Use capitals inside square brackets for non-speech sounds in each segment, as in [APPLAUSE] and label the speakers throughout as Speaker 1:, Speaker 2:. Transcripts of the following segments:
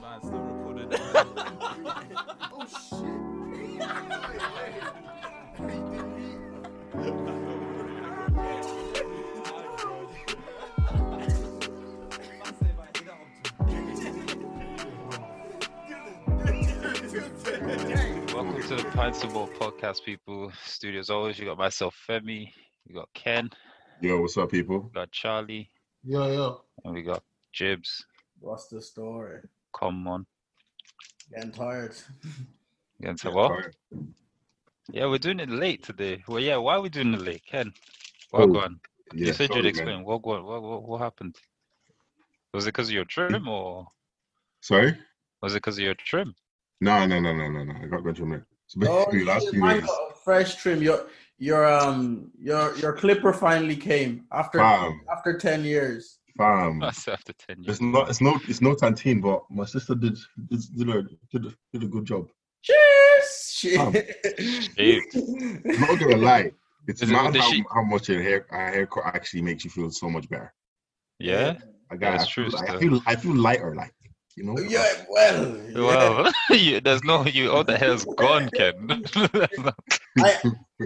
Speaker 1: Nah, it's not recorded.
Speaker 2: Oh shit!
Speaker 3: Welcome to the Pints and More podcast, people. Studio as always, you got myself, Femi, you got Ken,
Speaker 4: Yo, what's up, people?
Speaker 3: you got Charlie,
Speaker 2: Yo, yo.
Speaker 3: and we got Jibs.
Speaker 5: What's the story?
Speaker 3: Come on.
Speaker 5: Getting tired.
Speaker 3: Again, so what? Yeah, we're doing it late today. Well, yeah, why are we doing it late, Ken? What
Speaker 4: Oh,
Speaker 3: going?
Speaker 4: Yeah,
Speaker 3: you said
Speaker 4: sorry,
Speaker 3: you'd
Speaker 4: man.
Speaker 3: explain. What, what, what, what, what happened? Was it because of your trim or
Speaker 4: Sorry?
Speaker 3: was it because of your trim? [LAUGHS]
Speaker 4: No, no, no, no, no, no. I got got your minute. So
Speaker 5: Oh,
Speaker 4: basically, last
Speaker 5: shit,
Speaker 4: few
Speaker 5: mine
Speaker 4: days,
Speaker 5: got a fresh trim. Your your um your your clipper finally came after
Speaker 4: fam,
Speaker 5: after ten years.
Speaker 4: fam.
Speaker 3: That's after 10 years.
Speaker 4: It's not, it's no, it's no canteen, but my sister did did did a, did a, did a good job.
Speaker 5: Cheers! Shit.
Speaker 4: Fam.
Speaker 3: Shaved.
Speaker 4: I'm not gonna lie. It's
Speaker 3: [LAUGHS] Is it-
Speaker 4: mad
Speaker 3: did
Speaker 4: how,
Speaker 3: she-
Speaker 4: how much a hair a haircut actually makes you feel so much better.
Speaker 3: Yeah?
Speaker 4: I
Speaker 3: Yeah,
Speaker 4: got,
Speaker 3: it's
Speaker 4: I
Speaker 3: true
Speaker 4: feel, like- I
Speaker 3: stuff.
Speaker 4: feel, I feel lighter, like you know.
Speaker 5: Yeah, well, yeah.
Speaker 3: Well, [LAUGHS] you, there's no, you, all the hair's gone, Ken. [LAUGHS]
Speaker 5: I,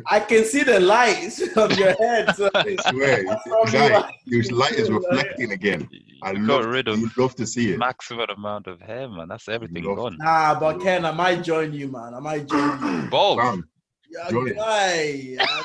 Speaker 5: I can see the lights [LAUGHS] of your head. So
Speaker 4: [LAUGHS] [LAUGHS] I swear,
Speaker 5: probably
Speaker 4: guy,
Speaker 5: why
Speaker 4: your
Speaker 5: you
Speaker 4: light is
Speaker 5: feel lighter.
Speaker 4: reflecting again. I
Speaker 3: You
Speaker 4: love-
Speaker 3: got rid of
Speaker 4: You love to see it.
Speaker 3: maximum amount of hair, man. That's everything
Speaker 4: Love
Speaker 3: gone.
Speaker 5: nah, but Ken, I might join you, man. I might join you.
Speaker 3: Bald.
Speaker 4: Fam,
Speaker 5: Yeah,
Speaker 4: Join.
Speaker 5: guy, I-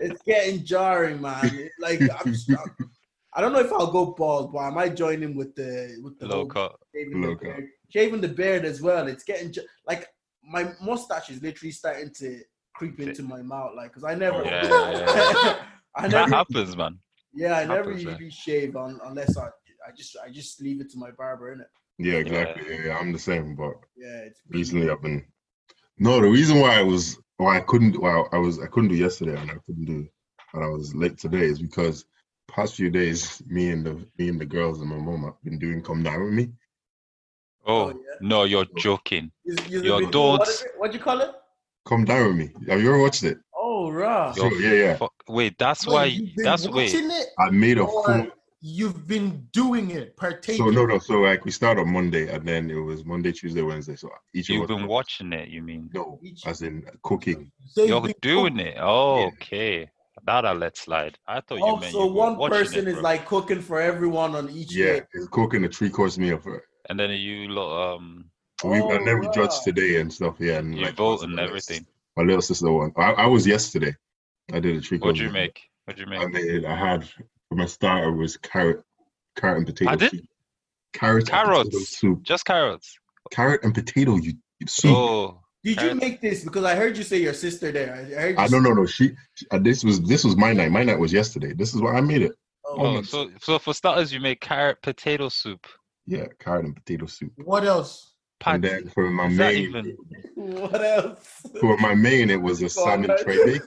Speaker 5: it's getting jarring, man. It's like I'm, s- I'm, I don't know if I'll go bald, but I might join him with the with the
Speaker 3: Low
Speaker 5: whole
Speaker 3: cut.
Speaker 5: shaving, the
Speaker 4: Low cut.
Speaker 5: beard, shaving the beard as well. It's getting j- like my mustache is literally starting to creep
Speaker 3: Fit.
Speaker 5: into my mouth, like because I never, [LAUGHS]
Speaker 3: Yeah, yeah,
Speaker 5: I
Speaker 3: That
Speaker 5: never,
Speaker 3: happens, man.
Speaker 5: [LAUGHS] yeah, I never
Speaker 3: happens, yeah.
Speaker 5: usually shave un, unless I, I just, I just leave it to my barber, innit?
Speaker 4: Yeah, exactly. Yeah, yeah, I'm the same, but
Speaker 5: Yeah, it's
Speaker 4: recently I've been no the reason why I was why I couldn't why I was I couldn't do yesterday and I couldn't do and I was late today is because past few days me and the me and the girls and my mom have been doing come down with me.
Speaker 3: Oh,
Speaker 5: yeah.
Speaker 3: no, you're joking.
Speaker 5: Is- is it
Speaker 3: Your
Speaker 5: been- what
Speaker 3: dogs-
Speaker 5: is it? What do you call it?
Speaker 4: Come down with me. Have you ever watched it?
Speaker 5: Oh, rah.
Speaker 3: Yo,
Speaker 4: So, yeah, yeah.
Speaker 3: Fuck. Wait, that's
Speaker 2: Wait,
Speaker 3: why.
Speaker 2: you've been
Speaker 3: That's wait.
Speaker 2: watching it,
Speaker 4: I made
Speaker 5: Oh,
Speaker 4: a
Speaker 2: or
Speaker 5: uh,
Speaker 4: full
Speaker 2: you've been doing it, partaking.
Speaker 4: so no no so like we start on Monday and then it was Monday, Tuesday, Wednesday. So each
Speaker 3: You've
Speaker 4: of us
Speaker 3: been watching it. You mean
Speaker 4: no
Speaker 2: Each-
Speaker 4: as in cooking.
Speaker 2: They've
Speaker 3: you're
Speaker 2: been
Speaker 3: doing it? Oh, okay. That I let slide. I thought you
Speaker 5: Oh,
Speaker 3: meant
Speaker 5: so
Speaker 3: you were
Speaker 5: one
Speaker 3: watching
Speaker 5: person
Speaker 3: it,
Speaker 5: is
Speaker 3: bro.
Speaker 5: like cooking for everyone on each
Speaker 4: Yeah,
Speaker 5: day.
Speaker 4: it's cooking a three course meal for
Speaker 3: and then you lot um,
Speaker 4: we
Speaker 5: Oh,
Speaker 4: and then we
Speaker 5: wow.
Speaker 4: judged today and stuff, yeah. And
Speaker 3: you
Speaker 4: Mm, like,
Speaker 3: vote and
Speaker 4: that's-
Speaker 3: everything.
Speaker 4: My little sister won. I, I was yesterday. I did a trick.
Speaker 3: What'd you make? What'd you
Speaker 4: I
Speaker 3: make?
Speaker 4: made. I had for my starter was carrot, carrot and potato.
Speaker 3: I did?
Speaker 4: soup. Carrot. And potato
Speaker 3: Carrots.
Speaker 4: soup.
Speaker 3: Just carrots.
Speaker 4: Carrot and potato. You soup.
Speaker 3: Oh,
Speaker 5: Did you
Speaker 3: Alright.
Speaker 5: make this? Because I heard you say your sister there. I heard you
Speaker 4: I
Speaker 5: say-
Speaker 4: don't know. No, she. she- uh, this was this was my night. My night was yesterday. This is why I made it.
Speaker 5: Oh,
Speaker 3: oh. So, so for starters, you make carrot potato soup.
Speaker 4: Yeah, carrot and potato soup.
Speaker 2: What else?
Speaker 3: Pat-
Speaker 4: And then for my
Speaker 3: Is that
Speaker 4: main,
Speaker 3: even-
Speaker 5: [LAUGHS] What else?
Speaker 4: for my main, it was a salmon
Speaker 5: God.
Speaker 4: tray bake.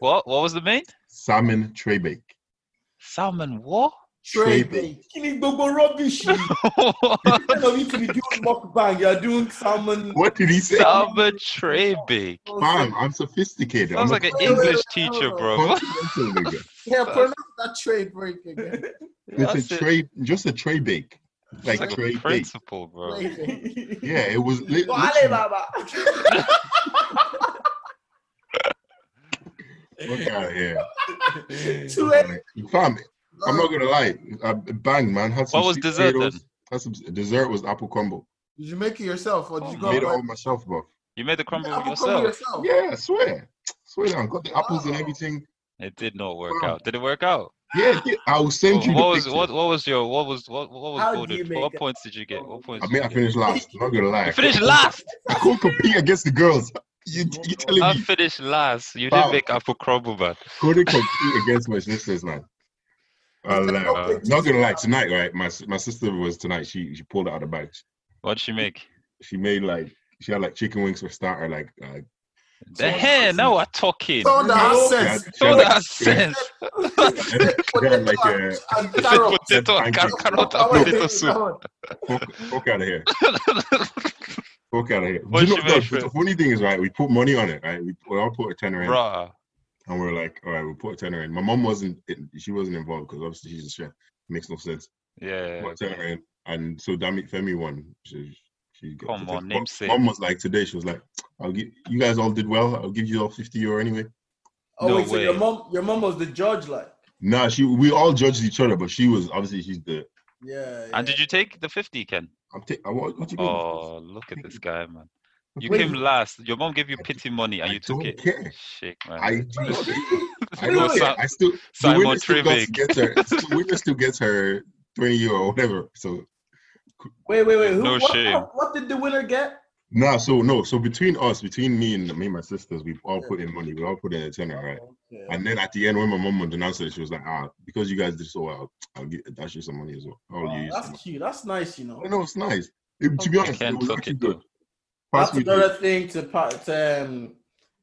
Speaker 3: What? What was the main?
Speaker 4: Salmon tray bake.
Speaker 3: Salmon what?
Speaker 4: Tray
Speaker 2: Tray bake.
Speaker 5: Killing Bobo
Speaker 3: [LAUGHS]
Speaker 5: rubbish. you know, you to be doing mukbang. You're doing salmon.
Speaker 4: What did he say?
Speaker 3: Salmon tray bake.
Speaker 4: Fam, I'm sophisticated.
Speaker 3: Sounds
Speaker 4: I'm
Speaker 3: like an
Speaker 2: wait, wait,
Speaker 3: English
Speaker 2: wait,
Speaker 3: teacher,
Speaker 4: a
Speaker 2: hold
Speaker 3: bro. [LAUGHS]
Speaker 4: [LAUGHS] continental nigga.
Speaker 2: Yeah, pronounce that tray break
Speaker 3: [LAUGHS]
Speaker 2: again.
Speaker 4: It's
Speaker 3: That's
Speaker 4: a
Speaker 3: it.
Speaker 4: tray, just a tray bake,
Speaker 3: It's
Speaker 4: like,
Speaker 3: like a
Speaker 4: tray bake.
Speaker 3: principle, bro.
Speaker 2: Tray bake.
Speaker 4: Yeah, it was. Li-
Speaker 5: Go
Speaker 4: literally-
Speaker 5: Alibaba.
Speaker 4: [LAUGHS] Look out here.
Speaker 5: Two eggs.
Speaker 4: Fam, I'm not gonna lie. I bang, man. Had some
Speaker 3: What was
Speaker 4: sweet
Speaker 3: dessert then?
Speaker 4: potatoes. Had some dessert was apple crumble.
Speaker 2: Did you make it yourself, or did
Speaker 3: Oh,
Speaker 2: you go
Speaker 4: Made it
Speaker 2: buy
Speaker 4: all myself, bro.
Speaker 3: You made the crumble
Speaker 2: apple crumble
Speaker 3: yourself.
Speaker 2: yourself?
Speaker 4: Yeah, I swear. Swear down. Got the apples and everything.
Speaker 3: It did not work
Speaker 4: Wow.
Speaker 3: out. Did it work out?
Speaker 4: Yeah, yeah, I will send
Speaker 3: What
Speaker 4: you the
Speaker 3: was
Speaker 4: picture.
Speaker 3: what? What was your? What was what? What was
Speaker 5: How do you
Speaker 3: voted?
Speaker 5: make
Speaker 3: What
Speaker 5: it?
Speaker 3: points did you get? What points?
Speaker 4: I mean, I
Speaker 3: did you get?
Speaker 4: finished last. I'm not gonna lie.
Speaker 3: You finished
Speaker 4: [LAUGHS]
Speaker 3: last.
Speaker 4: I couldn't compete against the girls. You you telling
Speaker 3: I
Speaker 4: me
Speaker 3: finished last. You
Speaker 4: Wow.
Speaker 3: didn't make apple crumble, man.
Speaker 4: couldn't compete against my sisters, man. I like,
Speaker 3: Uh,
Speaker 4: not gonna lie. Tonight, right? My s- my sister was tonight. She she pulled it out of the bag.
Speaker 3: What'd she make?
Speaker 4: She made like she had like chicken wings for starter, like uh,
Speaker 3: The hair. Now we're talking.
Speaker 2: Saw the
Speaker 4: she
Speaker 2: access.
Speaker 4: had-
Speaker 5: [LAUGHS]
Speaker 4: she
Speaker 3: So
Speaker 4: had, like,
Speaker 3: [LAUGHS] that sense.
Speaker 4: she had, like, uh, a-
Speaker 2: And carrot.
Speaker 3: Potato and
Speaker 4: Pancake.
Speaker 3: carrot
Speaker 2: I
Speaker 3: and
Speaker 2: want
Speaker 3: potato
Speaker 2: to
Speaker 3: soup.
Speaker 4: Fuck, fuck out of here. Fuck out of here.
Speaker 3: What
Speaker 4: you know,
Speaker 3: you
Speaker 4: no,
Speaker 3: make for
Speaker 4: the
Speaker 3: it?
Speaker 4: funny thing is, right, we put money on it, right? We, we all put a tenner in.
Speaker 3: Bruh.
Speaker 4: And we are like, all right, we'll put a tenner in. My mom wasn't, in- she wasn't involved because obviously she's a chef. Makes no sense.
Speaker 3: Yeah.
Speaker 4: Put a tenner in. um, and so Damit Femi won. She, she got
Speaker 3: Come
Speaker 4: to take-
Speaker 3: on, namesake.
Speaker 4: Mom was like today. She was like, "I'll give you guys all did well. I'll give you all fifty euro anyway."
Speaker 5: Oh,
Speaker 3: No
Speaker 5: wait, so your
Speaker 3: way.
Speaker 5: mom, your mom was the judge, like.
Speaker 4: Nah, she we all judged each other, but she was obviously she's the.
Speaker 5: Yeah.
Speaker 3: And did you take the 50, Ken?
Speaker 4: I'm ta- I, what, what you doing?
Speaker 3: Oh, look at this guy,
Speaker 4: [LAUGHS]
Speaker 3: man. You
Speaker 4: Wait,
Speaker 3: came last. Your mom gave you
Speaker 4: I
Speaker 3: pity money and
Speaker 4: I
Speaker 3: you took
Speaker 4: don't
Speaker 3: it.
Speaker 4: care.
Speaker 3: Shit, man. [LAUGHS]
Speaker 4: I do
Speaker 5: [LAUGHS]
Speaker 4: not care. I,
Speaker 5: Wait,
Speaker 4: don't
Speaker 5: wait.
Speaker 4: care. I still the
Speaker 3: Simon
Speaker 4: winner still got to
Speaker 3: Trivig.
Speaker 4: gets
Speaker 3: [LAUGHS]
Speaker 4: her. The winner still gets her twenty euro or whatever. So
Speaker 5: Wait, wait, wait. Who,
Speaker 3: No
Speaker 5: what,
Speaker 3: shame.
Speaker 5: what did the winner get?
Speaker 4: nah, so no, so between us, between me and me and my sisters, we've all
Speaker 5: Yeah.
Speaker 4: put in money. We all put in a tenner, right?
Speaker 5: Okay.
Speaker 4: And then at the end, when my mom announced it, she was like, "Ah, because you guys did so well, I'll get dash you some money as well. I'll
Speaker 5: Wow,
Speaker 4: use."
Speaker 5: that's
Speaker 4: some."
Speaker 5: cute. That's nice, you know.
Speaker 4: I know it's nice. It- to be honest,
Speaker 3: Ken
Speaker 4: it was
Speaker 3: took
Speaker 4: actually
Speaker 3: it,
Speaker 4: good.
Speaker 3: though.
Speaker 4: Pass
Speaker 5: That's
Speaker 4: me
Speaker 5: another thing to pa- to, um,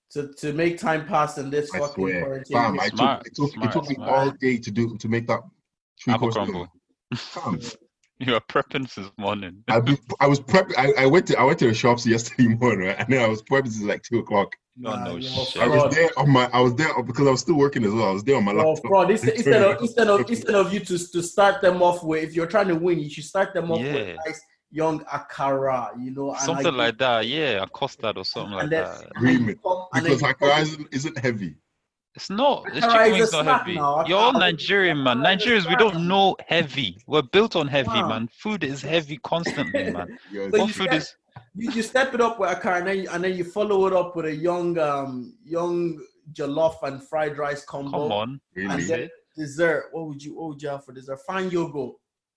Speaker 5: to to make time pass in this
Speaker 4: I
Speaker 5: fucking
Speaker 4: swear.
Speaker 5: quarantine.
Speaker 4: Fam, I
Speaker 3: Smart,
Speaker 4: took, it took,
Speaker 3: smart,
Speaker 4: it took me
Speaker 3: smart.
Speaker 4: all day to do to make that three
Speaker 3: Apple
Speaker 4: course
Speaker 3: crumble.
Speaker 4: meal. Fam,
Speaker 3: [LAUGHS] You are prepping since morning.
Speaker 4: I've been, I was prepping. I, I went to I went to the shops yesterday [LAUGHS] morning, right? and then I was prepping since like two o'clock.
Speaker 5: Nah,
Speaker 3: [LAUGHS] no
Speaker 5: you're
Speaker 3: shit.
Speaker 4: I
Speaker 5: a
Speaker 4: was
Speaker 5: fraud.
Speaker 4: there on my. I was there on- because I was still working as well. I was there on my
Speaker 5: Oh,
Speaker 4: laptop.
Speaker 5: fraud.
Speaker 4: [LAUGHS]
Speaker 5: Instead, instead, of, instead, of, instead of you to, to start them off with, if you're trying to win, you should start them off with
Speaker 3: Yeah.
Speaker 5: a nice young Akara, you know. and I
Speaker 3: Something
Speaker 5: give-
Speaker 3: like that, yeah. A costard or something like
Speaker 5: and that's-
Speaker 3: that.
Speaker 5: and you
Speaker 4: Agreement.
Speaker 5: come- and then
Speaker 4: Because
Speaker 5: you
Speaker 4: Hakara isn't, isn't heavy.
Speaker 5: [LAUGHS]
Speaker 3: It's not. This
Speaker 5: Akara is
Speaker 3: chicken
Speaker 5: a
Speaker 3: wing's not
Speaker 5: snack
Speaker 3: heavy.
Speaker 5: now.
Speaker 3: You're all
Speaker 5: Akara is-
Speaker 3: Nigerian, man.
Speaker 5: Akara is a
Speaker 3: Nigerians, we don't
Speaker 5: snack.
Speaker 3: know heavy. We're built on heavy,
Speaker 5: Wow.
Speaker 3: man. Food is heavy
Speaker 5: [LAUGHS]
Speaker 3: constantly, man.
Speaker 4: Yeah,
Speaker 5: But
Speaker 3: What
Speaker 5: you
Speaker 3: food
Speaker 5: get-
Speaker 3: is
Speaker 5: you, you step it up with Akara and then, you- and then you follow it up with a young um young jollof and fried rice combo.
Speaker 3: come on.
Speaker 5: And
Speaker 4: really.
Speaker 5: then
Speaker 3: Really?
Speaker 5: dessert. What would you what would you have for dessert? Fine yogo.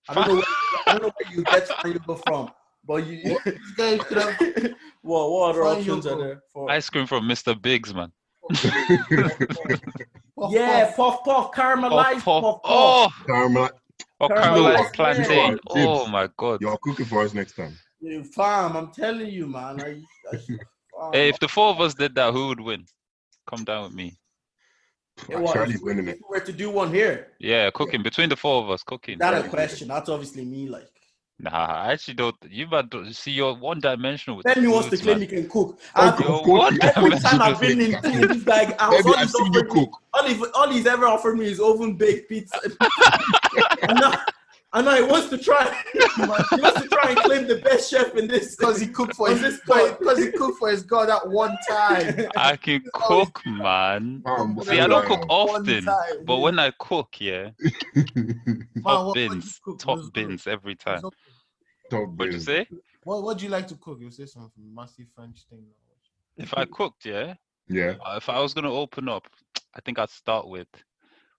Speaker 5: I don't know where, I don't know where you get fine yogo from, but you
Speaker 2: This guy could have
Speaker 5: [LAUGHS] what what other
Speaker 2: Fine
Speaker 5: options are
Speaker 2: yogo.
Speaker 5: there for
Speaker 3: Ice cream from Mr. Biggs, man.
Speaker 2: puff,
Speaker 5: yeah, puff
Speaker 2: puff.
Speaker 5: puff, caramelized
Speaker 3: Puff, puff.
Speaker 5: puff puff.
Speaker 3: Oh,
Speaker 4: Caramel,
Speaker 3: or
Speaker 5: Caramelized
Speaker 3: caramelized
Speaker 5: plantain.
Speaker 3: plantain.
Speaker 4: Yeah.
Speaker 3: Oh my god.
Speaker 4: you're cooking for us next time.
Speaker 5: You Fam, I'm telling you, man. I, I, fam.
Speaker 3: Hey, if the four of us did that, who would win? Come down with me.
Speaker 5: It was-
Speaker 4: Charlie's winning
Speaker 5: if
Speaker 4: it.
Speaker 5: we were to do one here,
Speaker 3: Yeah, cooking between the four of us, cooking.
Speaker 5: that a
Speaker 4: Yeah.
Speaker 5: question. That's obviously me. Like
Speaker 3: Nah, I actually don't. You but see, you're one dimensional with the
Speaker 5: Femi wants to
Speaker 3: foods,
Speaker 5: claim
Speaker 3: man.
Speaker 5: he can cook.
Speaker 4: Oh,
Speaker 5: I've-
Speaker 4: God.
Speaker 3: You're
Speaker 4: Of course
Speaker 3: one
Speaker 4: you-
Speaker 5: [LAUGHS] Every time I've
Speaker 3: dimensional.
Speaker 5: been
Speaker 4: [LAUGHS]
Speaker 5: in this guy house,
Speaker 4: Baby,
Speaker 5: all
Speaker 4: I've
Speaker 5: he's
Speaker 4: seen you
Speaker 5: offered me
Speaker 4: cook.
Speaker 5: all, he, all he's ever offered me is oven baked pizza. [LAUGHS] and, now, and now he wants to try. [LAUGHS] he wants to try and claim the best chef in this.
Speaker 2: Because he cooked for
Speaker 5: On
Speaker 2: his [LAUGHS]
Speaker 5: this point.
Speaker 2: because he cooked for his god at one time.
Speaker 3: I
Speaker 2: [LAUGHS]
Speaker 3: can cook, man.
Speaker 4: Fam,
Speaker 3: See, I don't cook
Speaker 4: wow.
Speaker 2: One
Speaker 3: often,
Speaker 2: time.
Speaker 3: but when I cook, yeah,
Speaker 4: [LAUGHS]
Speaker 2: Man,
Speaker 3: top
Speaker 2: what- what you
Speaker 3: bins,
Speaker 2: cook?
Speaker 3: top
Speaker 2: What's good?
Speaker 3: bins every time.
Speaker 2: What's
Speaker 4: Top
Speaker 3: What'd you
Speaker 4: bin.
Speaker 3: say?
Speaker 2: What What do you like to cook? You say some massive French thing.
Speaker 3: If I cooked, yeah,
Speaker 4: Yeah.
Speaker 3: Uh, if I was gonna open up, I think I'd start with.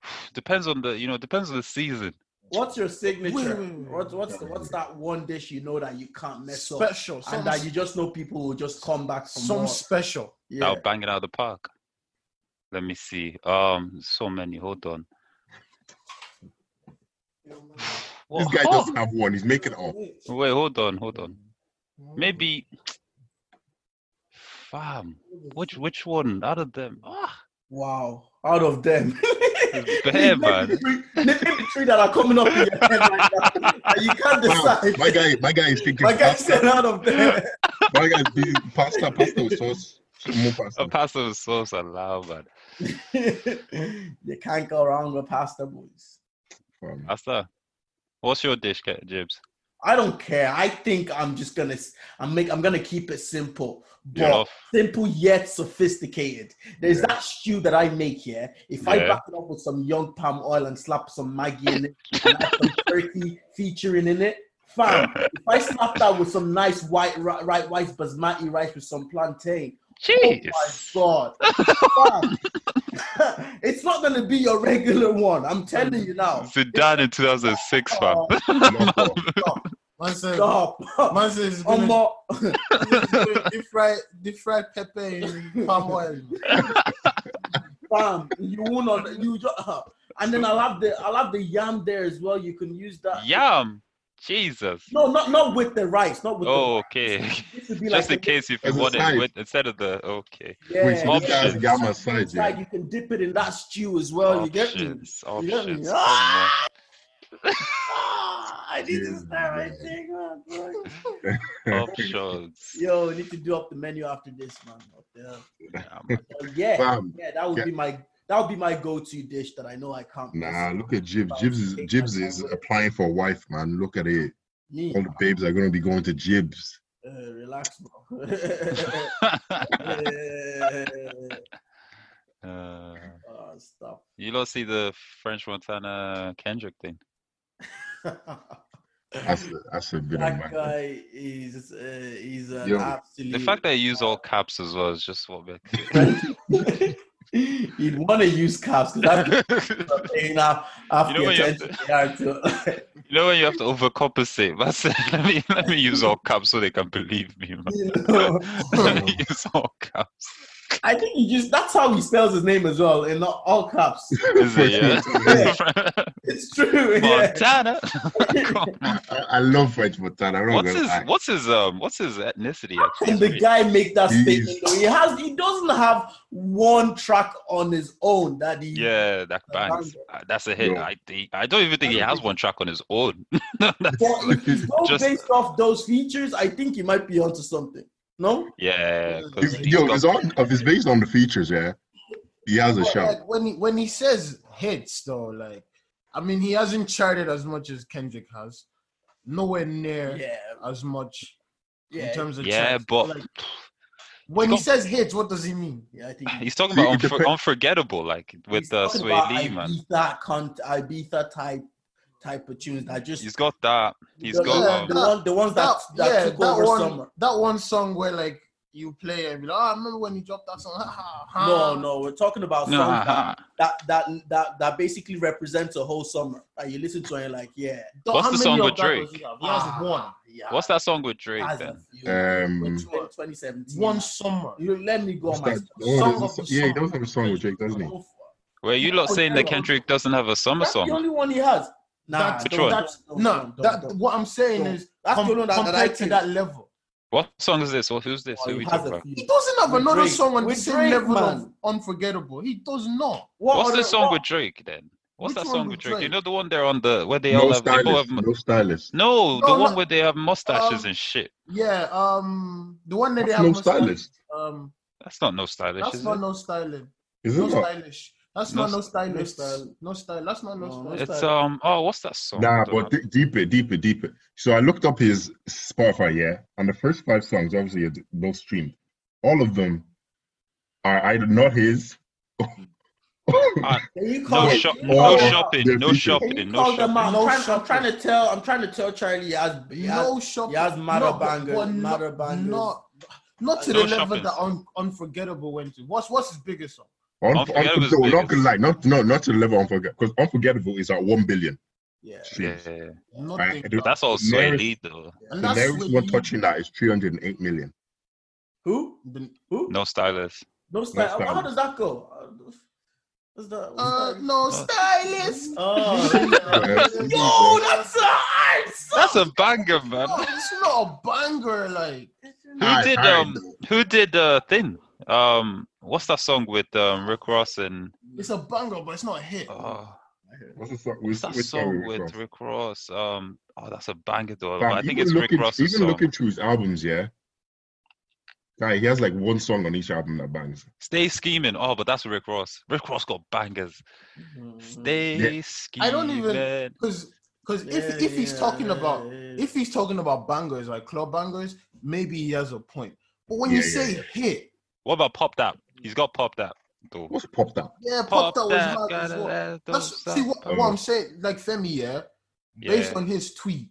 Speaker 3: [SIGHS] Depends on the, you know, depends on the season.
Speaker 5: What's your signature?
Speaker 2: Wait, wait, wait.
Speaker 5: What's what's the, what's that one dish you know that you can't mess up,
Speaker 2: Special. Some,
Speaker 5: and that you just know people will just come back for
Speaker 2: some
Speaker 5: more?
Speaker 2: special.
Speaker 5: Yeah.
Speaker 3: I'll bang it out of the park. Let me see. Um, so many. Hold on. [SIGHS]
Speaker 4: This
Speaker 3: What-
Speaker 4: guy
Speaker 3: oh,
Speaker 4: doesn't have one. He's making it up.
Speaker 3: Wait, hold on, hold on. Maybe, fam. Which which one out of them? Ah,
Speaker 5: Wow. Out of
Speaker 3: [LAUGHS]
Speaker 5: them.
Speaker 3: bare
Speaker 5: Name the
Speaker 3: man.
Speaker 5: three- Name the three that are coming up in your head right now. And you can't
Speaker 4: Wow,
Speaker 5: decide.
Speaker 4: my guy, my guy is thinking.
Speaker 5: Like I
Speaker 4: pasta.
Speaker 5: said, out of them. [LAUGHS]
Speaker 4: My guy is thinking pasta, pasta with sauce, more pasta.
Speaker 3: A pasta with sauce allowed, man.
Speaker 5: you can't go wrong with pasta boys.
Speaker 4: Fam.
Speaker 3: [LAUGHS] Pasta. What's your dish, Ke- Jibs?
Speaker 5: I don't care. I think I'm just gonna. s- I'm make. I'm gonna keep it simple, but
Speaker 3: Jollof.
Speaker 4: [LAUGHS]
Speaker 5: simple yet sophisticated. There's
Speaker 4: Yeah.
Speaker 5: that stew that I make here. If I
Speaker 3: Yeah.
Speaker 5: back it up with some young palm oil and slap some Maggie in it, and add some turkey featuring in it, fam. If I slap that with some nice white, ri- right, rice basmati rice with some plantain,
Speaker 3: Jeez.
Speaker 5: Oh my god. Fuck. [LAUGHS] it's not gonna be your regular one. I'm telling you now.
Speaker 3: Zidane in 2006, fam.
Speaker 5: Oh,
Speaker 4: Loco.
Speaker 2: Man
Speaker 4: [LAUGHS]
Speaker 2: says,
Speaker 5: stop. [LAUGHS] Um,
Speaker 2: man says he's
Speaker 5: One
Speaker 2: gonna
Speaker 5: more.
Speaker 2: deep fry deep fry pepper in palm oil.
Speaker 5: Bam. You won't on you just, [LAUGHS] and then I'll have the I'll have the yam there as well. You can use that.
Speaker 3: Yum. Jesus.
Speaker 5: No, not not with the rice, not with
Speaker 3: Oh, okay.
Speaker 5: the this would [LAUGHS] be
Speaker 3: Just in
Speaker 5: like a-
Speaker 3: case if you
Speaker 4: As a
Speaker 3: want
Speaker 4: side.
Speaker 3: it with, instead of the okay.
Speaker 5: yeah,
Speaker 4: Wait, so this
Speaker 5: yeah.
Speaker 4: guy's got my side,
Speaker 5: Inside,
Speaker 4: yeah.
Speaker 5: you can dip it in that stew as well. Oh, You get me?
Speaker 3: Options,
Speaker 5: You get me?
Speaker 3: options.
Speaker 5: Ah! Ah, I oh, need to
Speaker 4: Yeah,
Speaker 5: start right
Speaker 4: man.
Speaker 5: there. God, bro. [LAUGHS]
Speaker 3: Come on.
Speaker 4: [LAUGHS]
Speaker 3: Options.
Speaker 5: Yo, we need to do up the menu after this, man. Up there.
Speaker 3: Yeah, man.
Speaker 5: Uh, yeah,
Speaker 4: Fam.
Speaker 5: yeah, that would
Speaker 4: Yeah.
Speaker 5: be my that would be my go-to dish that I know I can't. mess
Speaker 4: Nah,
Speaker 5: up.
Speaker 4: look at Jibs. Jibs is Jibs is applying for a wife, man. Look at it.
Speaker 5: Me.
Speaker 4: All the babes are gonna be going to jibs.
Speaker 5: Uh, relax,
Speaker 4: [LAUGHS]
Speaker 5: bro.
Speaker 3: [LAUGHS]
Speaker 5: [LAUGHS]
Speaker 3: uh,
Speaker 5: oh, stop.
Speaker 3: you don't see the French Montana Kendrick thing.
Speaker 4: That's a, that's a bit of
Speaker 5: that
Speaker 4: my.
Speaker 5: guy is uh, he's an
Speaker 4: Yo.
Speaker 5: absolute.
Speaker 3: The fact that you use all caps as well is just what makes
Speaker 5: [LAUGHS] He'd want to use caps because
Speaker 3: it. [LAUGHS]
Speaker 5: that's paying off half
Speaker 3: You
Speaker 5: the
Speaker 3: know what you have
Speaker 5: attention they are to.
Speaker 3: You know when you have to overcompensate. That's it. [LAUGHS] Let me let me use all caps so they can believe me. Man. [LAUGHS]
Speaker 5: [LAUGHS] you
Speaker 4: [LAUGHS]
Speaker 5: know?
Speaker 3: let
Speaker 5: [LAUGHS]
Speaker 3: me use all caps.
Speaker 5: I think he just that's how he spells his name as well in all- all caps. [LAUGHS]
Speaker 3: Is it yeah? [LAUGHS]
Speaker 5: It's true. Yeah.
Speaker 3: Montana. Come on.
Speaker 4: I, I love French Montana. I'm not
Speaker 3: what's
Speaker 4: gonna
Speaker 3: his
Speaker 4: lie.
Speaker 3: What's his um What's his ethnicity? Actually,
Speaker 5: Can
Speaker 3: It's
Speaker 5: the
Speaker 3: weird.
Speaker 5: guy make that
Speaker 4: He's-
Speaker 5: statement? Though? He has. He doesn't have one track on his own that he.
Speaker 3: Yeah, that bangs. Uh, That's a hit.
Speaker 4: Yo.
Speaker 3: I think. I don't even think he has one track on his own. [LAUGHS]
Speaker 5: But if he's going
Speaker 3: Just-
Speaker 5: based off those features, I think he might be onto something. No.
Speaker 3: Yeah, 'cause
Speaker 4: It's-
Speaker 3: he's
Speaker 4: yo,
Speaker 3: got-
Speaker 4: it's on. If it's based on the features, yeah, he has a
Speaker 2: But,
Speaker 4: shout.
Speaker 2: like, when he when he says hits though, like I mean he hasn't charted as much as Kendrick has. Nowhere near
Speaker 5: Yeah.
Speaker 2: as much in
Speaker 5: Yeah.
Speaker 2: terms of
Speaker 3: yeah,
Speaker 2: charts.
Speaker 3: but
Speaker 2: Like, when he
Speaker 3: got-
Speaker 2: says hits, what does he mean?
Speaker 5: Yeah. I think.
Speaker 3: he's talking
Speaker 4: See,
Speaker 3: about
Speaker 4: it
Speaker 3: unfor-
Speaker 4: depen-
Speaker 3: unforgettable, like with
Speaker 5: he's
Speaker 3: the uh,
Speaker 5: talking
Speaker 3: Sway
Speaker 5: about
Speaker 3: Lee man.
Speaker 5: Ibiza, cont- Ibiza type type of tunes that just
Speaker 3: He's got that. He's
Speaker 5: the,
Speaker 3: got.
Speaker 5: the,
Speaker 3: Um,
Speaker 2: that-
Speaker 5: one, the ones that that took over
Speaker 2: one,
Speaker 5: summer.
Speaker 2: that one song where like you play and be like, oh, I remember when you dropped that song. [LAUGHS] Ha, ha, ha.
Speaker 5: No, no, we're talking about songs
Speaker 3: nah,
Speaker 5: that, that that that that basically represents a whole summer. Like you listen to it, and you're like yeah,
Speaker 2: Th-
Speaker 3: What's the
Speaker 2: how many
Speaker 3: song
Speaker 2: of
Speaker 3: with
Speaker 2: that does
Speaker 3: Drake?
Speaker 2: He, have? he has
Speaker 5: Ah,
Speaker 2: one.
Speaker 5: yeah.
Speaker 3: What's that song with Drake?
Speaker 5: As a
Speaker 3: Then
Speaker 5: few-
Speaker 4: Um,
Speaker 5: 2017.
Speaker 2: One summer.
Speaker 5: You let me go,
Speaker 4: what's
Speaker 5: my
Speaker 4: that? Oh,
Speaker 2: Song
Speaker 4: there's a
Speaker 2: of the
Speaker 4: so- yeah, he
Speaker 2: summer.
Speaker 4: does have a song with Drake, doesn't he?
Speaker 3: where you lot saying that
Speaker 5: Unforgettable.
Speaker 3: Kendrick doesn't have a summer
Speaker 5: That's the
Speaker 3: song?
Speaker 5: only one he has. Nah,
Speaker 2: That's-
Speaker 3: Which
Speaker 5: don't-
Speaker 3: one?
Speaker 5: that's- don't-
Speaker 2: no,
Speaker 5: don't-
Speaker 2: that
Speaker 5: don't.
Speaker 2: what I'm saying
Speaker 5: Don't.
Speaker 2: is
Speaker 5: That's
Speaker 2: com-
Speaker 5: the only one that- that I
Speaker 2: compared to
Speaker 5: think-
Speaker 2: that level.
Speaker 3: What song is this? What who's this?
Speaker 5: Oh,
Speaker 3: Who
Speaker 5: he
Speaker 3: we
Speaker 5: has
Speaker 3: talking
Speaker 5: a
Speaker 3: about?
Speaker 5: few.
Speaker 2: He doesn't have
Speaker 5: With
Speaker 2: another
Speaker 5: Drake-
Speaker 2: song on the
Speaker 5: with
Speaker 2: same
Speaker 5: Drake,
Speaker 2: level of
Speaker 5: man.
Speaker 2: unforgettable. He does not.
Speaker 5: What
Speaker 3: What's
Speaker 5: other-
Speaker 3: the song
Speaker 5: what-
Speaker 3: with Drake then? What's
Speaker 2: Which
Speaker 3: that
Speaker 2: one
Speaker 3: song
Speaker 2: with
Speaker 3: with Drake? You
Speaker 2: Drake?
Speaker 3: know the one they're on the where they all
Speaker 4: No
Speaker 3: have they both
Speaker 4: stylist.
Speaker 3: have mu-
Speaker 4: No stylist.
Speaker 3: no, the
Speaker 2: No,
Speaker 3: one
Speaker 2: no.
Speaker 3: where they have mustaches and shit.
Speaker 2: Yeah, um, the one that they
Speaker 4: That's
Speaker 2: have
Speaker 4: no
Speaker 2: most time-
Speaker 4: stylist.
Speaker 2: Um,
Speaker 3: That's not no stylish,
Speaker 2: that's
Speaker 3: is
Speaker 2: not
Speaker 3: it?
Speaker 2: no styling.
Speaker 4: Is it
Speaker 2: No
Speaker 4: not?
Speaker 2: stylish. That's
Speaker 3: No
Speaker 2: not no
Speaker 5: no
Speaker 2: stylish.
Speaker 5: style.
Speaker 2: No style. That's not no
Speaker 5: No, no
Speaker 2: style.
Speaker 3: It's
Speaker 5: style.
Speaker 3: um oh what's that song?
Speaker 4: Nah,
Speaker 3: Hold on.
Speaker 4: but d- deeper, deeper, deeper. So I looked up his Spotify, yeah, and the first five songs obviously are those streamed. All of them are either not his. [LAUGHS]
Speaker 3: Ah,
Speaker 5: Can you call
Speaker 3: no,
Speaker 5: it-
Speaker 3: shop,
Speaker 5: can you
Speaker 3: no
Speaker 5: call it-
Speaker 3: shopping,
Speaker 4: they're
Speaker 3: no
Speaker 4: featured.
Speaker 5: Can you
Speaker 3: shopping, no
Speaker 5: call them out?
Speaker 3: shopping.
Speaker 5: I'm
Speaker 2: No
Speaker 5: trying, I'm
Speaker 2: shopping.
Speaker 5: trying to tell. I'm trying to tell Charlie. He has, he has,
Speaker 2: No shopping.
Speaker 5: he has Mara
Speaker 2: No, but-
Speaker 5: Bangers,
Speaker 2: but not-
Speaker 5: Mara Bangers.
Speaker 2: Not, not to
Speaker 3: No
Speaker 2: the level
Speaker 3: shopping.
Speaker 2: that un, unforgettable went to. What's what's his biggest song?
Speaker 4: Un-
Speaker 3: Unforgettable is
Speaker 4: unforgettable. Not gonna
Speaker 3: biggest.
Speaker 4: lie, not no, not to the level unforgettable because unforgettable is at one billion.
Speaker 5: yeah.
Speaker 4: streams.
Speaker 3: Yeah,
Speaker 2: Nothing.
Speaker 4: I do-
Speaker 3: that's all Sway
Speaker 4: Nearest-
Speaker 3: Lee though.
Speaker 2: and
Speaker 4: The
Speaker 2: that's
Speaker 4: nearest
Speaker 2: with
Speaker 4: one
Speaker 2: you-
Speaker 4: touching that is three hundred and
Speaker 3: [LAUGHS]
Speaker 4: eight million.
Speaker 5: Who?
Speaker 2: the-
Speaker 5: Who?
Speaker 3: No stylist.
Speaker 5: No style.
Speaker 4: No style.
Speaker 5: How does that go? Uh, What's that? What's
Speaker 2: Uh,
Speaker 5: that?
Speaker 2: no stylist.
Speaker 5: Oh, yo, that's a hard song.
Speaker 3: That's a banger, man.
Speaker 2: No, it's not a banger. Like
Speaker 3: Who did um who did uh thing? Um what's that song with um Rick Ross and
Speaker 2: it's a banger, but it's not a hit.
Speaker 3: uh,
Speaker 4: What's the song?
Speaker 3: what's
Speaker 4: What's
Speaker 3: that
Speaker 4: which
Speaker 3: song
Speaker 4: we
Speaker 3: with
Speaker 4: from?
Speaker 3: Rick Ross? Um oh that's a banger though.
Speaker 4: Fam,
Speaker 3: I think
Speaker 4: even
Speaker 3: it's Rick
Speaker 4: looking,
Speaker 3: Ross's
Speaker 4: Even
Speaker 3: song.
Speaker 4: looking through his albums, yeah. Guy, he has like one song on each album that bangs.
Speaker 3: Stay scheming. Oh, but that's Rick Ross. Rick Ross got bangers. Stay scheming.
Speaker 2: I don't even- Because because if if he's talking about if he's talking about bangers like club bangers, maybe he has a point. But when you
Speaker 4: Yeah, yeah,
Speaker 2: say hit,
Speaker 3: What about Pop That? He's got Pop That though.
Speaker 4: What's popped up?
Speaker 2: yeah,
Speaker 3: Pop
Speaker 2: pop that was mad as
Speaker 3: gotta
Speaker 2: well.
Speaker 3: let
Speaker 2: That's,
Speaker 3: those
Speaker 2: see
Speaker 3: out.
Speaker 2: what,
Speaker 4: Oh.
Speaker 2: what I'm saying, like Femi, yeah, based
Speaker 3: Yeah.
Speaker 2: on his tweet.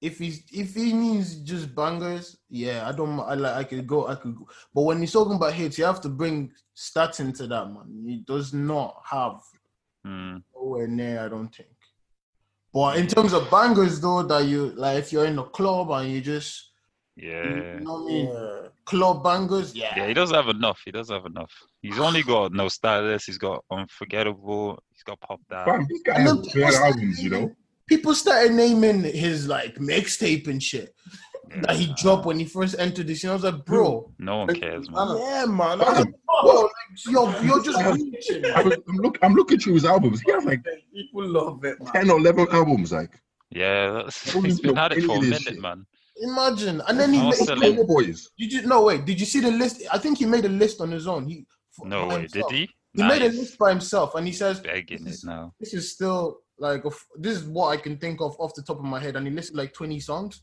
Speaker 2: If he's if he means just bangers, yeah, I don't I like I could go I could go. But when he's talking about hits, you have to bring stats into that man. He does not have
Speaker 3: Hmm.
Speaker 2: nowhere near, I don't think. But in terms of bangers though, that you like if you're in a club and you just
Speaker 3: yeah.
Speaker 2: you know what I mean, club bangers, yeah.
Speaker 3: Yeah, he doesn't have enough. He doesn't have enough. He's
Speaker 2: [SIGHS]
Speaker 3: only got no stylist. He's got unforgettable. He's got pop that.
Speaker 4: Fam, this guy
Speaker 2: And
Speaker 4: has
Speaker 2: then people
Speaker 4: four
Speaker 2: started
Speaker 4: albums, you know.
Speaker 2: naming- People started naming his like mixtape and shit that he dropped when he first entered the scene. I was like, bro,
Speaker 3: No one cares, man.
Speaker 2: yeah, man. I
Speaker 4: Fam,
Speaker 2: was like, bro, like, you're,
Speaker 4: [LAUGHS]
Speaker 2: you're just reaching.
Speaker 4: I was, I'm, look, I'm looking through his albums. He has like
Speaker 5: People love it, man.
Speaker 4: ten or eleven albums. Like
Speaker 3: Yeah, that's, [LAUGHS]
Speaker 4: Don't
Speaker 3: he's
Speaker 4: even
Speaker 3: been
Speaker 4: know
Speaker 3: at it
Speaker 4: any
Speaker 3: for a
Speaker 4: of this
Speaker 3: minute,
Speaker 4: shit.
Speaker 3: man.
Speaker 2: Imagine. And then he
Speaker 3: Oh,
Speaker 2: made,
Speaker 3: silly.
Speaker 4: Playboy Boys.
Speaker 2: did you no wait, did you see the list? I think he made a list on his own. He
Speaker 3: No
Speaker 2: by
Speaker 3: way,
Speaker 2: himself.
Speaker 3: did he?
Speaker 2: He
Speaker 3: Nah,
Speaker 2: made a
Speaker 3: he's
Speaker 2: list by himself and he says
Speaker 3: begging it now.
Speaker 2: this is still like of, this is what I can think of off the top of my head, and he listed like twenty songs.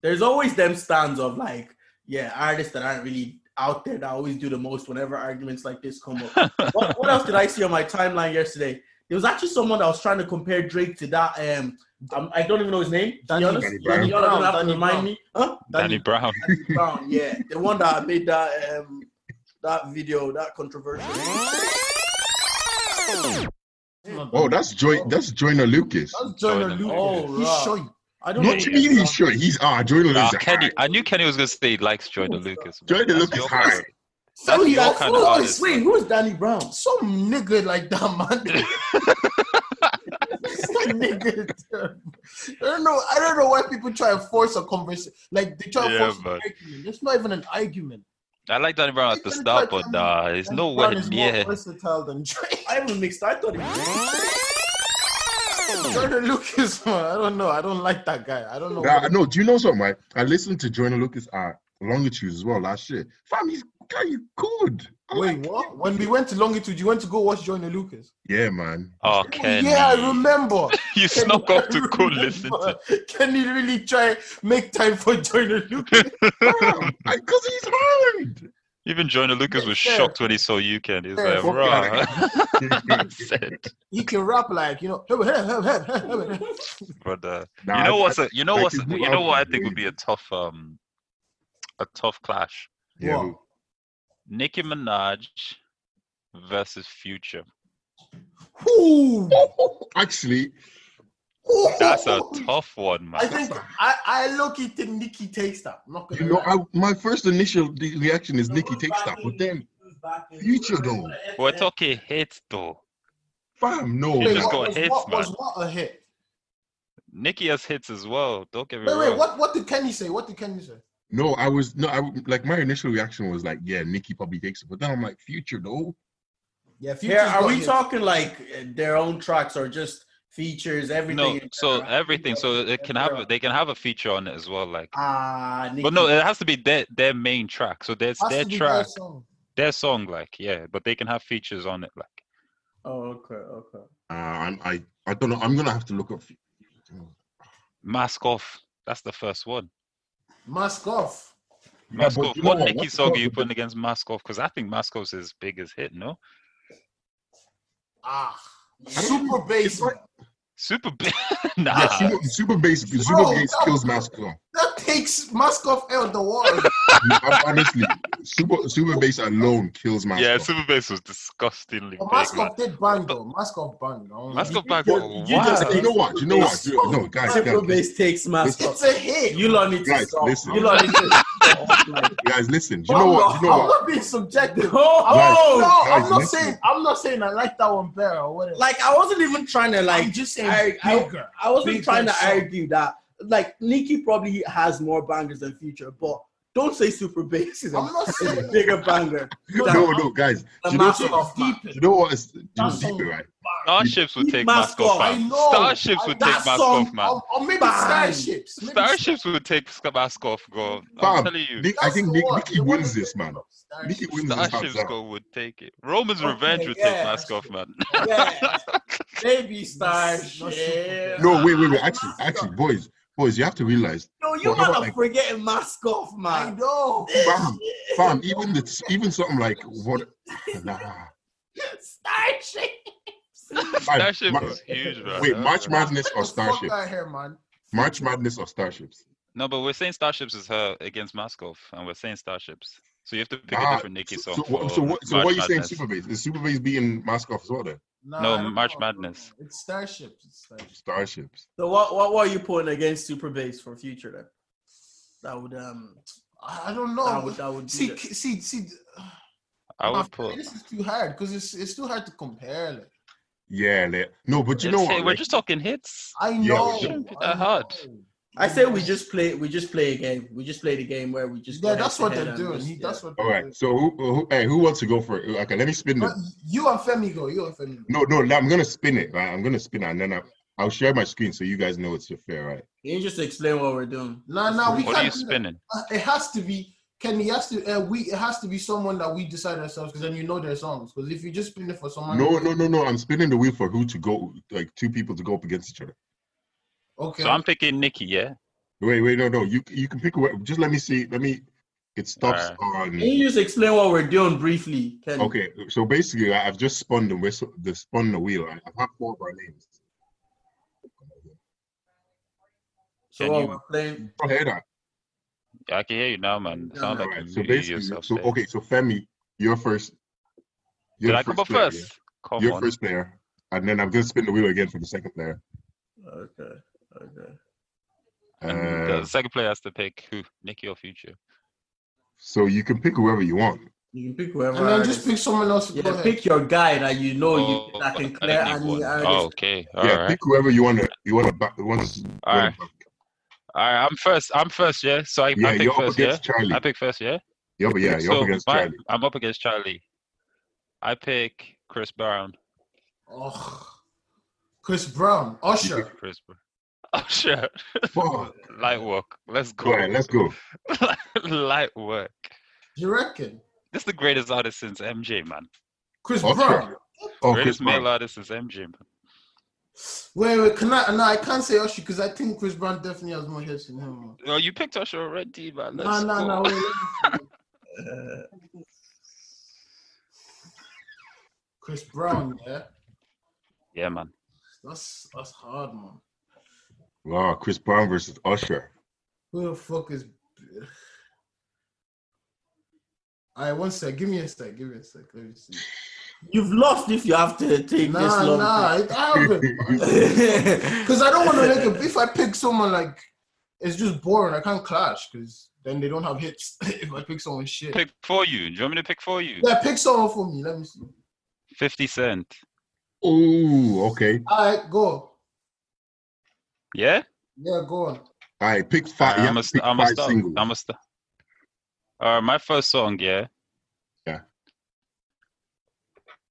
Speaker 5: There's always them stands of like, yeah, artists that aren't really out there that always do the most whenever arguments like this come
Speaker 2: [LAUGHS]
Speaker 5: up. what, what else did I see on my timeline yesterday? There was actually someone that was trying to compare Drake to that. Um, um, I don't even know his name.
Speaker 2: Danny-
Speaker 5: Danny, Danny,
Speaker 4: Danny Brown.
Speaker 5: Y'all are gonna have to
Speaker 2: Danny
Speaker 5: remind
Speaker 2: Brown.
Speaker 5: me. Huh?
Speaker 3: Danny Brown.
Speaker 5: Brown, yeah, the one that made that um that video that controversial.
Speaker 4: Oh, that's Joy. That's Joyner Lucas.
Speaker 2: That's Joyner
Speaker 3: Joyner.
Speaker 2: Lucas.
Speaker 5: Oh,
Speaker 2: he's
Speaker 5: right.
Speaker 2: shy.
Speaker 5: I don't
Speaker 4: What
Speaker 5: know.
Speaker 4: do you mean he's short? He's ah Joyner
Speaker 3: Nah,
Speaker 4: Lucas. is
Speaker 3: um, Kenny,
Speaker 4: high.
Speaker 3: I knew Kenny was gonna say he likes Jordan Lucas. man.
Speaker 4: Jordan
Speaker 3: That's
Speaker 4: Lucas
Speaker 3: your
Speaker 4: high.
Speaker 3: kind.
Speaker 5: So
Speaker 3: That's
Speaker 5: he
Speaker 3: your
Speaker 5: asked,
Speaker 3: kind
Speaker 5: who-
Speaker 3: of
Speaker 5: who-
Speaker 3: artist,
Speaker 5: wait,
Speaker 3: man.
Speaker 5: who is Danny Brown?
Speaker 2: Some nigga like that, man. Some nigga. I don't know. I don't know why people try to force a conversation. Like they try to
Speaker 3: Yeah,
Speaker 2: force an
Speaker 3: but-
Speaker 2: argument. There's not even an argument.
Speaker 3: I like Danny Brown at the
Speaker 2: Even
Speaker 3: start,
Speaker 2: if I
Speaker 3: but
Speaker 2: can-
Speaker 3: nah, it's
Speaker 2: Danny
Speaker 3: nowhere
Speaker 2: Brown is
Speaker 3: near.
Speaker 2: more versatile than Drake.
Speaker 5: I haven't mixed. I thought he was.
Speaker 4: [LAUGHS]
Speaker 2: Jordan Lucas, man. I don't know. I don't like that guy. I don't know.
Speaker 4: Nah,
Speaker 2: what-
Speaker 4: no, do you know something? Right? I listened to Joyner Lucas at Longitude as well last year. Fam, he's guy, he's good. I'm
Speaker 2: Wait,
Speaker 4: like,
Speaker 2: what? When we went to Longitude, you went to go watch Jordan Lucas.
Speaker 4: Yeah,
Speaker 2: [LAUGHS]
Speaker 4: man.
Speaker 3: Oh,
Speaker 2: Oh,
Speaker 3: Kenny.
Speaker 2: yeah, I
Speaker 3: [LAUGHS]
Speaker 2: remember.
Speaker 3: You
Speaker 2: Kenny,
Speaker 3: snuck
Speaker 2: I
Speaker 3: up to go
Speaker 2: remember.
Speaker 3: listen
Speaker 2: [LAUGHS]
Speaker 3: to.
Speaker 2: Can you really try make time for Jordan Lucas?
Speaker 4: Because he's
Speaker 2: [LAUGHS]
Speaker 4: hard.
Speaker 3: Even Jordan Lucas was
Speaker 2: Yeah.
Speaker 3: shocked when he saw you, Kenny. He's like,
Speaker 2: Yeah, fuck
Speaker 3: bruh. [LAUGHS] I said,
Speaker 2: he can rap like you know. [LAUGHS]
Speaker 3: brother.
Speaker 4: Nah,
Speaker 3: uh, you know
Speaker 4: I-
Speaker 3: what's a, you know
Speaker 4: like
Speaker 3: what's
Speaker 4: his new
Speaker 3: you know what I
Speaker 4: album.
Speaker 3: think would be a tough um a tough clash.
Speaker 4: Yeah,
Speaker 2: What?
Speaker 3: Nicki Minaj versus Future.
Speaker 2: Ooh,
Speaker 4: actually,
Speaker 2: ooh.
Speaker 3: That's a [LAUGHS] tough one,
Speaker 2: I
Speaker 3: man.
Speaker 2: think I I lucky think Nikki takes that. I'm not gonna.
Speaker 4: you know,
Speaker 2: lie.
Speaker 4: I, my first initial de- reaction is Nikki takes that, but then, Future though.
Speaker 3: We're talking hits though.
Speaker 4: fam, no.
Speaker 3: He
Speaker 2: Wait,
Speaker 3: just
Speaker 2: what
Speaker 3: got
Speaker 2: was,
Speaker 3: hits,
Speaker 2: what was
Speaker 3: man.
Speaker 2: what a hit?
Speaker 3: Nicki has hits as well. Don't get me
Speaker 2: Wait,
Speaker 3: wrong.
Speaker 2: wait, what what did Kenny say? What did Kenny say?
Speaker 4: No, I was no, I like my initial reaction was like, yeah, Nikki probably takes it, but then I'm like, Future though.
Speaker 2: Yeah,
Speaker 5: Yeah, are
Speaker 2: got
Speaker 5: we
Speaker 2: hits.
Speaker 5: talking like uh, their own tracks or just features? Everything.
Speaker 3: No,
Speaker 5: in
Speaker 3: so
Speaker 5: general?
Speaker 3: everything. So it can have a- they can have a feature on it as well. Like,
Speaker 5: Ah, Nicki.
Speaker 3: but no, it has to be their their main track. So there's
Speaker 2: Has
Speaker 3: their
Speaker 2: to be
Speaker 3: track,
Speaker 2: song.
Speaker 3: their song. Like, yeah, but they can have features on it. Like,
Speaker 5: Oh, okay, okay.
Speaker 4: Uh, I'm, I I don't know. I'm gonna have to look up. Fu-
Speaker 3: Mask Off. That's the first one.
Speaker 2: Mask off.
Speaker 4: Yeah,
Speaker 3: Mask
Speaker 4: but
Speaker 3: Off.
Speaker 4: you know
Speaker 3: What
Speaker 4: what?
Speaker 3: Nicki
Speaker 4: What's
Speaker 3: song
Speaker 4: up
Speaker 3: are you
Speaker 4: with
Speaker 3: putting against Mask Off? Because I think Mask Off's his biggest hit. No,
Speaker 2: Ah,
Speaker 4: I don't
Speaker 2: super
Speaker 4: know.
Speaker 2: bass.
Speaker 4: It's like-
Speaker 3: Super. [LAUGHS] Big. nah.
Speaker 4: Yeah, super, super bass. Super
Speaker 2: Ah. Bro,
Speaker 4: bass
Speaker 2: no.
Speaker 4: kills Mascot.
Speaker 2: That takes mask off out
Speaker 5: [LAUGHS]
Speaker 2: the water.
Speaker 4: Honestly, super super bass alone kills Mascot.
Speaker 3: Yeah, Super Bass was disgustingly
Speaker 2: But
Speaker 3: big.
Speaker 2: mask off did bang though. Mask off bang. I don't
Speaker 3: Mask
Speaker 2: know.
Speaker 3: Off back.
Speaker 5: you-
Speaker 3: Wow.
Speaker 5: you just-
Speaker 4: you know what? You know what? You know, no, guys, guys,
Speaker 5: Triple
Speaker 4: guys,
Speaker 5: bass takes mask
Speaker 2: It's
Speaker 5: off.
Speaker 2: a hit.
Speaker 5: You lot need to
Speaker 4: Guys,
Speaker 5: stop.
Speaker 4: listen.
Speaker 5: You lot need to stop. Like, [LAUGHS]
Speaker 4: guys, listen. You know what? You know
Speaker 2: I'm
Speaker 4: what?
Speaker 2: not being subjective.
Speaker 5: oh,
Speaker 2: no, I'm
Speaker 4: guys,
Speaker 2: not
Speaker 4: listen.
Speaker 2: saying. I'm not saying I like that one better or whatever.
Speaker 5: like I wasn't even trying to
Speaker 2: I'm
Speaker 5: like
Speaker 2: just
Speaker 5: I-
Speaker 2: saying
Speaker 5: I-
Speaker 2: bigger.
Speaker 5: I wasn't
Speaker 2: Big
Speaker 5: trying to
Speaker 2: song.
Speaker 5: argue that like Nicki probably has more bangers than Future, but don't say Super Bass is [LAUGHS]
Speaker 2: I'm
Speaker 5: a,
Speaker 2: not
Speaker 5: is a
Speaker 2: saying.
Speaker 5: bigger banger. than
Speaker 4: No, no, guys.
Speaker 5: the
Speaker 4: You know,
Speaker 5: mask
Speaker 4: something?
Speaker 5: off, man.
Speaker 4: you know what? It's, you know,
Speaker 2: That's
Speaker 4: deep,
Speaker 2: all.
Speaker 4: right?
Speaker 3: Starships would
Speaker 5: Keep
Speaker 3: take
Speaker 5: Mask
Speaker 3: Mask Off.
Speaker 5: Off.
Speaker 2: I
Speaker 3: man.
Speaker 2: know.
Speaker 3: Starships
Speaker 2: I-
Speaker 3: would
Speaker 5: that
Speaker 3: take Mask
Speaker 5: song-
Speaker 3: Off, man.
Speaker 2: Or, or maybe
Speaker 5: Bang.
Speaker 2: starships. Maybe
Speaker 3: Starships would take Sk- mask off, go. I'm
Speaker 4: Fam,
Speaker 3: telling you.
Speaker 4: Nick- I
Speaker 2: That's
Speaker 4: think
Speaker 2: the
Speaker 4: Nick,
Speaker 2: one.
Speaker 4: Nicky
Speaker 2: The one
Speaker 4: wins
Speaker 2: that-
Speaker 4: this, man.
Speaker 2: Starships.
Speaker 4: Nicky wins this hands
Speaker 3: Starships
Speaker 4: down.
Speaker 3: go would take it. Roman's
Speaker 5: Okay,
Speaker 3: Revenge would
Speaker 5: yeah,
Speaker 3: take mask off, man. [LAUGHS]
Speaker 5: Yeah, baby
Speaker 2: Not
Speaker 5: star
Speaker 2: Super
Speaker 5: shit.
Speaker 2: Bass.
Speaker 4: No, wait, wait, wait. Actually, actually, boys, boys, you have to realize,
Speaker 5: No, you
Speaker 4: But how
Speaker 5: man
Speaker 4: about,
Speaker 5: are
Speaker 4: like-
Speaker 5: forgetting mask off,
Speaker 2: I
Speaker 5: man.
Speaker 2: know. [LAUGHS]
Speaker 4: fam, fam, even the, even something like what, [LAUGHS] nah,
Speaker 5: Starship.
Speaker 3: Starship
Speaker 4: Ma-
Speaker 3: was huge, bro.
Speaker 4: wait, March Madness or
Speaker 2: Get the fuck
Speaker 4: Starship?
Speaker 2: outta here, man.
Speaker 4: March Madness or Starships?
Speaker 3: No, but we're saying Starships is her against mask off, and we're saying Starships. So you have to pick a
Speaker 4: Ah,
Speaker 3: different Nicki
Speaker 4: So,
Speaker 3: song.
Speaker 4: so,
Speaker 3: for
Speaker 4: what, so, what, so
Speaker 3: March
Speaker 4: what are you saying,
Speaker 3: Madness.
Speaker 4: Superbase? Is Superbase beating Mask off as well then?
Speaker 2: Nah,
Speaker 3: No,
Speaker 2: I don't
Speaker 3: March
Speaker 2: know.
Speaker 3: Madness.
Speaker 2: It's starships. It's starships.
Speaker 4: Starships.
Speaker 5: So what what were you putting against Super Bass for Future then? That would um
Speaker 2: I I don't
Speaker 5: that
Speaker 2: know.
Speaker 5: would that would
Speaker 2: See,
Speaker 5: be the-
Speaker 2: c- see, see.
Speaker 3: I
Speaker 2: nah,
Speaker 3: would put.
Speaker 2: This is too hard because it's it's too hard to compare. Like.
Speaker 4: Yeah, like, no, but you know
Speaker 3: It's-
Speaker 4: what?
Speaker 3: we're
Speaker 4: like,
Speaker 3: just talking hits.
Speaker 2: I
Speaker 4: Yeah,
Speaker 2: know.
Speaker 4: it
Speaker 3: shouldn't be
Speaker 2: I
Speaker 3: that hard.
Speaker 2: know.
Speaker 5: I say we just play. We just play a game. We just play the game where we just. go
Speaker 2: Yeah,
Speaker 5: head
Speaker 2: that's
Speaker 5: to
Speaker 2: what
Speaker 5: head
Speaker 2: they're
Speaker 5: and
Speaker 2: doing.
Speaker 5: just-
Speaker 2: He- That's what.
Speaker 4: all
Speaker 2: they're
Speaker 4: right.
Speaker 2: doing.
Speaker 4: So who, who, hey, who wants to go for it? Okay, let me spin this.
Speaker 2: But You and Femi go. You and Femi.
Speaker 4: No, no, I'm gonna spin it. Right? I'm gonna spin it, and then I, I'll share my screen so you guys know it's your fair, right?
Speaker 5: Can you just explain what we're doing?
Speaker 2: Nah, nah, we
Speaker 3: What are you
Speaker 2: can't. do that.
Speaker 3: spinning?
Speaker 2: Uh, It has to be. Kenny, it has to uh, we it has to be someone that we decide ourselves because then you know their songs. Because if you just spin it for someone,
Speaker 4: No, no, no, no. I'm spinning the wheel for who to go, like two people to go up against each other.
Speaker 2: okay,
Speaker 3: So I'm picking Nikki, yeah?
Speaker 4: Wait, wait, no, no. You you can pick. wh- Just let me see. Let me. It stops on.
Speaker 5: Can you just explain what we're doing briefly? Kenny?
Speaker 4: Okay, so basically, I, I've just spun the whistle, the spun the wheel. I, I've had four of our names.
Speaker 5: So
Speaker 3: Can
Speaker 5: what
Speaker 3: you-
Speaker 5: we're playing.
Speaker 4: Go ahead, I-
Speaker 3: I can hear you now, man. It sounds like
Speaker 4: alright,
Speaker 3: you
Speaker 4: So
Speaker 3: muted
Speaker 4: basically,
Speaker 3: yourself.
Speaker 4: so
Speaker 3: there.
Speaker 4: okay, so Femi, you're first.
Speaker 3: Did
Speaker 4: you're
Speaker 3: I come up
Speaker 4: player,
Speaker 3: first? Come
Speaker 4: You're
Speaker 3: on.
Speaker 4: first player, and then I'm gonna spin the wheel again for the second player.
Speaker 5: Okay. Okay.
Speaker 3: And
Speaker 4: Uh,
Speaker 3: the second player has to pick who? Nikki or Future?
Speaker 4: so you can pick whoever you want.
Speaker 5: You can pick whoever.
Speaker 2: and then
Speaker 5: artist.
Speaker 2: just pick someone else.
Speaker 5: yeah,
Speaker 2: go ahead.
Speaker 5: pick your guy that you know you
Speaker 3: Oh,
Speaker 5: that can
Speaker 3: I
Speaker 5: clear
Speaker 3: need
Speaker 5: any
Speaker 3: one.
Speaker 5: artist.
Speaker 3: Oh, okay. All right.
Speaker 4: yeah, pick whoever you want to. You want to back. Want to,
Speaker 3: All right. All right. I'm first. I'm first, yeah? So I,
Speaker 4: Yeah,
Speaker 3: I
Speaker 4: you're
Speaker 3: pick
Speaker 4: up
Speaker 3: first, yeah?
Speaker 4: against Charlie.
Speaker 3: I pick first, yeah?
Speaker 4: Yeah, but yeah, you're
Speaker 3: so
Speaker 4: up against
Speaker 3: my- [LAUGHS]
Speaker 4: Charlie.
Speaker 3: I'm up against Charlie. I pick Chris Brown.
Speaker 2: Oh, Chris Brown, Usher.
Speaker 3: Chris Brown. [LAUGHS] Oh, sure.
Speaker 4: Fuck.
Speaker 3: Light work. Let's
Speaker 4: Go
Speaker 3: go.
Speaker 4: ahead, let's go.
Speaker 3: [LAUGHS] Light work.
Speaker 2: You reckon?
Speaker 3: This is the greatest artist since MJ, man.
Speaker 2: Chris
Speaker 4: Usher.
Speaker 2: Brown.
Speaker 4: Oh, Chris
Speaker 3: greatest male
Speaker 4: Brown.
Speaker 3: artist since MJ, man.
Speaker 2: Wait, wait, can I? No, I can't say Usher because I think Chris Brown definitely has more hits than him. man.
Speaker 3: Oh, you picked Usher already, man.
Speaker 2: No,
Speaker 3: Let's
Speaker 2: no,
Speaker 3: go.
Speaker 2: no. wait, let me
Speaker 5: Uh,
Speaker 2: see. Chris Brown, yeah.
Speaker 3: Yeah, man.
Speaker 2: That's that's hard, man.
Speaker 4: Wow, Chris Brown versus Usher.
Speaker 2: Who the fuck is? [SIGHS] All right, one sec. Give me a sec. Give me a sec. Let me see.
Speaker 3: Oh.
Speaker 5: you've lost if you have to take this
Speaker 2: Nah,
Speaker 5: long. [LAUGHS]
Speaker 2: nah. It happened. Because I don't want to make a. If I pick someone like, it's just boring. I can't clash because then they don't have hits. [LAUGHS] if I pick someone shit.
Speaker 3: Pick for you. Do you want me to pick for you?
Speaker 2: yeah, pick someone for me. Let me see.
Speaker 3: 50 Cent.
Speaker 4: Oh, okay.
Speaker 2: All right, go.
Speaker 3: Yeah?
Speaker 2: Yeah, go on.
Speaker 4: All right, pick five.
Speaker 3: I'm
Speaker 4: yeah,
Speaker 3: a,
Speaker 4: pick
Speaker 3: I'm a
Speaker 4: five
Speaker 3: star.
Speaker 4: singles.
Speaker 3: I'm a star. All right, my first song, yeah.
Speaker 4: Yeah.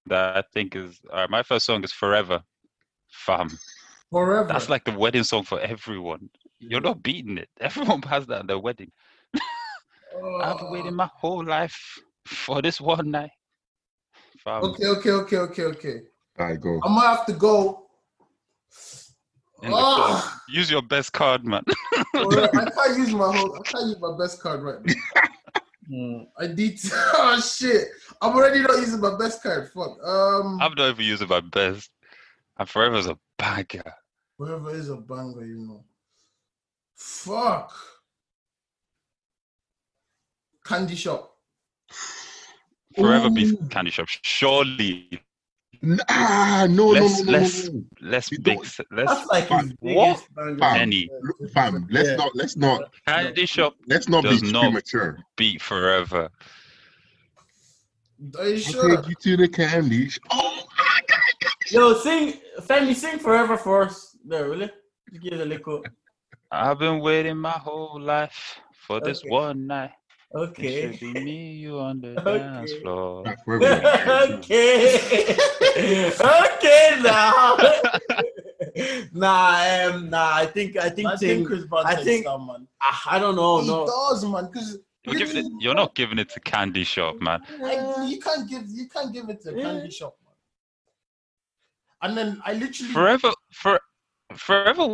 Speaker 3: That I think is all right. My first song is Forever. Fam.
Speaker 2: Forever.
Speaker 3: That's like the wedding song for everyone. You're not beating it. [LAUGHS] Everyone has that at their wedding.
Speaker 2: Oh.
Speaker 3: I've been waiting my whole life for this one night. Fam.
Speaker 2: Okay, okay, okay, okay, okay.
Speaker 4: All right, go.
Speaker 2: I'm gonna have to go.
Speaker 3: In the
Speaker 2: Ah.
Speaker 3: club. Use your best card, man. [LAUGHS]
Speaker 2: Alright, I can't use my whole. I can't use my best card right now.
Speaker 5: Hmm.
Speaker 2: I need. To, [LAUGHS] oh shit! I'm already not using my best card. Fuck. Um.
Speaker 3: I've not even used my best. And Forever's a bagger.
Speaker 2: Whoever is a banger, you know. Fuck. Candy shop.
Speaker 3: Forever beats
Speaker 4: Ooh.
Speaker 3: Candy Shop. Surely,
Speaker 4: N- Ah, no, no,
Speaker 3: Let's-
Speaker 4: no, no, no,
Speaker 3: let's-
Speaker 4: no.
Speaker 3: let's
Speaker 4: You
Speaker 3: big.
Speaker 4: don't-
Speaker 3: se- Let's
Speaker 5: That's like his
Speaker 4: Fam.
Speaker 5: biggest banger.
Speaker 4: Fam.
Speaker 3: Kenny.
Speaker 4: Look, Fam, let's
Speaker 5: Yeah.
Speaker 4: not, let's not,
Speaker 3: Candy Shop
Speaker 4: let's not be
Speaker 3: Does not-
Speaker 4: premature.
Speaker 3: beat Forever.
Speaker 2: Are you
Speaker 4: I'll
Speaker 2: sure?
Speaker 4: take you to the candy. sh- Oh, my God.
Speaker 5: Yo, sing, Femi, sing forever for us. There, really? Just give it a little.
Speaker 3: I've been waiting my whole life for this
Speaker 5: Okay.
Speaker 3: one night. It
Speaker 5: Okay.
Speaker 3: should be me, you on the
Speaker 5: [LAUGHS] Okay.
Speaker 3: dance floor.
Speaker 4: Ah,
Speaker 3: [LAUGHS]
Speaker 4: forever in the candy.
Speaker 5: okay. [LAUGHS] okay now. [LAUGHS] nah, um, nah. I think I think
Speaker 2: I
Speaker 5: I
Speaker 2: think Chris Brown
Speaker 5: I
Speaker 2: takes
Speaker 5: think-
Speaker 2: that man.
Speaker 5: I don't know.
Speaker 2: he
Speaker 5: No.
Speaker 2: does, man. Because
Speaker 3: You're, giving it, you're not giving it to Candy Shop, man.
Speaker 2: you can't give you can't give it to a candy shop, man. And then I literally
Speaker 3: Forever, for, Forever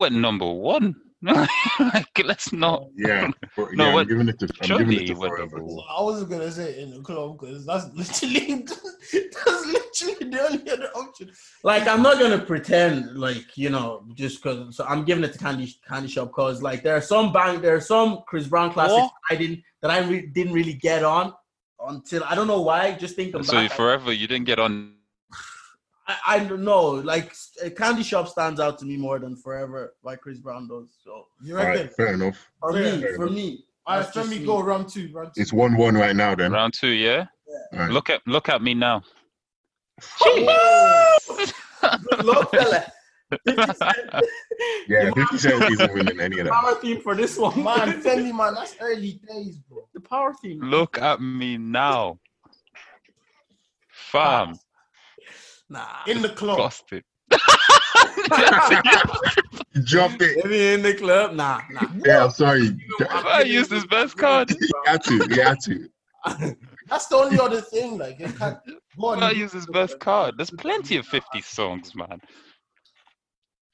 Speaker 3: went number one. [LAUGHS] like, let's not.
Speaker 4: Yeah, for,
Speaker 3: No,
Speaker 4: yeah I'm
Speaker 3: what-
Speaker 4: giving it to, I'm giving
Speaker 3: Surely,
Speaker 4: it to
Speaker 3: it went
Speaker 4: forever.
Speaker 3: number one.
Speaker 2: I wasn't gonna say in the club because that's literally [LAUGHS] that's literally the only other option.
Speaker 5: Like I'm not gonna pretend like you know just because. So I'm giving it to Candy Candy Shop because like there are some bang there are some Chris Brown classics
Speaker 3: What?
Speaker 5: I didn't that I re- didn't really get on until I don't know why. Just think about.
Speaker 3: So, Forever, you didn't get on.
Speaker 5: I, I don't know. Like uh, Candy Shop stands out to me more than Forever by Chris Brown does. So
Speaker 2: You
Speaker 4: All
Speaker 2: reckon?
Speaker 4: right, fair enough.
Speaker 5: for me,
Speaker 2: Yeah.
Speaker 5: for me,
Speaker 2: All right,
Speaker 5: that's
Speaker 2: let
Speaker 5: just
Speaker 2: me go round two, round two.
Speaker 4: It's 1 1 right now, then.
Speaker 3: Round two, yeah?
Speaker 4: All right.
Speaker 3: Look at look at me now.
Speaker 5: Good luck, fella.
Speaker 4: Yeah, 50 Cent isn't winning any of that.
Speaker 5: Power theme for this one,
Speaker 2: Man, tell me, man, that's early days, bro.
Speaker 5: the power theme.
Speaker 3: Look at me now. Fam.
Speaker 5: Nah.
Speaker 2: In the club.
Speaker 3: Lost it.
Speaker 4: Drop it.
Speaker 5: Maybe in the club. Nah, nah.
Speaker 4: Yeah, I'm sorry.
Speaker 3: I used his best card.
Speaker 4: had to. He had to.
Speaker 2: That's the only other thing. Like, it can't, God,
Speaker 3: Why use his best card? There's plenty of 50 songs, man.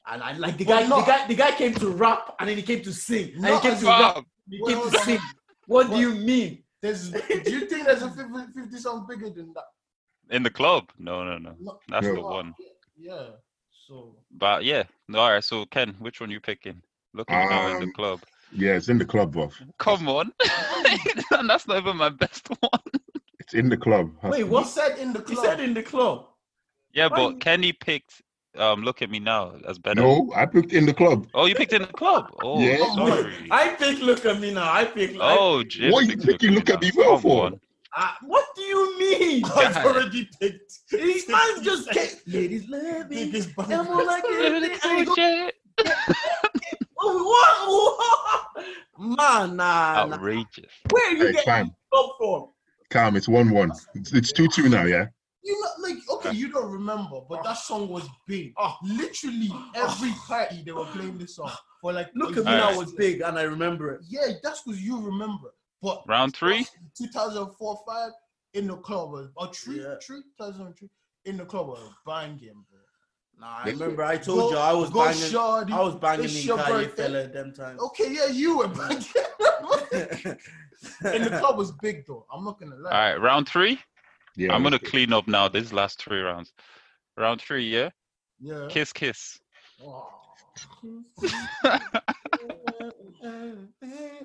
Speaker 5: And I like the
Speaker 2: But
Speaker 5: guy,
Speaker 2: not-
Speaker 5: the guy, the guy came to rap and then he came to sing. And he
Speaker 2: Not
Speaker 5: came
Speaker 2: as
Speaker 5: to
Speaker 2: well.
Speaker 5: rap.
Speaker 3: Wow.
Speaker 5: He
Speaker 2: Well,
Speaker 5: came to
Speaker 2: well,
Speaker 5: sing. What do
Speaker 2: well.
Speaker 5: you mean?
Speaker 2: There's, do you think there's a 50, 50 song bigger than that?
Speaker 3: In the club? No, no, no.
Speaker 2: No.
Speaker 3: That's
Speaker 4: No.
Speaker 3: the one.
Speaker 2: Yeah. So
Speaker 3: But yeah. All right. So, Ken, which one you picking? Looking now in the
Speaker 4: Um,
Speaker 3: club.
Speaker 4: Yeah, it's in the club, buff.
Speaker 3: Come on. And [LAUGHS] That's not even my best one.
Speaker 4: It's in the club.
Speaker 5: Wait,
Speaker 2: he
Speaker 5: what?
Speaker 2: said in the
Speaker 5: He
Speaker 2: club.
Speaker 5: said in the club.
Speaker 3: Yeah,
Speaker 5: Why
Speaker 3: but Kenny picked um, Look at Me Now as better.
Speaker 4: No, I picked in the club.
Speaker 3: Oh, you picked in the club.
Speaker 4: [LAUGHS]
Speaker 3: Oh,
Speaker 4: Yeah.
Speaker 3: sorry.
Speaker 5: I pick. Look at me now. I pick. I,
Speaker 3: Oh, Jim.
Speaker 4: What you
Speaker 3: picked
Speaker 4: think you look at me
Speaker 3: Now.
Speaker 4: well
Speaker 3: Come
Speaker 4: for?
Speaker 3: on.
Speaker 5: I- uh, what do you mean?
Speaker 2: I've
Speaker 3: God. [LAUGHS]
Speaker 2: already picked.
Speaker 5: These man just came. Ladies, love me.
Speaker 2: Biggest
Speaker 5: I'm all like everything. And you go, oh, what? [LAUGHS] what? Man,
Speaker 3: Oh,
Speaker 5: nah, nah.
Speaker 3: Outrageous.
Speaker 5: Where are you
Speaker 4: Hey,
Speaker 5: getting
Speaker 4: fam,
Speaker 5: up from?
Speaker 4: calm. It's one-one. It's, it's two-two now. Yeah.
Speaker 2: You know, like okay, you don't remember, but that song was big.
Speaker 5: Oh.
Speaker 2: Literally every party they were playing this song for like.
Speaker 5: Look
Speaker 2: a
Speaker 5: at me
Speaker 2: year.
Speaker 5: now. Was big, and I remember it.
Speaker 2: Yeah, that's because you remember. But
Speaker 3: Round three?
Speaker 2: 2004, five in the club was or three,
Speaker 5: Yeah.
Speaker 2: three, 2003 in the club was a bang game, bro.
Speaker 5: Nah, I
Speaker 4: Yes.
Speaker 5: remember. I told you I was
Speaker 2: go
Speaker 5: banging.
Speaker 2: shawty.
Speaker 5: I was banging in
Speaker 2: It's your
Speaker 5: Kanye
Speaker 2: birthday.
Speaker 5: fella them times.
Speaker 2: Okay, yeah, you were
Speaker 5: [LAUGHS]
Speaker 2: banging. [LAUGHS] and the club was big though. I'm not gonna lie.
Speaker 3: All right, round three.
Speaker 4: Yeah.
Speaker 3: I'm gonna
Speaker 4: that's it.
Speaker 3: clean up now. These last three rounds. Round three, yeah.
Speaker 2: Yeah.
Speaker 3: Kiss, kiss.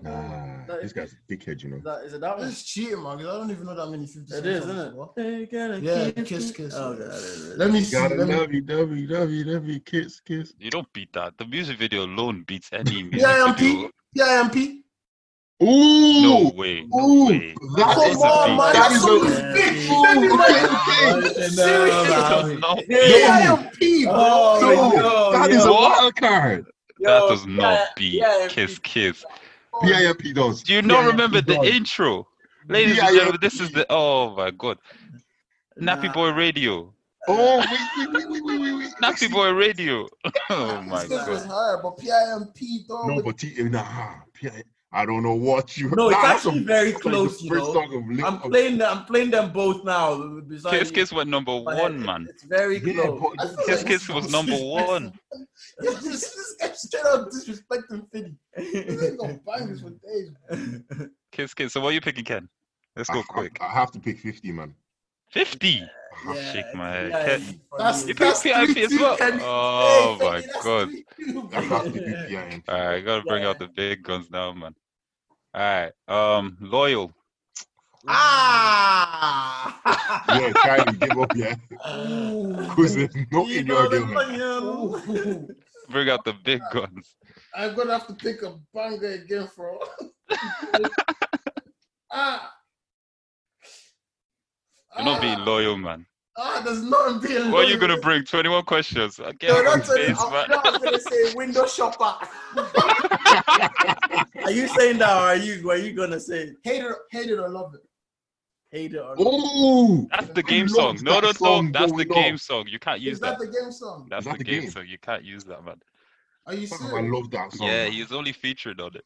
Speaker 4: Nah, this guy's a dickhead, you know.
Speaker 5: that, is it that one?
Speaker 2: That's cheating, man. Because I don't even know that many 50
Speaker 5: It is,
Speaker 2: songs,
Speaker 5: isn't
Speaker 2: bro.
Speaker 5: it?
Speaker 2: Yeah, kiss, kiss.
Speaker 5: Oh, God, it is.
Speaker 2: Let me see.
Speaker 4: Gotta
Speaker 2: Let me...
Speaker 4: love you, W W W, kiss, kiss.
Speaker 3: You don't beat that. The music video alone beats any music
Speaker 2: Yeah,
Speaker 3: video.
Speaker 2: MP. Yeah, MP.
Speaker 4: Ooh,
Speaker 3: No way. No
Speaker 4: ooh,
Speaker 3: way.
Speaker 4: that
Speaker 2: Come
Speaker 3: is a
Speaker 2: on,
Speaker 3: beat. That
Speaker 2: man. That
Speaker 3: is
Speaker 2: song
Speaker 4: a-
Speaker 2: is big.
Speaker 5: Ooh,
Speaker 2: Let me
Speaker 4: okay,
Speaker 2: like-
Speaker 5: okay.
Speaker 2: Serious.
Speaker 3: Does not-
Speaker 5: Yeah.
Speaker 2: YMP, bro.
Speaker 5: Oh,
Speaker 4: No,
Speaker 5: yo,
Speaker 4: that
Speaker 5: yo,
Speaker 4: is a
Speaker 5: yo,
Speaker 4: wild card.
Speaker 3: that does not
Speaker 5: yeah,
Speaker 3: beat
Speaker 5: yeah,
Speaker 3: kiss,
Speaker 5: MP.
Speaker 3: kiss.
Speaker 4: PIMP does.
Speaker 3: Do you not
Speaker 4: Yeah,
Speaker 3: remember the
Speaker 4: God.
Speaker 3: intro? Ladies
Speaker 4: Yeah,
Speaker 3: and
Speaker 4: yeah.
Speaker 3: gentlemen, this is the oh my god. Nappy
Speaker 5: Nah.
Speaker 3: Boy Radio.
Speaker 4: Oh, wait, wait, wait, wait, wait, wait.
Speaker 3: Nappy Boy Radio. [LAUGHS] oh my
Speaker 2: This was
Speaker 3: god.
Speaker 2: higher, but PIMP, though.
Speaker 4: No, but T- eh, nah, PI, I don't know what you.
Speaker 5: No, it's
Speaker 4: nah, that's
Speaker 5: actually
Speaker 4: a-
Speaker 5: very
Speaker 4: that's
Speaker 5: close,
Speaker 4: the
Speaker 5: you
Speaker 4: first
Speaker 5: know.
Speaker 4: song of Lin-
Speaker 5: I'm
Speaker 4: of-
Speaker 5: playing, I'm playing them both now. beside
Speaker 3: Kiss
Speaker 5: you.
Speaker 3: Kiss went number
Speaker 5: But
Speaker 3: one,
Speaker 5: it-
Speaker 3: man.
Speaker 5: It's very
Speaker 4: Yeah,
Speaker 5: close. [LAUGHS]
Speaker 4: but-
Speaker 2: I feel
Speaker 3: Kiss
Speaker 2: like-
Speaker 3: Kiss was number one.
Speaker 2: [LAUGHS] this, this guy straight up disrespecting Philly. This ain't gonna bang
Speaker 4: [LAUGHS]
Speaker 2: this for days.
Speaker 3: Kiss Kiss. So what are you picking, Ken? Let's
Speaker 4: I- [LAUGHS]
Speaker 3: go
Speaker 4: I-
Speaker 3: quick.
Speaker 4: I, have to pick fifty, man.
Speaker 3: Fifty.
Speaker 4: I have-
Speaker 5: Yeah,
Speaker 3: Shake my head.
Speaker 5: yeah,
Speaker 3: Ken-
Speaker 5: it's
Speaker 2: That's,
Speaker 5: funny.
Speaker 3: You picked
Speaker 2: that's
Speaker 3: PIMP
Speaker 2: three
Speaker 3: as
Speaker 2: two,
Speaker 3: well?
Speaker 2: Kenny. [LAUGHS]
Speaker 3: Oh
Speaker 2: Hey,
Speaker 3: my
Speaker 2: Kenny, that's
Speaker 3: God.
Speaker 2: three two,
Speaker 4: I
Speaker 2: bro.
Speaker 4: have to pick
Speaker 5: [LAUGHS]
Speaker 4: PIMP.
Speaker 3: All right, gotta bring out the big guns now, man. All right, um, loyal.
Speaker 5: Ah!
Speaker 4: Yeah, Kylie, give up, yeah, [LAUGHS] because there's no in your game.
Speaker 5: Ooh.
Speaker 3: Bring out the big guns.
Speaker 2: I'm gonna have to pick a banger again, bro.
Speaker 4: [LAUGHS]
Speaker 2: ah.
Speaker 3: You're not being
Speaker 2: Ah.
Speaker 3: loyal, man.
Speaker 2: Ah, there's nothing being.
Speaker 3: What are you
Speaker 2: loyal. [LAUGHS]
Speaker 3: gonna bring? Twenty-one questions. I
Speaker 2: No,
Speaker 3: can't
Speaker 2: that's what
Speaker 3: face,
Speaker 2: I,
Speaker 3: man.
Speaker 5: [LAUGHS]
Speaker 2: no, I was gonna say window shopper.
Speaker 5: Are you saying that or are you are you gonna say
Speaker 2: hate it, hate it or love it.
Speaker 5: hate it or
Speaker 4: Oh,
Speaker 3: That's the
Speaker 4: We
Speaker 3: game
Speaker 4: love
Speaker 3: song. No,
Speaker 4: that
Speaker 3: no, no.
Speaker 4: song
Speaker 3: That's the
Speaker 4: going
Speaker 3: game
Speaker 4: on.
Speaker 3: song. You can't
Speaker 2: Is
Speaker 3: use
Speaker 2: that
Speaker 3: that.
Speaker 2: the game song?
Speaker 3: That's
Speaker 4: that
Speaker 3: the
Speaker 4: the
Speaker 3: game
Speaker 4: game?
Speaker 3: song. You can't use that, man.
Speaker 2: Are you
Speaker 4: I
Speaker 2: serious?
Speaker 4: love that song.
Speaker 3: Yeah, he's only featured on it.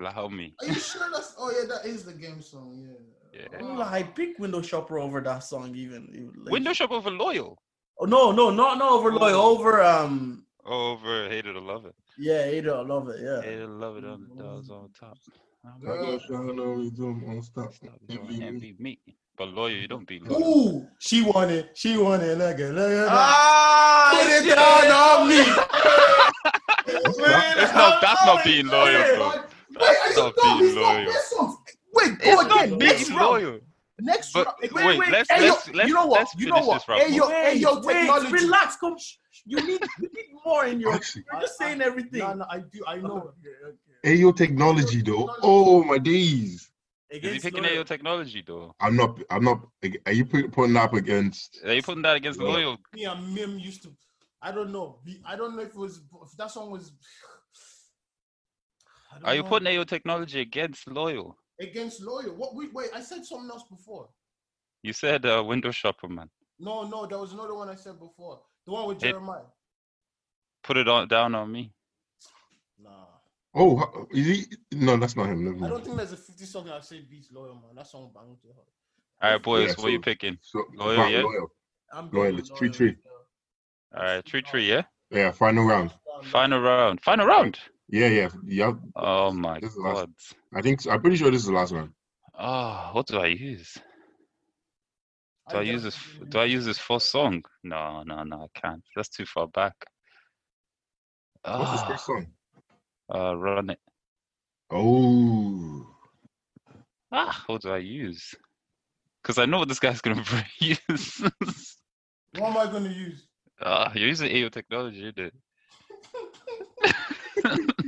Speaker 3: Allow me.
Speaker 2: Are you sure that's? Oh yeah, that is the game song. Yeah. Oh,
Speaker 3: Yeah.
Speaker 5: Well, I pick Window Shopper over that song even. even like-
Speaker 3: Window shop over loyal.
Speaker 5: Oh, no, no, no, no over Loy, over um
Speaker 3: Over hated or love it.
Speaker 5: yeah, hate it or love it, yeah.
Speaker 3: Hated or love it on that was on top. I'm
Speaker 4: I got shine on you, don't wanna stop.
Speaker 3: Stop doing and be me. But loyal, you don't be loyal.
Speaker 2: Ooh, she won it. She won it. Look at, look at that.
Speaker 5: Ah,
Speaker 2: Put it
Speaker 5: shit.
Speaker 2: down on me.
Speaker 4: What's that?
Speaker 3: It's not. That's not being loyal, bro.
Speaker 2: Wait,
Speaker 3: Stop
Speaker 2: are you
Speaker 3: being
Speaker 2: dumb? It's not
Speaker 3: loyal.
Speaker 2: best songs. Wait, go
Speaker 3: It's
Speaker 2: again.
Speaker 3: not
Speaker 2: Next
Speaker 3: being
Speaker 2: round.
Speaker 3: loyal.
Speaker 2: Next
Speaker 3: But
Speaker 2: round.
Speaker 3: wait, let's-
Speaker 2: Ayo,
Speaker 3: let's- let's-
Speaker 2: you know what?
Speaker 3: let's
Speaker 2: you know
Speaker 3: finish
Speaker 2: what?
Speaker 3: this round.
Speaker 2: Ayo, Ayo,
Speaker 5: wait,
Speaker 2: technology.
Speaker 5: relax, come. Shh, shh. You need you need more in your.
Speaker 4: Actually,
Speaker 5: You're just saying everything.
Speaker 2: No, no, I do. I know.
Speaker 4: AO technology though. Oh my days.
Speaker 3: Is he
Speaker 5: Against
Speaker 3: picking
Speaker 5: Loyal.
Speaker 3: AO technology though?
Speaker 4: I'm not. I'm not. Are you put- putting up against?
Speaker 3: Are you putting that against
Speaker 4: Loyal.
Speaker 3: loyal?
Speaker 2: Me and Mim used to. I don't know. Be- I don't know if it was if that song was. [SIGHS] I don't
Speaker 3: Are you
Speaker 2: know.
Speaker 3: putting AO technology against loyal?
Speaker 2: against lawyer? What? Wait, wait. I said something else before.
Speaker 3: You said uh, window shopper, man.
Speaker 2: No, no, there was another one I said before. The one with
Speaker 3: It-
Speaker 2: Jeremiah.
Speaker 3: Put it on down on me.
Speaker 2: Nah.
Speaker 4: Oh, ho- is he? No, that's not him. Never
Speaker 2: I
Speaker 4: mind.
Speaker 2: don't think there's a 50 song that I say beats Loyal, man. That song banged to her.
Speaker 3: All right, boys,
Speaker 4: Yeah,
Speaker 3: what are you
Speaker 4: so-
Speaker 3: picking?
Speaker 4: So,
Speaker 3: Loyal,
Speaker 4: Fat
Speaker 3: yeah?
Speaker 4: Loyal.
Speaker 5: I'm
Speaker 4: Go ahead,
Speaker 5: going
Speaker 4: it's
Speaker 5: with
Speaker 4: three,
Speaker 5: Loyal
Speaker 4: three.
Speaker 5: as well.
Speaker 3: All right, three, three, yeah.
Speaker 4: Yeah, final round.
Speaker 3: Final round. Final round.
Speaker 4: Yeah, yeah, yeah.
Speaker 3: Oh my
Speaker 4: This is the last-
Speaker 3: god.
Speaker 4: I think so. I'm pretty sure this is the last round.
Speaker 3: Oh, what do I use? Do I use this? Do I use this first song? No, no, no. I can't. That's too far back.
Speaker 4: What's his
Speaker 3: Ah,
Speaker 4: first song?
Speaker 3: uh, run it.
Speaker 4: Oh,
Speaker 3: Ah, what do I use? Because I know what this guy's gonna [LAUGHS] use.
Speaker 2: What am I gonna use?
Speaker 3: Ah, you're using AO technology, dude. [LAUGHS]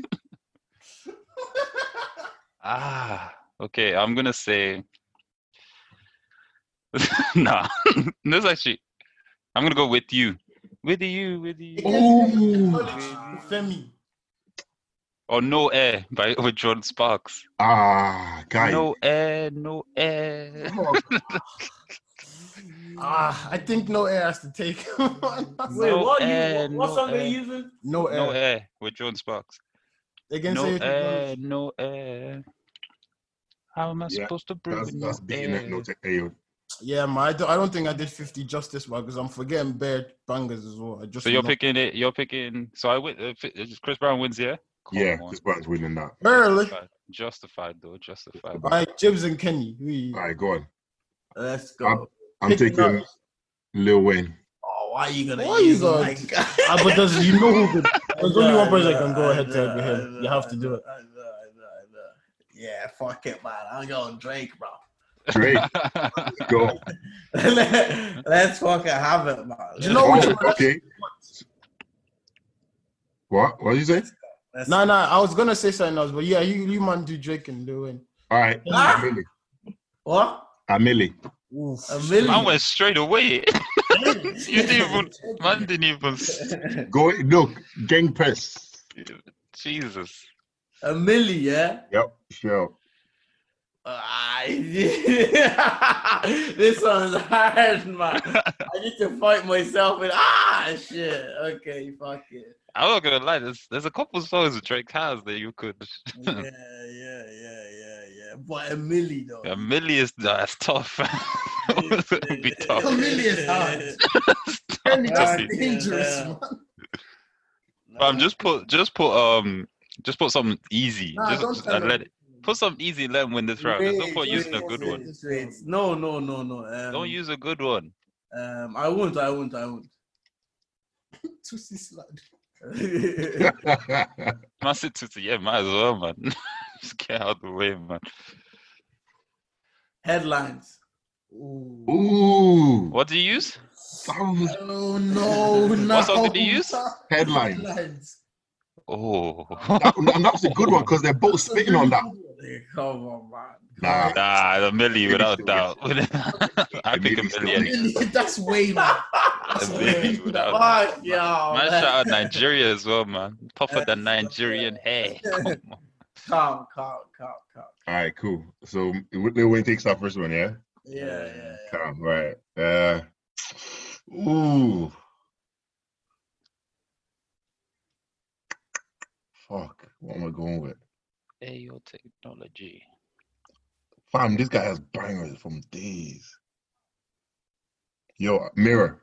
Speaker 3: Ah, okay. I'm gonna say. [LAUGHS] nah, [LAUGHS] this actually. I'm gonna go with you, with you, with you.
Speaker 2: Oh, Femi.
Speaker 3: Or Oh, no air by [LAUGHS] with John Sparks.
Speaker 4: ah, guy.
Speaker 3: No air, no air.
Speaker 4: Oh,
Speaker 2: Ah, I think No Air has to take. [LAUGHS]
Speaker 5: Wait,
Speaker 3: No
Speaker 5: what? you, what, what
Speaker 3: air, Eh, no
Speaker 5: song are
Speaker 3: air.
Speaker 5: you using?
Speaker 2: no Air.
Speaker 3: No air with John Sparks.
Speaker 2: Against
Speaker 3: No
Speaker 2: AO
Speaker 3: air,
Speaker 2: Technology.
Speaker 3: no air. How am I
Speaker 4: Yeah,
Speaker 3: supposed to breathe
Speaker 4: that's
Speaker 3: with
Speaker 4: that's
Speaker 3: no
Speaker 4: beating it.
Speaker 3: air?
Speaker 4: No tech. Ayo.
Speaker 2: Yeah, man. I don't, I don't think I did 50 justice, man, because I'm forgetting bad bangers as well. I just
Speaker 3: So you're
Speaker 2: remember-
Speaker 3: picking it. You're picking. So I win. Uh, fi- uh, Chris Brown wins, yeah. Come
Speaker 4: Yeah,
Speaker 3: on.
Speaker 4: this brand's winning that.
Speaker 2: barely.
Speaker 3: Justified, justified though.
Speaker 4: [LAUGHS]
Speaker 3: Justified.
Speaker 2: All right, Jibs and Kenny. We,
Speaker 4: All right, go on.
Speaker 5: Let's
Speaker 4: go.
Speaker 5: go.
Speaker 4: I'm
Speaker 2: Pick
Speaker 4: taking
Speaker 2: another.
Speaker 4: Lil Wayne.
Speaker 3: [LAUGHS]
Speaker 5: Oh, why are you gonna?
Speaker 2: Why you
Speaker 5: use
Speaker 2: gonna-
Speaker 5: my God?
Speaker 2: Ah, but there's you know who
Speaker 3: [LAUGHS]
Speaker 2: could, there's only one person that can go ahead to him. You have to do it.
Speaker 5: I know, I know, I know. Yeah, fuck it, man. I'm going Drake, bro. [LAUGHS]
Speaker 3: [LAUGHS]
Speaker 4: Drake, go.
Speaker 5: Let's fucking have it, man.
Speaker 2: You know which
Speaker 4: Oh,
Speaker 3: [LAUGHS]
Speaker 2: one?
Speaker 4: okay. What? What did you say?
Speaker 5: Let's-
Speaker 2: No, no, I was gonna say something else, but yeah, you you man do Drake and Lil Wayne.
Speaker 4: All right,
Speaker 5: Ah!
Speaker 4: Amili.
Speaker 5: What?
Speaker 4: Amili.
Speaker 2: Oof.
Speaker 5: A
Speaker 3: Man
Speaker 5: million.
Speaker 3: went straight away. [LAUGHS] you didn't even. Man didn't
Speaker 5: [LAUGHS]
Speaker 3: even. s-
Speaker 4: Go. Look, gang press.
Speaker 3: Jesus.
Speaker 5: A million, yeah.
Speaker 4: Yep. Sure.
Speaker 5: Ah, [LAUGHS] this one's hard, man. I need to fight myself and ah shit. Okay, fuck it.
Speaker 3: [LAUGHS] I'm not gonna lie. There's there's a couple songs with Drake has that you could.
Speaker 5: Yeah, yeah, yeah, yeah, yeah. But a milli though.
Speaker 3: A million is that's [LAUGHS] tough. it's gonna
Speaker 5: [LAUGHS]
Speaker 3: be tough.
Speaker 2: A million is
Speaker 3: [LAUGHS]
Speaker 2: hard. Kenny just
Speaker 5: Yeah,
Speaker 2: dangerous,
Speaker 5: yeah.
Speaker 2: man.
Speaker 3: Um, just put just put um just put something easy.
Speaker 2: Nah,
Speaker 3: just
Speaker 2: don't
Speaker 3: just-
Speaker 2: tell
Speaker 3: and
Speaker 2: him.
Speaker 3: let it. Put something easy. and Let him win this round. There's no
Speaker 2: Wait,
Speaker 3: point using a
Speaker 2: wait,
Speaker 3: good
Speaker 2: wait.
Speaker 3: one.
Speaker 5: Wait, No, no, no, no. Um,
Speaker 3: Don't use a good one.
Speaker 5: Um, I won't. I won't. I won't. [LAUGHS]
Speaker 2: Tootsie slide.
Speaker 3: Man City, to yeah, might as well, man. [LAUGHS] just get out of the way, man.
Speaker 5: Headlines.
Speaker 2: Ooh.
Speaker 4: [LAUGHS] Ooh.
Speaker 3: What do you use?
Speaker 4: That was
Speaker 2: Oh no, no.
Speaker 3: What song did he use?
Speaker 4: headline.
Speaker 2: Headlines.
Speaker 3: Oh, [LAUGHS]
Speaker 4: That, and that was a good one because they're both spitting Oh, on that.
Speaker 5: Come on, man.
Speaker 4: Nah.
Speaker 3: nah, a million without
Speaker 4: still
Speaker 3: doubt. [LAUGHS] I pick a
Speaker 4: Millie's still
Speaker 3: million.
Speaker 4: winning.
Speaker 2: Really? [LAUGHS] That's way man.
Speaker 3: A
Speaker 5: [LAUGHS]
Speaker 2: That's
Speaker 3: million
Speaker 2: way.
Speaker 3: without doubt.
Speaker 5: Fuck y'all.
Speaker 2: Oh,
Speaker 3: Man,
Speaker 5: man.
Speaker 3: shout out Nigeria as well, man. Tougher than
Speaker 5: That's-
Speaker 3: Nigerian hair. Come on.
Speaker 5: Calm, calm, calm, calm.
Speaker 4: All right, cool. So Lil Wayne takes that first one, yeah.
Speaker 5: Yeah, yeah. yeah.
Speaker 4: Calm, right. Uh, ooh. Fuck. What am I going with?
Speaker 3: Ayo technology.
Speaker 4: Fam, this guy has bangers from days. Yo, mirror.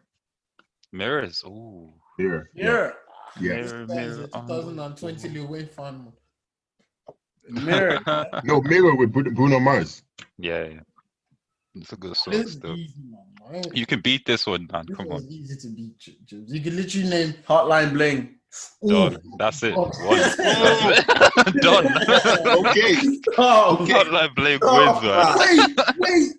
Speaker 3: Mirrors. Ooh.
Speaker 4: Mirror.
Speaker 5: Mirror.
Speaker 4: Yeah.
Speaker 3: Mirror,
Speaker 2: That's
Speaker 3: mirror.
Speaker 2: a
Speaker 3: on [LAUGHS]
Speaker 2: 2020 Lil Wayne fan. man.
Speaker 5: Mirror.
Speaker 3: the
Speaker 4: yeah. No, mirror with Bru- Bruno Mars.
Speaker 3: [LAUGHS] Yeah, yeah. It's a good song
Speaker 2: This is
Speaker 3: still.
Speaker 2: easy, man. Right?
Speaker 3: You can beat this one, man.
Speaker 2: This
Speaker 3: Come
Speaker 2: one's
Speaker 3: on.
Speaker 2: easy to beat, J- Jibs. You can literally name.
Speaker 5: [LAUGHS] Hotline bling.
Speaker 3: Done.
Speaker 2: Ooh,
Speaker 3: That's it.
Speaker 2: Oh.
Speaker 3: One.
Speaker 2: [LAUGHS]
Speaker 3: [LAUGHS] That's it. Done.
Speaker 4: Okay.
Speaker 5: Oh,
Speaker 3: Not like Blake
Speaker 2: Oh,
Speaker 3: wins, man.
Speaker 2: wait, wait.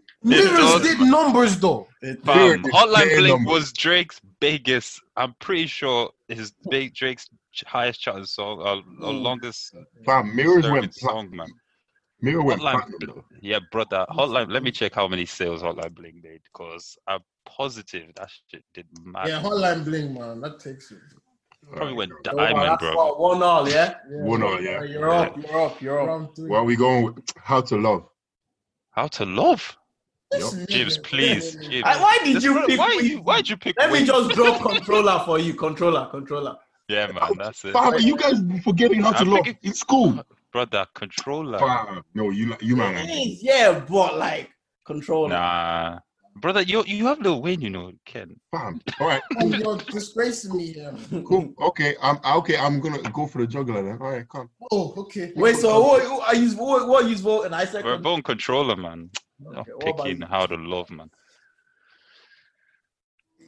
Speaker 3: does,
Speaker 2: Mirrors did numbers though.
Speaker 3: Fam,
Speaker 4: Dude,
Speaker 3: Hotline
Speaker 4: player
Speaker 3: Bling
Speaker 4: number.
Speaker 3: was Drake's biggest. I'm pretty sure his big Drake's ch- highest charting song, or, or
Speaker 5: Mm.
Speaker 3: longest
Speaker 4: Fam, mirrors
Speaker 3: serving
Speaker 4: went plat-
Speaker 3: song, man.
Speaker 4: mirror went
Speaker 3: Hotline
Speaker 4: platinum.
Speaker 3: Bling.
Speaker 4: though.
Speaker 3: Yeah, brother. Hotline. Let me check how many sales Hotline Bling made, cause I'm positive that shit did mad.
Speaker 2: Yeah, hotline bling, man. That takes it.
Speaker 3: Probably
Speaker 4: Alright,
Speaker 3: went
Speaker 4: cool.
Speaker 5: Oh,
Speaker 3: diamond,
Speaker 5: that's
Speaker 3: bro.
Speaker 5: what, one all, yeah?
Speaker 4: One all, yeah.
Speaker 5: You're up, you're up, you're up.
Speaker 2: Round three.
Speaker 4: What are we going with? How to love.
Speaker 3: How to love,
Speaker 2: This
Speaker 4: Yup.
Speaker 2: nigga.
Speaker 3: Jibs? Please, Jibs.
Speaker 5: I- why did
Speaker 3: This
Speaker 5: you
Speaker 3: bro-
Speaker 5: pick
Speaker 3: Why
Speaker 5: me?
Speaker 3: you? Why'd you pick?
Speaker 5: Let me
Speaker 3: Wayne?
Speaker 5: just drop controller for you. Controller, controller.
Speaker 3: Yeah, man, that's it.
Speaker 4: Fam, you guys forgetting how to
Speaker 3: I'm
Speaker 4: lock
Speaker 3: thinking-
Speaker 4: in school.
Speaker 3: Brother, controller.
Speaker 4: Fam, no, you li- you man.
Speaker 5: It
Speaker 4: like-
Speaker 5: is, yeah, but like control.
Speaker 3: Nah. Brother, you you have Lil Wayne, you know, Ken.
Speaker 4: Fam, all right,
Speaker 2: Oh, You're disgracing me here. man.
Speaker 4: cool, okay, I'm okay. I'm gonna go for the juggler then. All right, come.
Speaker 2: Oh, okay.
Speaker 5: Wait, so what, what are you what, what are you voting? I said
Speaker 3: We're born controller, man. Not
Speaker 5: Okay, what about
Speaker 3: picking
Speaker 5: you?
Speaker 3: how to love, man.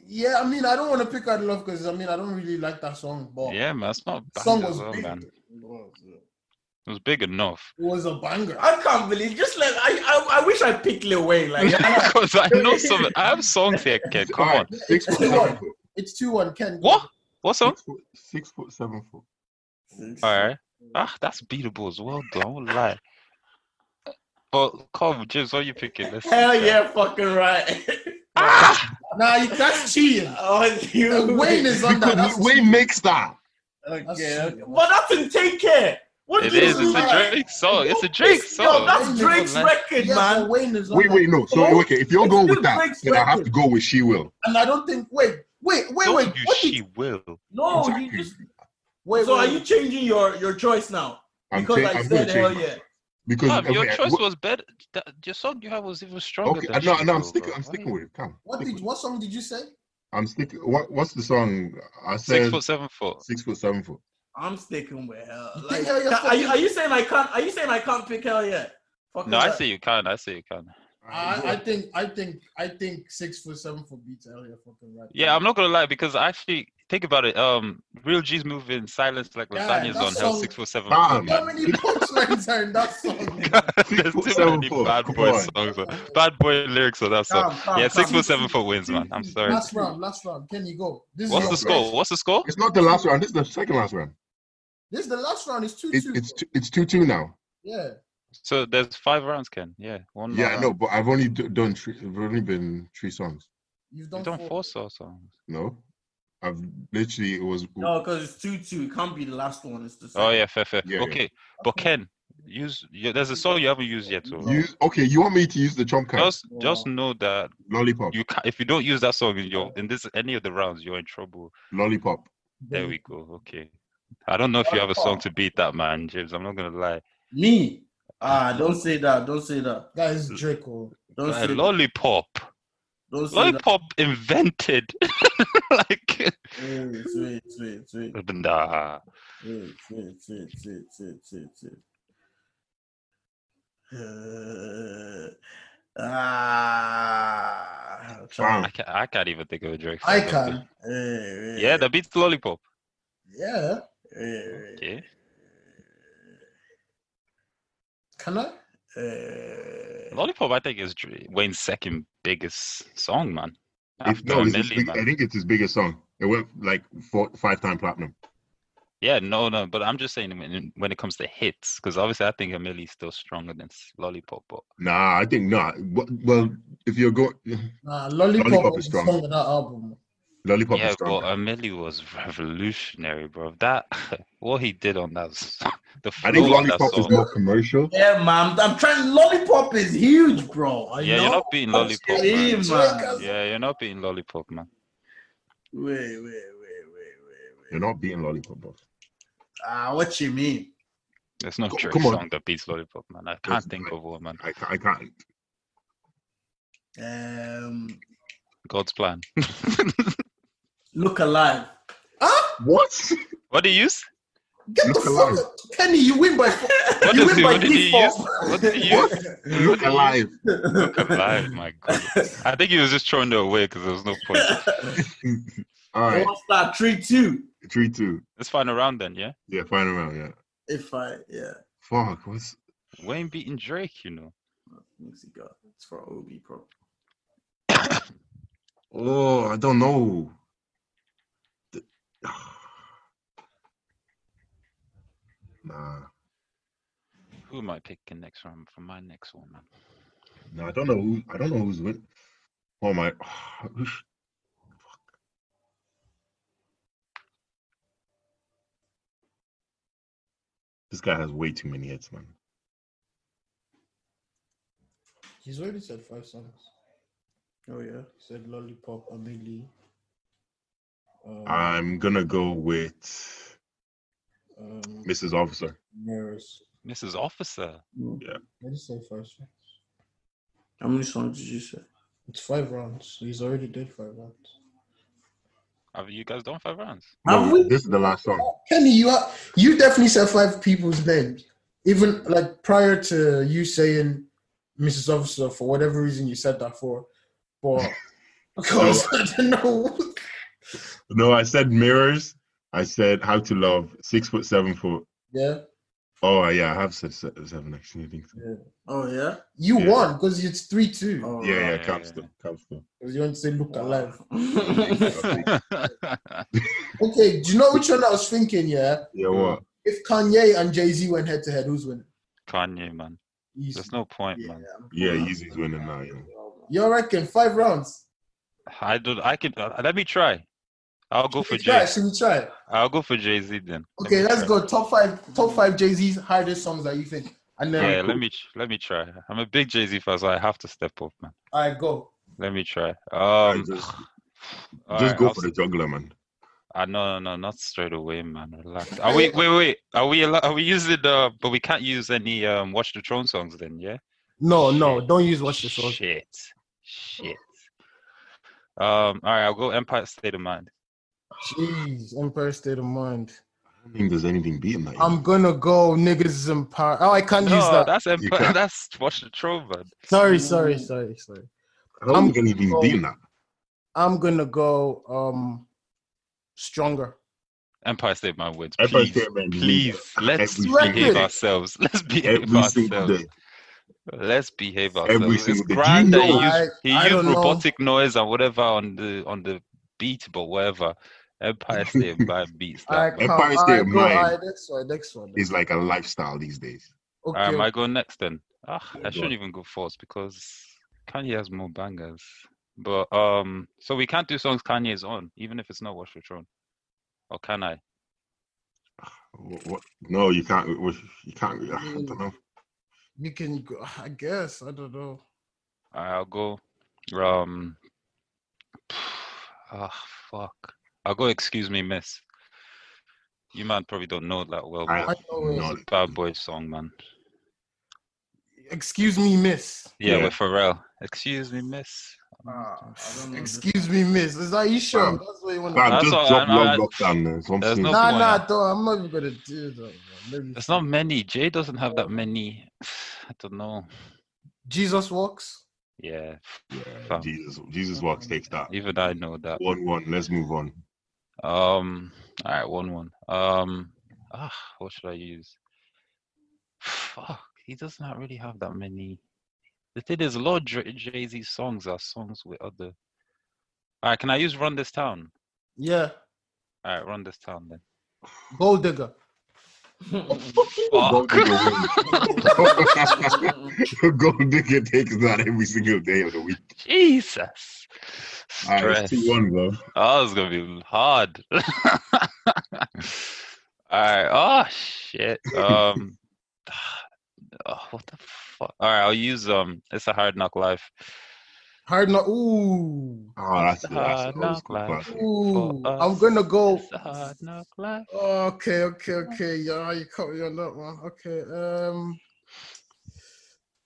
Speaker 2: Yeah, I mean, I don't want to pick out love because I mean, I don't really like that song, but
Speaker 3: Yeah, man, it's not
Speaker 2: the
Speaker 3: bad
Speaker 2: song
Speaker 3: as
Speaker 2: was
Speaker 3: well,
Speaker 2: big.
Speaker 3: man.
Speaker 2: It
Speaker 3: It was
Speaker 5: [LAUGHS]
Speaker 3: big enough.
Speaker 2: was a banger.
Speaker 5: I can't believe just like I I, I wish I picked Lil Wayne
Speaker 3: [LAUGHS]
Speaker 5: like
Speaker 3: Because I
Speaker 5: [LAUGHS]
Speaker 3: know some. I have songs here, Ken. Come
Speaker 4: All
Speaker 3: on.
Speaker 4: right, Six foot seven foot.
Speaker 2: It's two one Ken.
Speaker 3: What? What song?
Speaker 4: Six foot, six foot seven foot.
Speaker 3: All right. Ah, that's beatable as well, though. I won't lie. But come, James, what are you picking? Let's see,
Speaker 5: Hell
Speaker 3: Ken.
Speaker 5: yeah, fucking right.
Speaker 3: Ah!
Speaker 2: Nah, you- that's
Speaker 3: [LAUGHS]
Speaker 2: cheating.
Speaker 5: oh, you [LAUGHS]
Speaker 2: Wayne is on that.
Speaker 4: Because
Speaker 2: That's
Speaker 4: Wayne makes that.
Speaker 5: okay.
Speaker 2: That's-
Speaker 5: okay. But that's in Take Care. What
Speaker 3: It
Speaker 5: do you
Speaker 3: is. It's
Speaker 5: mean?
Speaker 3: a Drake song. It's a Drake
Speaker 5: Yo,
Speaker 3: song.
Speaker 5: that's
Speaker 2: Wayne is
Speaker 5: Drake's
Speaker 3: on
Speaker 5: record,
Speaker 2: yeah,
Speaker 5: man.
Speaker 2: but Wayne is on
Speaker 4: Wait,
Speaker 2: that.
Speaker 4: wait, no. So
Speaker 5: Oh,
Speaker 4: okay, if you're
Speaker 5: it's
Speaker 4: going
Speaker 5: still
Speaker 4: with that,
Speaker 5: Drake's
Speaker 4: then I have
Speaker 5: record.
Speaker 4: to go with She Will.
Speaker 2: And I don't think. Wait, wait, wait,
Speaker 3: Don't
Speaker 2: wait.
Speaker 3: you
Speaker 2: What did-
Speaker 3: she will.
Speaker 5: No, Oh, you
Speaker 4: Exactly.
Speaker 5: just
Speaker 2: wait,
Speaker 5: so
Speaker 2: wait,
Speaker 5: are you changing your your choice now?
Speaker 4: I'm,
Speaker 5: Because
Speaker 4: cha-
Speaker 5: I
Speaker 4: I'm
Speaker 5: said
Speaker 4: gonna
Speaker 5: hell
Speaker 4: change.
Speaker 5: yeah.
Speaker 4: Because
Speaker 3: Fam, your
Speaker 4: okay,
Speaker 3: choice
Speaker 4: what-
Speaker 3: was better. That, your song you had was even stronger.
Speaker 4: okay.
Speaker 3: than
Speaker 4: No,
Speaker 3: She
Speaker 4: no, I'm
Speaker 3: Will,
Speaker 4: sticking.
Speaker 3: bro.
Speaker 4: I'm
Speaker 3: Why
Speaker 4: sticking
Speaker 3: you-
Speaker 4: with it. Come.
Speaker 2: What
Speaker 4: stick
Speaker 2: did?
Speaker 4: with it.
Speaker 2: What song did you say?
Speaker 4: I'm sticking. What What's the song? I
Speaker 3: Six
Speaker 4: said
Speaker 3: foot, seven foot.
Speaker 4: six foot seven foot.
Speaker 5: I'm sticking with hell.
Speaker 2: You
Speaker 5: Like,
Speaker 2: think hell yeah
Speaker 5: ca- are you
Speaker 2: fucking-
Speaker 5: are you saying I can't are you saying I can't pick hell yeah? Fucking
Speaker 3: No, I
Speaker 5: right.
Speaker 3: say you can. I say you can.
Speaker 2: I, I think I think I think six foot seven foot beats out here fucking right.
Speaker 3: Yeah, I'm not gonna lie because I actually think about it. Um, Real G's moving silence like
Speaker 2: Yeah,
Speaker 3: lasagna's
Speaker 2: that
Speaker 3: on hell
Speaker 2: song-
Speaker 3: six foot seven.
Speaker 4: [LAUGHS] Fam.
Speaker 3: foot,
Speaker 2: How
Speaker 3: man. [LAUGHS]
Speaker 2: many punchlines are in that song?
Speaker 3: There's
Speaker 4: foot,
Speaker 3: too
Speaker 4: seven
Speaker 3: many
Speaker 4: foot,
Speaker 3: bad
Speaker 4: come
Speaker 3: boy
Speaker 4: on.
Speaker 3: songs. on- Bad boy lyrics on that song.
Speaker 5: Calm, calm,
Speaker 3: Yeah, six
Speaker 5: calm.
Speaker 3: foot seven foot wins, man. I'm sorry.
Speaker 2: Last round, last round. Can you go? This
Speaker 3: What's
Speaker 2: is
Speaker 3: the
Speaker 4: the
Speaker 3: score? What's the score?
Speaker 4: It's not the last round. This is the second last round.
Speaker 2: This is the last round. It's two
Speaker 4: It,
Speaker 2: two.
Speaker 4: it's two, it's two two now.
Speaker 2: yeah.
Speaker 3: So there's five rounds, Ken. Yeah, one. more
Speaker 4: Yeah,
Speaker 3: round.
Speaker 4: no, but I've only d- done. Three, I've only been three songs.
Speaker 2: You've done,
Speaker 3: You don't
Speaker 2: four.
Speaker 3: force our songs.
Speaker 4: No, I've literally it was.
Speaker 5: No, because it's two two. It can't be the last one. It's the
Speaker 3: Oh
Speaker 5: second.
Speaker 3: yeah, fair, fair.
Speaker 4: Yeah, yeah.
Speaker 3: okay, but Ken, use. You, there's a song you haven't used yet, so
Speaker 4: You okay? You want me to use the chomp card?
Speaker 3: just just know that
Speaker 4: Lollipop,
Speaker 3: you can If you don't use that song in your in this any of the rounds, you're in trouble.
Speaker 4: lollipop.
Speaker 3: There we go. Okay. I don't know if you have a song to beat that man, James. I'm not gonna lie.
Speaker 5: Me. Ah, don't say that. Don't say that.
Speaker 2: That is Draco.
Speaker 5: Don't say
Speaker 3: Like,
Speaker 5: that.
Speaker 3: lollipop.
Speaker 5: Don't say that.
Speaker 3: Lollipop invented. [LAUGHS] like [LAUGHS]
Speaker 5: Wait, wait, wait, wait,
Speaker 3: nah.
Speaker 5: wait, wait, wait, wait, wait, wait, wait. Uh, ah, I'm trying-
Speaker 3: I can't, I can't even think of a Drake song.
Speaker 2: I
Speaker 3: off
Speaker 2: can.
Speaker 5: Eh,
Speaker 3: the-
Speaker 5: eh,
Speaker 3: Yeah, that beats lollipop.
Speaker 2: Yeah.
Speaker 5: eh, eh,
Speaker 3: Okay.
Speaker 2: Can I?
Speaker 5: eh.
Speaker 3: Lollipop, I think, is Dr- Wayne's second biggest song, man.
Speaker 4: If,
Speaker 3: After
Speaker 4: no, it's his
Speaker 3: Millie,
Speaker 4: big, I
Speaker 3: man.
Speaker 4: think it's his biggest song. It went like four, five time platinum.
Speaker 3: Yeah, no, no, but I'm just saying when, when it comes to hits, because obviously I think Millie's still stronger than S- Lollipop, but
Speaker 4: Nah, I think not. Wha- Well, if you're going,
Speaker 2: Nah, lollipop,
Speaker 4: Lollipop is
Speaker 2: was
Speaker 4: strong.
Speaker 2: strong on that album.
Speaker 4: [SIGHS] lollipop
Speaker 3: yeah,
Speaker 4: is strong.
Speaker 3: but uh, Millie was revolutionary, bro. That [LAUGHS] what he did on that, s- [LAUGHS] the flow
Speaker 4: I think
Speaker 3: on that
Speaker 4: lollipop is
Speaker 3: song.
Speaker 4: more commercial.
Speaker 5: Yeah, man. I'm trying. Lollipop is huge, bro. I
Speaker 3: yeah,
Speaker 5: know.
Speaker 3: you're not beating
Speaker 5: I'm
Speaker 3: Lollipop,
Speaker 5: saying,
Speaker 3: man.
Speaker 5: man.
Speaker 3: Yeah, you're not beating Lollipop, man.
Speaker 5: Wait, wait, wait, wait, wait,
Speaker 4: You're
Speaker 5: wait.
Speaker 4: not beating lollipop, bro.
Speaker 5: Ah, what you mean?
Speaker 3: There's no
Speaker 4: Co-
Speaker 3: Drake
Speaker 4: come on.
Speaker 3: song that beats Lollipop, man. I can't think
Speaker 4: not.
Speaker 3: of one, man.
Speaker 4: I, ca- I can't.
Speaker 5: Um,
Speaker 3: God's plan.
Speaker 5: look alive.
Speaker 3: [LAUGHS]
Speaker 4: What?
Speaker 3: what do you use?
Speaker 2: Get
Speaker 4: Look
Speaker 2: the
Speaker 4: alive.
Speaker 2: fuck, Kenny. You win by four.
Speaker 5: [LAUGHS]
Speaker 3: What,
Speaker 5: You
Speaker 3: does
Speaker 5: win
Speaker 3: he,
Speaker 5: by
Speaker 3: what did he use?
Speaker 5: default.
Speaker 3: What did he use?
Speaker 4: Look alive.
Speaker 3: [LAUGHS] Look alive, my God. I think he was just throwing it away because there was no point.
Speaker 4: All right,
Speaker 5: What's that? Three two.
Speaker 4: three two.
Speaker 3: Let's find a round then, yeah?
Speaker 4: Yeah, final round. Yeah.
Speaker 5: If I yeah,
Speaker 4: Fuck. What's
Speaker 3: Wayne beating Drake, you know.
Speaker 5: Mexico. It's for OB pro.
Speaker 4: Oh, I don't know. [SIGHS] The- Nah,
Speaker 3: Who am I picking next round for my next one, man?
Speaker 4: no, I don't know who. I don't know who's win. Oh my! [SIGHS] This guy has way too many hits, man.
Speaker 2: He's already said five songs.
Speaker 5: Oh yeah.
Speaker 2: He said lollipop, Amelie,
Speaker 5: Um,
Speaker 4: I'm gonna go with
Speaker 5: um,
Speaker 4: Mrs. Officer.
Speaker 5: Ramirez.
Speaker 3: Mrs. Officer.
Speaker 2: What did you say first?
Speaker 5: How many songs did you say?
Speaker 2: It's five rounds. He's already did five rounds.
Speaker 3: Have you guys done five rounds?
Speaker 5: Have
Speaker 4: No,
Speaker 5: we-
Speaker 4: This is the last song.
Speaker 2: Kenny, you are, you definitely said five people's names, even like prior to you saying Mrs. Officer for whatever reason you said that for, but [LAUGHS] because I don't know.
Speaker 4: No, I said mirrors. I said how to love six foot seven foot.
Speaker 2: Yeah,
Speaker 4: Oh yeah, I have said se- seven actually. I think so.
Speaker 5: Oh yeah.
Speaker 2: you
Speaker 4: Yeah.
Speaker 2: won because it's three two.
Speaker 5: Oh,
Speaker 4: Yeah, yeah,
Speaker 3: yeah,
Speaker 4: Cap
Speaker 3: yeah.
Speaker 4: still, Cap still.
Speaker 2: Because you want to say
Speaker 5: [LAUGHS]
Speaker 2: look alive.
Speaker 3: That's
Speaker 2: Okay, do you know which one I was thinking? Yeah,
Speaker 4: Yeah, what?
Speaker 2: if Kanye and Jay Z went head to head, who's winning?
Speaker 3: Kanye, man.
Speaker 2: Easy.
Speaker 3: There's no point,
Speaker 5: Yeah.
Speaker 3: man.
Speaker 4: Yeah, Yeezy's winning now. Yeah.
Speaker 2: You reckon five rounds?
Speaker 3: I don't. I could. Uh, let me try. I'll go for
Speaker 2: Should we try?
Speaker 3: Jay.
Speaker 2: Should we try?
Speaker 3: I'll go for Jay Z then. Let
Speaker 2: Okay,
Speaker 3: me
Speaker 2: let's
Speaker 3: try.
Speaker 2: go top five. Top five Jay Z's hardest songs that you think, and then
Speaker 3: Yeah, let me let me try. I'm a big Jay Z fan, so I have to step up, man.
Speaker 2: I go.
Speaker 3: Let me try. Um,
Speaker 4: just-
Speaker 3: all
Speaker 4: Just
Speaker 3: right,
Speaker 4: go
Speaker 3: I'll
Speaker 4: for
Speaker 3: s-
Speaker 4: the juggler, man.
Speaker 3: Ah, no, no, no, not straight away, man. Relax. Are we? Wait, wait. Are we? Allo- are we using the? But we can't use any um Watch the Throne songs then, yeah.
Speaker 2: No, no,
Speaker 3: Shit.
Speaker 2: don't use Watch the Throne.
Speaker 3: Shit. Shit. Um. All right, I'll go Empire State of Mind.
Speaker 2: Jeez, Empire State of Mind.
Speaker 4: I don't think there's anything beating that. you know.
Speaker 2: I'm gonna go Niggas is in Power. Oh, I can't use
Speaker 3: No,
Speaker 2: that.
Speaker 3: that's Empire.
Speaker 4: can't.
Speaker 3: That's Watch the Throne, man.
Speaker 2: Sorry, sorry, sorry, sorry.
Speaker 4: I don't
Speaker 2: I'm-
Speaker 4: think anything
Speaker 2: Oh.
Speaker 4: beating that.
Speaker 2: I'm gonna go um Stronger.
Speaker 3: Empire State of Mind wins.
Speaker 4: Empire
Speaker 3: Please,
Speaker 4: State of Mind wins
Speaker 3: please, let's
Speaker 4: every
Speaker 3: behave
Speaker 2: single-
Speaker 3: ourselves. [LAUGHS] Let's behave
Speaker 4: Every
Speaker 3: ourselves.
Speaker 4: single day.
Speaker 3: Let's behave ourselves.
Speaker 4: Every
Speaker 3: it's
Speaker 4: single day. Do you
Speaker 3: grand that he
Speaker 4: know-
Speaker 3: used,
Speaker 2: I-
Speaker 3: he
Speaker 2: I
Speaker 3: used
Speaker 2: don't know.
Speaker 3: robotic noise and whatever on the on the beat, but whatever.
Speaker 4: [LAUGHS]
Speaker 3: Empire State of Mind beats that.
Speaker 2: I
Speaker 3: man.
Speaker 2: can't.
Speaker 4: Empire State
Speaker 2: I
Speaker 4: of
Speaker 2: go,
Speaker 4: Mind
Speaker 2: alright, next one, next one.
Speaker 4: It's like a lifestyle these days.
Speaker 2: Okay.
Speaker 3: All right, I go next then. Ah,
Speaker 4: Yeah,
Speaker 3: I
Speaker 4: go
Speaker 3: shouldn't
Speaker 4: on.
Speaker 3: even go first because Kanye has more bangers. But um, so we can't do songs Kanye is on, even if it's not Watch the Throne. Or can I?
Speaker 4: What, what? No, you can't. You can't. [SIGHS] I don't know.
Speaker 2: you can go. I guess I don't know.
Speaker 3: All right, I'll go. Um, [SIGHS] ah, fuck. I'll go. Excuse me, Miss. You man probably don't know it that well.
Speaker 4: I
Speaker 3: but
Speaker 4: have
Speaker 2: know it.
Speaker 4: no
Speaker 3: it's a bad boy song, man.
Speaker 2: Excuse me, Miss.
Speaker 3: Yeah,
Speaker 4: Yeah.
Speaker 3: with Pharrell. Excuse me, Miss.
Speaker 5: Ah, I don't know this- [LAUGHS]
Speaker 2: Excuse me, Miss. Is that you sure?
Speaker 4: Fam.
Speaker 2: That's what you want.
Speaker 4: Fam,
Speaker 3: That's
Speaker 4: just
Speaker 3: all-
Speaker 4: drop
Speaker 3: I- I-
Speaker 4: Love Lockdown. Then. Some
Speaker 3: There's
Speaker 4: shit.
Speaker 3: no-
Speaker 2: Nah,
Speaker 3: Why
Speaker 2: nah,
Speaker 3: not?
Speaker 2: though. I'm not even gonna do that. Man. Maybe
Speaker 3: There's not many. Jay doesn't have that many. [SIGHS] I don't know.
Speaker 2: Jesus walks.
Speaker 3: Yeah,
Speaker 4: Yeah,
Speaker 3: Fam.
Speaker 4: Jesus, Jesus walks takes that.
Speaker 3: even I know that.
Speaker 4: One one. Let's move on.
Speaker 3: Um. All right, one one. Um. Ah, what should I use? Fuck, he does not really have that many. The thing is, a lot of Jay Z songs are songs with other. All right, can I use "Run This Town"?
Speaker 2: Yeah,
Speaker 3: All right, "Run This Town" then.
Speaker 2: gold digger.
Speaker 4: Gold
Speaker 3: Fuck.
Speaker 4: digger [LAUGHS] wins. Gold digger takes that every single day of the week.
Speaker 3: [LAUGHS] Jesus.
Speaker 4: All right, it's
Speaker 3: Stress.
Speaker 4: two one, bro.
Speaker 3: Oh, it's gonna be hard. [LAUGHS] All right. Oh shit. [LAUGHS] Um. [SIGHS] oh, what the fuck? All right, I'll use um. It's a hard knock life.
Speaker 2: Hard knock. Ooh,
Speaker 4: Oh, that's
Speaker 3: It's
Speaker 4: the that's
Speaker 3: hard
Speaker 4: the old
Speaker 3: knock
Speaker 4: school
Speaker 3: life.
Speaker 2: [LAUGHS]
Speaker 4: classic.
Speaker 2: ooh.
Speaker 3: us,
Speaker 2: I'm gonna go.
Speaker 3: It's a hard knock life.
Speaker 2: Okay, okay, okay. Yeah, you caught me on that one. Okay. Um.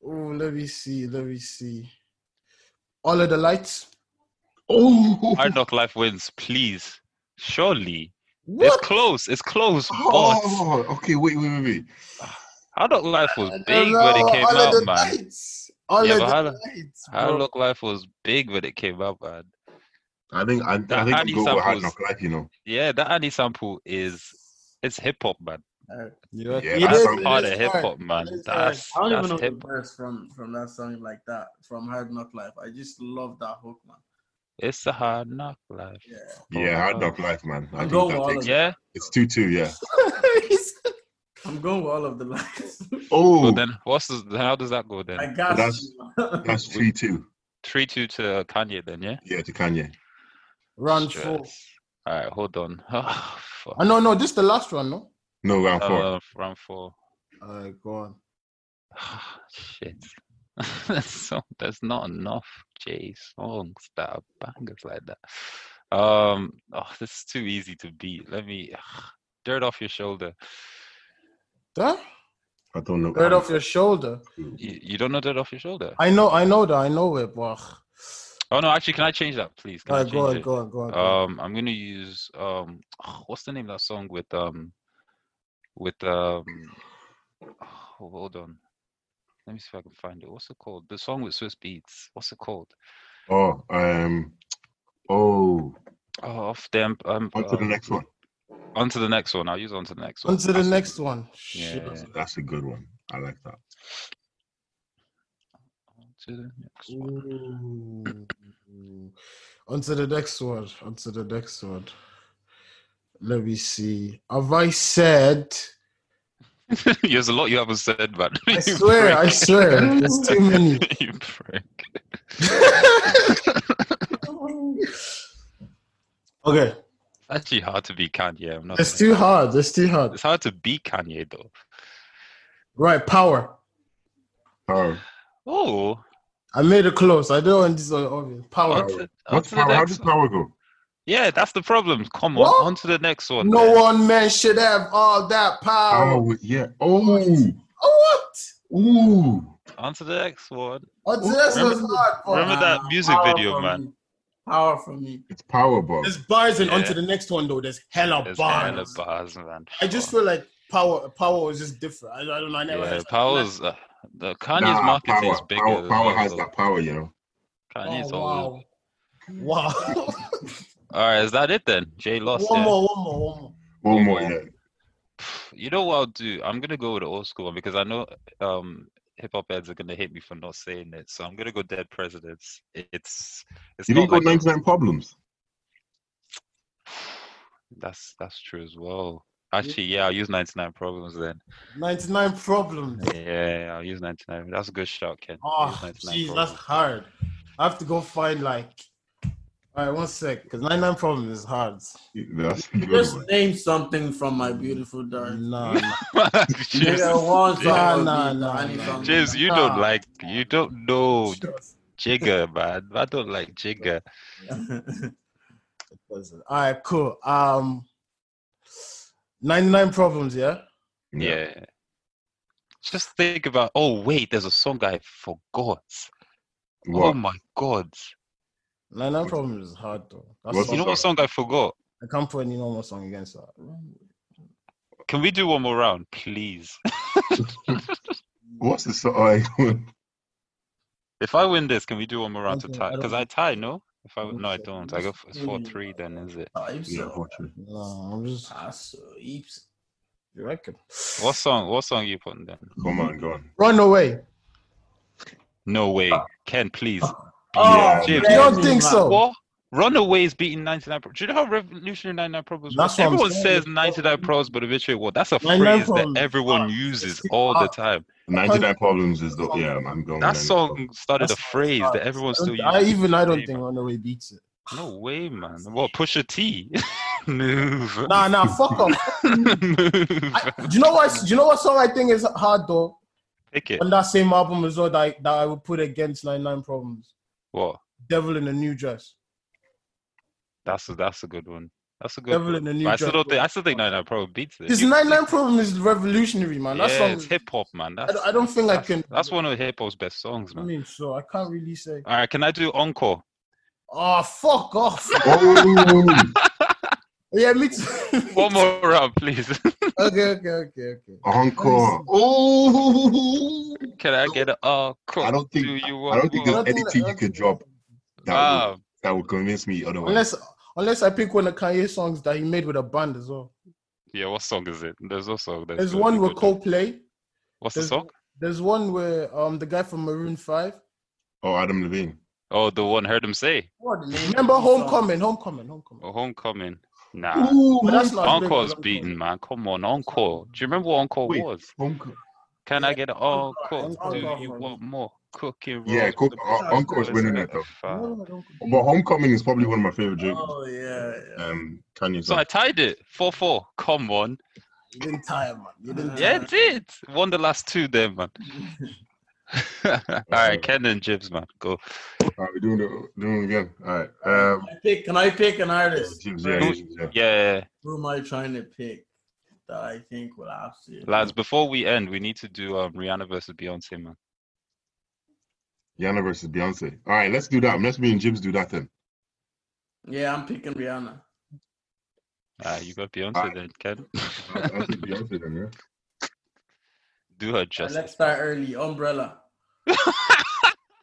Speaker 2: Oh, let me see. Let me see. All of the lights.
Speaker 4: Oh,
Speaker 3: Hard knock life wins, please. Surely.
Speaker 2: What?
Speaker 3: It's close. It's close. But
Speaker 4: oh, okay. Wait, wait, wait, wait.
Speaker 3: hard knock life was
Speaker 2: I
Speaker 3: big
Speaker 2: don't
Speaker 3: when it
Speaker 2: know.
Speaker 3: came
Speaker 2: All of
Speaker 3: out,
Speaker 2: the
Speaker 3: man.
Speaker 2: lights. All
Speaker 3: Yeah,
Speaker 2: of
Speaker 3: but
Speaker 2: the
Speaker 3: how the-
Speaker 2: lights.
Speaker 3: Hard
Speaker 2: bro. [LAUGHS]
Speaker 3: knock life was big when it came out, man.
Speaker 4: I think I, I think
Speaker 3: That
Speaker 4: I'll
Speaker 3: Andy
Speaker 4: go with hard
Speaker 3: Samples.
Speaker 4: knock life. You know.
Speaker 3: Yeah, that Annie sample is it's hip hop, man.
Speaker 2: Yeah,
Speaker 4: Yeah,
Speaker 2: it
Speaker 4: that's
Speaker 2: is,
Speaker 4: how
Speaker 3: That's
Speaker 2: it
Speaker 3: part
Speaker 2: is
Speaker 3: of hip
Speaker 2: hard.
Speaker 3: hop, man.
Speaker 2: It is
Speaker 3: That's
Speaker 5: I don't even know
Speaker 3: that's hip.
Speaker 5: the verse from from that song like that from Hard Knock Life. I just love that hook, man.
Speaker 3: It's a hard knock life.
Speaker 5: Yeah.
Speaker 4: Yeah, hard
Speaker 3: Oh.
Speaker 4: knock life, man. I
Speaker 5: I'm
Speaker 4: think
Speaker 5: going with
Speaker 4: that
Speaker 5: all
Speaker 4: takes
Speaker 5: of
Speaker 4: it.
Speaker 3: Yeah.
Speaker 4: It's two two. Yeah.
Speaker 5: I'm going with all of the lines. [LAUGHS]
Speaker 3: Well
Speaker 4: Oh,
Speaker 3: then, what's this, then how does that go
Speaker 5: I
Speaker 3: then?
Speaker 5: got
Speaker 4: That's-
Speaker 5: you.
Speaker 4: that's three two.
Speaker 3: Three two to Kanye then, yeah.
Speaker 4: Yeah, to Kanye.
Speaker 2: Round four.
Speaker 3: All right, hold on. [SIGHS] Oh, fuck.
Speaker 2: Oh, no, no, this is the last one, no?
Speaker 4: No round four.
Speaker 3: Uh, round four.
Speaker 2: All right, go on.
Speaker 3: [SIGHS] Shit. [LAUGHS] There's so there's not enough J songs that are bangers like that. Um, oh, this is too easy to beat. Let me [SIGHS] dirt off your shoulder.
Speaker 2: Huh?
Speaker 4: I don't know.
Speaker 2: Right off your shoulder.
Speaker 3: You, you don't know dirt off your shoulder.
Speaker 2: I know, I know that, I know it, but
Speaker 3: Oh no, actually, can I change that, please? Can I
Speaker 2: Alright,
Speaker 3: change
Speaker 2: go on,
Speaker 3: it?
Speaker 2: go on, go on. go on.
Speaker 3: Um, I'm gonna use um, [SIGHS] what's the name of that song with um, with um, [SIGHS] oh, hold on, let me see if I can find it. What's it called? The song with Swiss Beats. What's it called?
Speaker 4: Oh, um, oh,
Speaker 3: Oh, off them. Um,
Speaker 4: on to the
Speaker 3: um,
Speaker 4: next one.
Speaker 3: onto the next one. I'll use onto the next one.
Speaker 2: On to the
Speaker 3: That's a-
Speaker 2: next one.
Speaker 3: Yeah.
Speaker 2: Shit.
Speaker 4: That's a good one. I like that.
Speaker 3: Onto the next one.
Speaker 2: Ooh. On to the next one. On to the next one. Let me see. Have
Speaker 3: [LAUGHS]
Speaker 2: I said?
Speaker 3: There's a lot you haven't said, man. [LAUGHS]
Speaker 2: I swear, I swear. There's too many.
Speaker 3: you prick.
Speaker 2: okay.
Speaker 3: It's actually hard to be Kanye. I'm not.
Speaker 2: That's
Speaker 3: gonna
Speaker 2: too
Speaker 3: lie.
Speaker 2: hard. That's too hard.
Speaker 3: It's hard to be Kanye though.
Speaker 2: Right. Power.
Speaker 4: Power.
Speaker 3: Oh,
Speaker 2: I made it close. I don't want this one obvious. Power.
Speaker 3: onto,
Speaker 4: What's
Speaker 3: onto Uh, the
Speaker 4: power? How
Speaker 3: next
Speaker 4: does
Speaker 3: one.
Speaker 4: power go?
Speaker 3: Yeah, that's the problem. Come on,
Speaker 2: What?
Speaker 3: on to the next one.
Speaker 2: No
Speaker 3: then.
Speaker 2: one man should have all that power.
Speaker 4: Oh, yeah. Oh,
Speaker 2: Oh,
Speaker 4: ooh.
Speaker 3: On to the next one.
Speaker 2: what? Oh, this
Speaker 3: Remember-
Speaker 2: was hard. bro.
Speaker 3: Remember that
Speaker 5: Ah,
Speaker 3: music
Speaker 5: power
Speaker 3: video,
Speaker 5: from
Speaker 3: man?
Speaker 5: me. Power from me.
Speaker 4: It's power, bro.
Speaker 2: There's bars and
Speaker 3: Yeah.
Speaker 2: onto the next one though. There's hella
Speaker 3: There's
Speaker 2: bars.
Speaker 3: hella bars, man.
Speaker 2: I just
Speaker 3: Fuck.
Speaker 2: feel like power power was just different. I, I don't know. I never
Speaker 3: yeah,
Speaker 2: had-
Speaker 3: powers. Uh, the Kanye's
Speaker 4: Nah,
Speaker 3: market
Speaker 4: power,
Speaker 3: is bigger.
Speaker 4: power,
Speaker 3: as
Speaker 4: power
Speaker 3: well,
Speaker 4: has
Speaker 3: so
Speaker 4: that power, you know.
Speaker 3: Kanye's
Speaker 2: oh,
Speaker 3: always.
Speaker 2: wow.
Speaker 3: [LAUGHS]
Speaker 2: Wow.
Speaker 3: All right, is that it then? Jay lost.
Speaker 2: one
Speaker 3: yeah?
Speaker 2: more, one more, one more.
Speaker 4: One more, yeah.
Speaker 3: You know what I'll do? I'm gonna go with the old school one because I know um hip hop heads are gonna hate me for not saying it. So I'm gonna go Dead Presidents. It- It's it's
Speaker 4: You
Speaker 3: not
Speaker 4: didn't go
Speaker 3: like a-
Speaker 4: 99 problems.
Speaker 3: [SIGHS] that's that's true as well. Actually, yeah, I'll use 99 problems then.
Speaker 2: 99 problems.
Speaker 3: Yeah, I'll use 99. That's a good shout, Ken. I'll
Speaker 2: Oh,
Speaker 3: use 99
Speaker 2: jeez, that's
Speaker 3: problems.
Speaker 2: hard. I have to go find like. All right, one sec, because 99 problems is hard.
Speaker 4: That's a good
Speaker 5: Just
Speaker 4: one.
Speaker 5: name something from my beautiful dark.
Speaker 2: Nah,
Speaker 3: [LAUGHS] James,
Speaker 5: Nigga, one song
Speaker 2: Nah,
Speaker 5: would be
Speaker 2: nah, nah,
Speaker 5: Johnny
Speaker 2: nah.
Speaker 5: from-
Speaker 3: James, you don't
Speaker 2: Nah.
Speaker 3: like, you don't know Jigger, man. I don't like Jigger.
Speaker 2: All right, cool. Um, 99 problems, yeah?
Speaker 3: Yeah. Just think about. Oh wait, there's a song I forgot. Oh
Speaker 4: What?
Speaker 3: my god!
Speaker 2: 99 problems is hard, though.
Speaker 4: What's
Speaker 2: That's
Speaker 4: the
Speaker 3: You know
Speaker 2: all.
Speaker 3: what song I forgot?
Speaker 2: I can't put any normal song against that.
Speaker 3: Can we do one more round, please?
Speaker 4: What's the [LAUGHS] song?
Speaker 3: If I win this, can we do one more round to
Speaker 2: Okay,
Speaker 3: tie?
Speaker 2: I don't
Speaker 3: Because I tie, no? If I
Speaker 2: I don't
Speaker 3: no, I
Speaker 2: think so.
Speaker 3: don't. I go f- it's
Speaker 5: Mm.
Speaker 3: four three. Then is it?
Speaker 5: Types
Speaker 4: yeah,
Speaker 5: of
Speaker 4: unfortunately.
Speaker 2: No, I'm just.
Speaker 5: ass heaps.
Speaker 2: You reckon?
Speaker 3: What song? What song you putting then?
Speaker 4: Come on, go on.
Speaker 2: Run away.
Speaker 3: No way, Ken. Please.
Speaker 5: Oh,
Speaker 3: James,
Speaker 2: You don't
Speaker 5: Run
Speaker 2: think
Speaker 5: Away.
Speaker 2: so?
Speaker 3: What? Runaways beating 99 Pro. Do you know how revolutionary 99 Pro was?
Speaker 2: That's what I'm
Speaker 3: everyone
Speaker 2: saying.
Speaker 3: says 99 Pros, but eventually, what? That's a
Speaker 2: 99
Speaker 3: phrase that
Speaker 2: Pros.
Speaker 3: everyone
Speaker 2: Ah,
Speaker 3: uses
Speaker 2: it's-
Speaker 3: all the
Speaker 2: ah.
Speaker 3: time.
Speaker 4: 99 problems is the yeah. I'm going.
Speaker 3: That
Speaker 4: 99
Speaker 3: song started a
Speaker 2: That's-
Speaker 3: phrase that everyone
Speaker 2: I
Speaker 3: still
Speaker 2: don't-
Speaker 3: uses.
Speaker 2: I even I don't
Speaker 3: Hey,
Speaker 2: think
Speaker 3: man.
Speaker 2: Runaway beats it.
Speaker 3: No way, man. What? Push a T. [LAUGHS] Move.
Speaker 2: Nah, nah, fuck off.
Speaker 3: [LAUGHS] Move.
Speaker 2: I, do you know what? Do you know what song I think is hard though?
Speaker 3: Pick it.
Speaker 2: On that same album as well that I, that I would put against 99 Problems.
Speaker 3: What?
Speaker 2: Devil in a New Dress.
Speaker 3: That's a, that's a good one. That's a good
Speaker 2: Devil
Speaker 3: one.
Speaker 2: in a
Speaker 3: But
Speaker 2: New
Speaker 3: I
Speaker 2: Dress.
Speaker 3: still don't think I still think 99 Pro beats it.
Speaker 2: This
Speaker 3: You-
Speaker 2: 99 Problem is revolutionary, man. That
Speaker 3: yeah,
Speaker 2: song.
Speaker 3: it's hip hop, man.
Speaker 2: I
Speaker 3: That's,
Speaker 2: don't, I don't think I
Speaker 3: that's,
Speaker 2: can.
Speaker 3: that's one of hip hop's best songs,
Speaker 2: I
Speaker 3: man.
Speaker 2: mean, so I can't
Speaker 3: [LAUGHS]
Speaker 2: really say.
Speaker 3: All right, can I do encore?
Speaker 2: Oh, fuck off. [LAUGHS]
Speaker 3: [LAUGHS]
Speaker 4: Oh,
Speaker 2: yeah, me too. [LAUGHS]
Speaker 3: One more round, please. [LAUGHS]
Speaker 2: okay, okay, okay, okay.
Speaker 4: encore. Oh,
Speaker 3: can I get an encore?
Speaker 4: I don't think-
Speaker 3: do you
Speaker 4: I don't think
Speaker 3: want
Speaker 4: there's anything you could drop
Speaker 3: more?
Speaker 4: that would,
Speaker 3: Ah,
Speaker 4: that would convince me otherwise.
Speaker 2: Unless, unless I pick one of Kanye songs that he made with a band as well.
Speaker 3: yeah. What song is it? There's no song. that's
Speaker 2: There's
Speaker 3: good-
Speaker 2: one with
Speaker 3: good one.
Speaker 2: Coldplay.
Speaker 3: What's the
Speaker 2: There's,
Speaker 3: song?
Speaker 2: there's one where um the guy from Maroon Five.
Speaker 4: oh, Adam Levine.
Speaker 3: Oh, the one heard him say.
Speaker 5: What the name of
Speaker 2: Remember
Speaker 5: the song?
Speaker 2: Homecoming, Homecoming, Homecoming.
Speaker 3: Oh, homecoming. Nah.
Speaker 4: Ooh,
Speaker 2: But that's not as big as
Speaker 3: Encore's
Speaker 2: Homecoming.
Speaker 3: beaten, man. Come on, encore. Do you remember what encore
Speaker 4: Wait.
Speaker 3: was?
Speaker 4: Encore.
Speaker 3: Can I get an encore? Do
Speaker 5: Encore
Speaker 3: you
Speaker 5: for me.
Speaker 3: want more cooking?
Speaker 4: Yeah,
Speaker 3: rolls
Speaker 4: cook-
Speaker 3: with the
Speaker 4: uh, Encore's
Speaker 3: biscuits and
Speaker 4: winning it, though.
Speaker 3: the fries?
Speaker 2: No, Homecoming.
Speaker 4: But Homecoming is probably one of my favorite jokes.
Speaker 5: Oh yeah. yeah.
Speaker 4: Um, Kanye
Speaker 3: So
Speaker 4: song.
Speaker 3: I tied it four four. Come on,
Speaker 2: You didn't tire, man. You didn't. [LAUGHS]
Speaker 3: yeah, it did. Won the last two, then, man. [LAUGHS] All
Speaker 4: [LAUGHS]
Speaker 3: right, Ken and Jibs, man, go.
Speaker 4: All right, we're doing it, doing it again. All right. Um,
Speaker 5: I pick, can I pick an artist?
Speaker 4: Jibs, yeah, yeah, yeah.
Speaker 3: Yeah,
Speaker 5: Who am I trying to pick that I think will absolutely?
Speaker 3: lads.
Speaker 4: Mm-hmm.
Speaker 3: Before we end, we need to do um, Rihanna versus Beyonce, man.
Speaker 4: Rihanna versus Beyonce. All right, let's do that. Let's me and Jibs do that then.
Speaker 5: Yeah, I'm picking Rihanna.
Speaker 3: All right, Ah, you got Beyonce
Speaker 4: Alright.
Speaker 3: then,
Speaker 4: [LAUGHS]
Speaker 3: Ken.
Speaker 4: I, I think Beyonce then, yeah.
Speaker 3: [LAUGHS] do her
Speaker 5: Alright,
Speaker 3: justice.
Speaker 5: let's start early. Umbrella.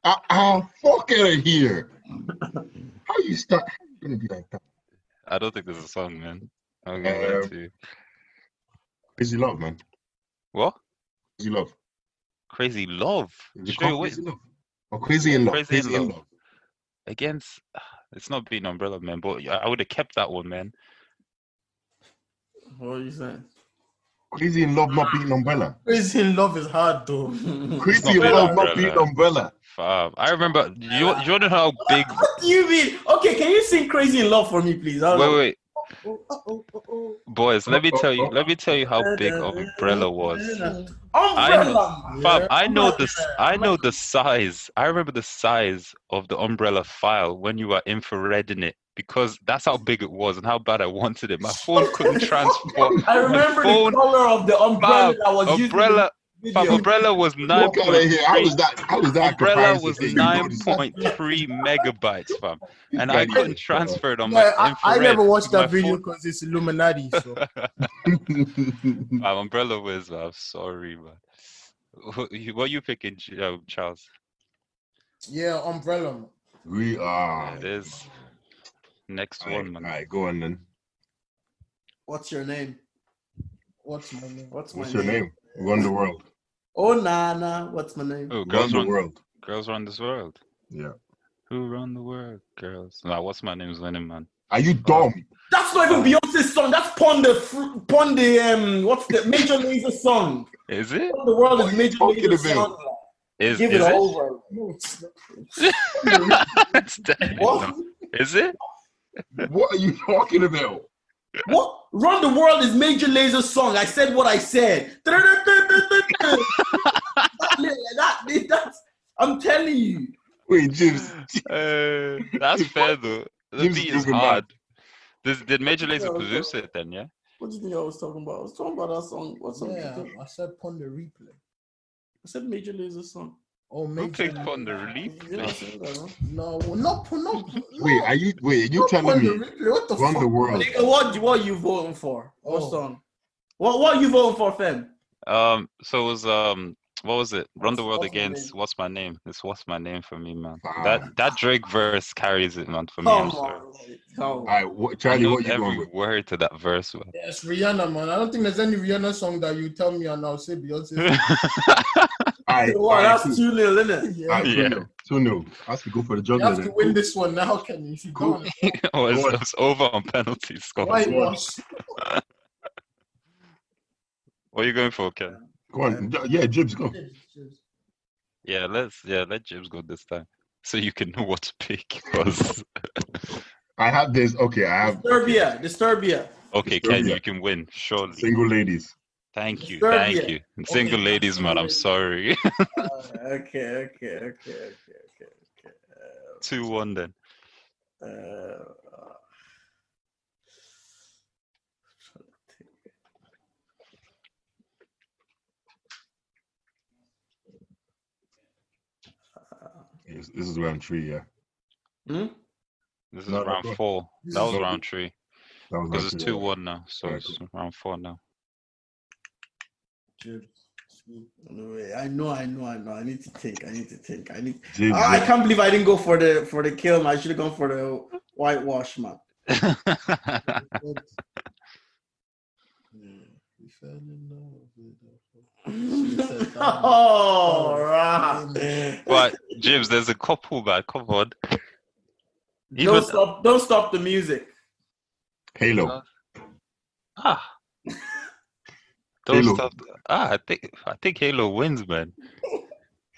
Speaker 4: Ah, ah, fuck out of here. How you start? How you gonna be like that?
Speaker 3: I don't think there's a song, man. I'm gonna lie
Speaker 4: Um,
Speaker 3: to you.
Speaker 4: Crazy love, man.
Speaker 3: What?
Speaker 4: Crazy love.
Speaker 3: Crazy love.
Speaker 4: Is it
Speaker 3: Straight
Speaker 4: called
Speaker 3: away
Speaker 4: crazy love. Or crazy in love.
Speaker 3: Crazy
Speaker 4: Crazy,
Speaker 3: in
Speaker 4: in
Speaker 3: Love.
Speaker 4: love.
Speaker 3: against. [SIGHS] It's not being umbrella, man. But I would have kept that one, man.
Speaker 5: What are you saying? [LAUGHS]
Speaker 4: Crazy in love, not being umbrella.
Speaker 5: Crazy in love is hard though.
Speaker 4: Crazy
Speaker 3: not being
Speaker 4: in love, not
Speaker 3: umbrella.
Speaker 4: being umbrella.
Speaker 3: Fab. um, I remember. You, you want to know how big?
Speaker 5: what do you mean? Okay, can you sing Crazy in Love for me, please? I
Speaker 3: Wait,
Speaker 5: don't
Speaker 3: wait,
Speaker 5: know.
Speaker 3: wait,
Speaker 5: Oh, oh, oh, oh, oh.
Speaker 4: [LAUGHS]
Speaker 3: boys. Let me tell you. Let me tell you how big umbrella was.
Speaker 5: Umbrella.
Speaker 3: Fam,
Speaker 5: man.
Speaker 3: I know
Speaker 5: Umbrella.
Speaker 3: this. I know the size. I remember the size of the umbrella file when you were infraredding it because that's how big it was and how bad I wanted
Speaker 2: [LAUGHS]
Speaker 3: it. My phone couldn't transport.
Speaker 5: I remember
Speaker 3: My phone-
Speaker 5: the color of the umbrella
Speaker 3: Fam,
Speaker 5: that was used in
Speaker 3: Umbrella,
Speaker 5: the
Speaker 3: fam,
Speaker 5: video.
Speaker 3: umbrella was nine
Speaker 4: Fuck out of here. How was
Speaker 3: point.
Speaker 4: that? How was that?
Speaker 3: Umbrella
Speaker 4: comparison?
Speaker 3: was
Speaker 4: Hey, you know
Speaker 3: nine
Speaker 4: this- [LAUGHS]
Speaker 3: point three megabytes,
Speaker 2: [LAUGHS]
Speaker 3: fam,
Speaker 4: this
Speaker 3: and
Speaker 4: guy
Speaker 3: I
Speaker 4: needs
Speaker 3: couldn't
Speaker 4: to
Speaker 3: transfer it on my
Speaker 2: Yeah, I,
Speaker 3: infrared.
Speaker 2: I never watched
Speaker 3: to my
Speaker 2: that video
Speaker 3: phone.
Speaker 2: because it's Illuminati.
Speaker 3: [LAUGHS]
Speaker 2: So
Speaker 4: shut up.
Speaker 3: Fam, umbrella was. I'm sorry, man. What you what you picking, Ch- uh, Charles?
Speaker 2: yeah, umbrella. Man.
Speaker 4: [LAUGHS] we
Speaker 3: Yeah,
Speaker 4: are.
Speaker 3: it is. Next
Speaker 4: All right,
Speaker 3: one, man.
Speaker 4: all right, go on then.
Speaker 5: What's your name?
Speaker 2: What's my name?
Speaker 5: What's my
Speaker 4: What's your name? Run the world.
Speaker 5: Oh, Nana. What's my name?
Speaker 3: Oh,
Speaker 4: Run
Speaker 3: girls
Speaker 4: the
Speaker 3: run,
Speaker 4: world.
Speaker 3: girls run this world.
Speaker 4: Yeah.
Speaker 3: Who run the world, girls? Nah, what's my name's winning, man.
Speaker 4: Are you dumb?
Speaker 5: That's not even Beyonce's song. That's Pon the Fr- Pon the um. What's the Major Lazer song?
Speaker 3: Is it?
Speaker 5: Pon the world is Major
Speaker 4: Talking
Speaker 5: Lazer
Speaker 4: about-
Speaker 5: song.
Speaker 3: Is,
Speaker 5: Give
Speaker 3: is
Speaker 5: it
Speaker 3: it?
Speaker 5: over. No, it's not.
Speaker 3: [LAUGHS] It's dead.
Speaker 5: What?
Speaker 3: Is it?
Speaker 4: What are you [LAUGHS] talking about?
Speaker 5: What? Run the world is Major Laser's song. I said what I said. [LAUGHS] that, that, that's, I'm telling you.
Speaker 3: [LAUGHS]
Speaker 4: Wait, James.
Speaker 3: Uh,
Speaker 5: [LAUGHS]
Speaker 3: that's fair though. The
Speaker 4: Gives
Speaker 3: beat
Speaker 4: you
Speaker 3: is
Speaker 4: the
Speaker 3: hard. This, did Major Lazer
Speaker 5: Yeah, okay.
Speaker 3: produce it then? Yeah.
Speaker 5: What do you think I was talking about? I was talking about that song. What song? did you
Speaker 2: Yeah,
Speaker 5: talk-
Speaker 2: I said ponder replay.
Speaker 5: I said Major Laser's song.
Speaker 2: Oh,
Speaker 3: Who
Speaker 2: maybe
Speaker 3: picked on the relief?
Speaker 5: Did I say that, huh?
Speaker 2: no, not no, no.
Speaker 4: Wait, are you? Wait, are you
Speaker 2: not
Speaker 4: telling
Speaker 2: Ponder
Speaker 4: me?
Speaker 2: Replay, What the
Speaker 4: Run
Speaker 2: fuck?
Speaker 4: the world.
Speaker 5: Nigga, what you- what you voting for? What
Speaker 2: Oh.
Speaker 5: song? What what you voting for, fam?
Speaker 3: Um. So it was um. What was it? Run the world
Speaker 5: What's My
Speaker 3: against
Speaker 5: Name?
Speaker 3: what's my name? It's what's my name for me, man.
Speaker 4: Wow.
Speaker 3: That that Drake verse carries it, man. For me, I'm
Speaker 5: Come
Speaker 3: sorry.
Speaker 5: on, like, come
Speaker 4: All
Speaker 5: on.
Speaker 4: right, what,
Speaker 3: I
Speaker 4: Charlie,
Speaker 3: know
Speaker 4: what you going
Speaker 3: every
Speaker 4: with?
Speaker 3: word to that verse, man.
Speaker 2: Yes, Rihanna, man. I don't think there's any Rihanna song that you tell me and I'll
Speaker 3: [LAUGHS]
Speaker 2: say Beyonce.
Speaker 4: [LAUGHS]
Speaker 5: [LAUGHS]
Speaker 4: All right, all
Speaker 5: Wow,
Speaker 4: right,
Speaker 5: Oh, that's
Speaker 4: cool.
Speaker 5: too little, isn't it?
Speaker 4: All right,
Speaker 2: yeah.
Speaker 4: two
Speaker 3: Yeah.
Speaker 4: nil, two nil. I have to go for the
Speaker 2: You
Speaker 4: juggler.
Speaker 2: have to
Speaker 4: Then.
Speaker 2: win this one now, Kenny. If you
Speaker 4: Cool.
Speaker 2: don't,
Speaker 3: Oh, it's,
Speaker 4: Go on.
Speaker 3: it's over on penalty score.
Speaker 2: why
Speaker 4: Go on.
Speaker 2: not?
Speaker 3: What are you going for, Ken?
Speaker 4: Go on, J- yeah, Jibs, go.
Speaker 3: Yeah, let's yeah, let Jibs go this time. So you can know what to pick.
Speaker 4: [LAUGHS]
Speaker 3: 'cause-
Speaker 4: I have this. Okay, I have
Speaker 5: Disturbia, Disturbia.
Speaker 3: okay,
Speaker 4: Sure,
Speaker 3: Ken,
Speaker 4: yeah.
Speaker 3: you can win, surely.
Speaker 4: single ladies.
Speaker 3: Thank you,
Speaker 5: Sure,
Speaker 3: thank
Speaker 5: yeah.
Speaker 3: you. And Single
Speaker 5: Okay,
Speaker 3: ladies, man, I'm
Speaker 5: absolutely.
Speaker 3: sorry.
Speaker 5: [LAUGHS]
Speaker 3: [LAUGHS]
Speaker 5: Uh, okay, okay, okay, okay, okay, okay.
Speaker 3: Two one then.
Speaker 5: Uh, uh,
Speaker 4: Yes, this is round three. Yeah,
Speaker 5: hmm?
Speaker 3: This is
Speaker 4: No, no,
Speaker 3: round
Speaker 4: go on.
Speaker 3: four.
Speaker 2: This
Speaker 3: That
Speaker 2: is
Speaker 3: was
Speaker 4: not
Speaker 3: round three.
Speaker 4: that was round
Speaker 3: Because it's
Speaker 4: three,
Speaker 3: two one now. So
Speaker 4: Alright,
Speaker 3: it's round four now.
Speaker 5: Wait, I know, I know, I know. I need to think. I need to think. I need.
Speaker 4: yeah. Jibs,
Speaker 5: Ah, I
Speaker 4: yeah.
Speaker 5: can't believe I didn't go for the for the kill. Man. I should have gone for the whitewash, [LAUGHS] man.
Speaker 2: We fell in love with her.
Speaker 5: oh, right.
Speaker 3: [LAUGHS] but Jibs, there's a couple back. Come on. Even
Speaker 4: [LAUGHS]
Speaker 5: Don't stop! Don't stop the music.
Speaker 4: Halo.
Speaker 3: ah. Don't
Speaker 4: Halo.
Speaker 3: stop. Ah, I think I think Halo wins, man.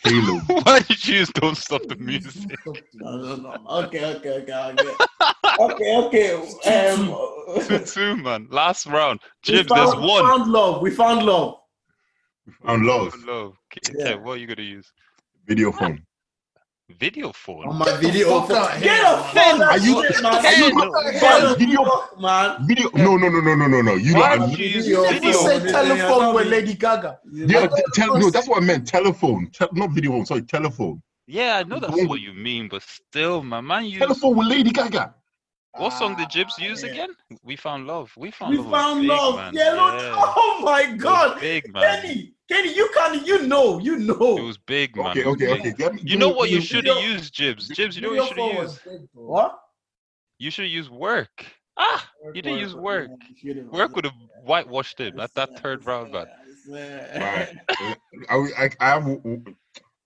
Speaker 4: Halo.
Speaker 3: [LAUGHS] Why did you use don't stop the music? [LAUGHS]
Speaker 5: No, no, no. Okay, okay, okay, okay.
Speaker 3: [LAUGHS]
Speaker 5: okay, okay. Um,
Speaker 3: two two man. Last round.
Speaker 5: we
Speaker 3: Jibs, there's
Speaker 5: found-
Speaker 3: one.
Speaker 5: found love. We found love.
Speaker 4: And love.
Speaker 3: Love. Okay,
Speaker 5: Yeah.
Speaker 3: what are you gonna use?
Speaker 4: Video phone.
Speaker 3: Video phone.
Speaker 4: Oh
Speaker 2: On my video.
Speaker 5: Fuck out. Get a phone.
Speaker 4: Are you-
Speaker 5: Shit, man.
Speaker 4: are you-
Speaker 5: Get a
Speaker 4: Video-
Speaker 5: fuck, man.
Speaker 4: Video. No, no, no, no, no, no, no. You
Speaker 3: Why
Speaker 4: don't.
Speaker 3: would you use
Speaker 2: You
Speaker 5: Video
Speaker 2: just
Speaker 5: phone.
Speaker 2: said telephone with Lady Gaga.
Speaker 4: Yeah,
Speaker 2: thought
Speaker 4: te-
Speaker 2: it
Speaker 4: tele-
Speaker 2: was-
Speaker 4: no, that's what I meant. Telephone. Te- not video phone. Sorry, telephone.
Speaker 3: Yeah, I know that's
Speaker 4: Boom.
Speaker 3: what you mean, but still, my man used.
Speaker 4: Telephone with Lady Gaga.
Speaker 3: What song did Jibs
Speaker 5: Ah,
Speaker 3: use
Speaker 5: yeah.
Speaker 3: again? We found love. We found
Speaker 5: We
Speaker 3: love. was
Speaker 5: found
Speaker 3: big,
Speaker 5: love.
Speaker 3: man.
Speaker 5: Yeah, look.
Speaker 3: Yeah.
Speaker 5: [LAUGHS] Oh my
Speaker 3: It was
Speaker 5: god.
Speaker 3: big man.
Speaker 5: Kenny, Kenny, you can't. You know. You
Speaker 3: It
Speaker 5: know.
Speaker 3: was big man.
Speaker 4: Okay,
Speaker 3: It was
Speaker 4: okay,
Speaker 3: big.
Speaker 4: okay. Give me-
Speaker 3: You
Speaker 4: give
Speaker 3: know
Speaker 4: me-
Speaker 3: what you
Speaker 4: give me-
Speaker 3: should have used, Jibs. Jibs, you know what you should have used.
Speaker 5: What?
Speaker 3: You should have used work. Ah, you didn't use work. Work would have whitewashed it at that third round, man.
Speaker 5: man.
Speaker 4: Alright. I, I, I have.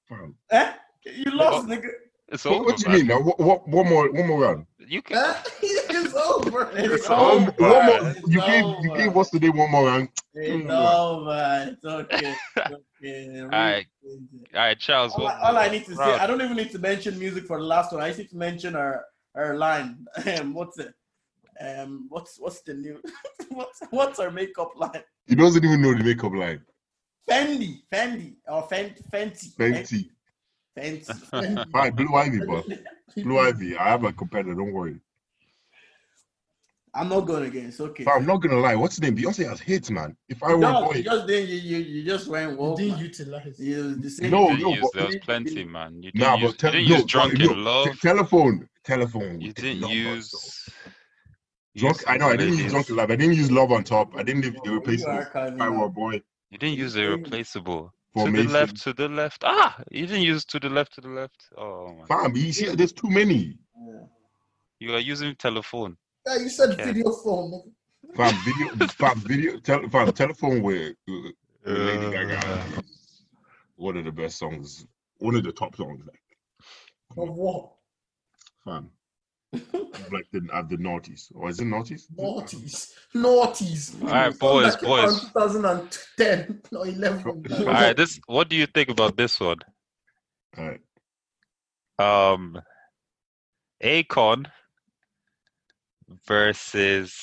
Speaker 4: Fam.
Speaker 5: [LAUGHS] Eh? You lost, nigga. [LAUGHS]
Speaker 3: It's
Speaker 4: What,
Speaker 3: over.
Speaker 4: what do you
Speaker 3: man.
Speaker 4: mean? Now? What, what, one more, one more round.
Speaker 3: You can.
Speaker 5: Eh? it's over.
Speaker 3: It's
Speaker 5: It's
Speaker 4: Um,
Speaker 5: over.
Speaker 3: over.
Speaker 4: one more,
Speaker 5: It's
Speaker 4: you gave, you
Speaker 5: over.
Speaker 4: gave us today one more round.
Speaker 5: It's over. It's
Speaker 3: [LAUGHS]
Speaker 5: okay. It's okay.
Speaker 3: right. All right, Charles.
Speaker 5: All,
Speaker 3: what-
Speaker 5: I, all I need to say,
Speaker 3: round?
Speaker 5: I don't even need to mention music for the last one. I just need to mention our our line. [LAUGHS] Um, what's it? Um, what's what's the new? [LAUGHS] what's what's our makeup line?
Speaker 4: He doesn't even know the makeup line.
Speaker 5: Fendi, Fendi, or Fen- Fenty,
Speaker 4: Fenty.
Speaker 5: Fenty,
Speaker 4: [LAUGHS]
Speaker 5: Fenty.
Speaker 4: All right, Blue Ivy, boss. Blue Ivy. I have a competitor. Don't worry.
Speaker 5: I'm not going again. It's okay.
Speaker 4: But I'm not gonna lie. What's the name? Beyonce has hits, man. If I were a
Speaker 5: No,
Speaker 4: boy,
Speaker 5: you just didn't. You, you, you just went. Woke,
Speaker 2: Didn't
Speaker 5: man.
Speaker 2: utilize.
Speaker 5: You was the same.
Speaker 4: No,
Speaker 3: You didn't
Speaker 4: no,
Speaker 3: use-
Speaker 4: but-
Speaker 3: there was plenty, man. You didn't
Speaker 4: Nah,
Speaker 3: use,
Speaker 4: but tell-
Speaker 3: you didn't
Speaker 4: no,
Speaker 3: use
Speaker 4: but
Speaker 3: drunken
Speaker 4: no,
Speaker 3: love.
Speaker 4: te- telephone, telephone.
Speaker 3: Oh. You
Speaker 4: is
Speaker 3: didn't
Speaker 4: love on top.
Speaker 3: use.
Speaker 4: drunk.
Speaker 3: use
Speaker 4: I know. I didn't
Speaker 3: ladies.
Speaker 4: use drunken love. I didn't use love on top. I didn't use the
Speaker 5: Oh, You are
Speaker 4: replacement.
Speaker 5: kind
Speaker 4: If I were a boy,
Speaker 3: You didn't use the
Speaker 5: Didn't-
Speaker 3: replaceable. To
Speaker 4: Formation.
Speaker 3: the left, to the left. Ah, you didn't use to the left, to the left. Oh, man.
Speaker 4: fam. You see, there's too many.
Speaker 5: of-
Speaker 3: You are using telephone.
Speaker 2: Yeah, you said
Speaker 3: Okay.
Speaker 2: video phone.
Speaker 4: Fam, video, fam, video, tel- fam, telephone with, uh, with Lady Gaga. is One of the best songs. One of the top songs. Like,
Speaker 2: Of what?
Speaker 4: fam. Like the, at the noughties. Or is it noughties?
Speaker 2: Noughties. Noughties.
Speaker 3: All right,
Speaker 2: Something
Speaker 3: boys,
Speaker 2: that came out in
Speaker 3: boys.
Speaker 2: 2010 or 11.
Speaker 4: All
Speaker 3: All right, this. What do you think about this one?
Speaker 4: All right.
Speaker 3: Um, Akon versus.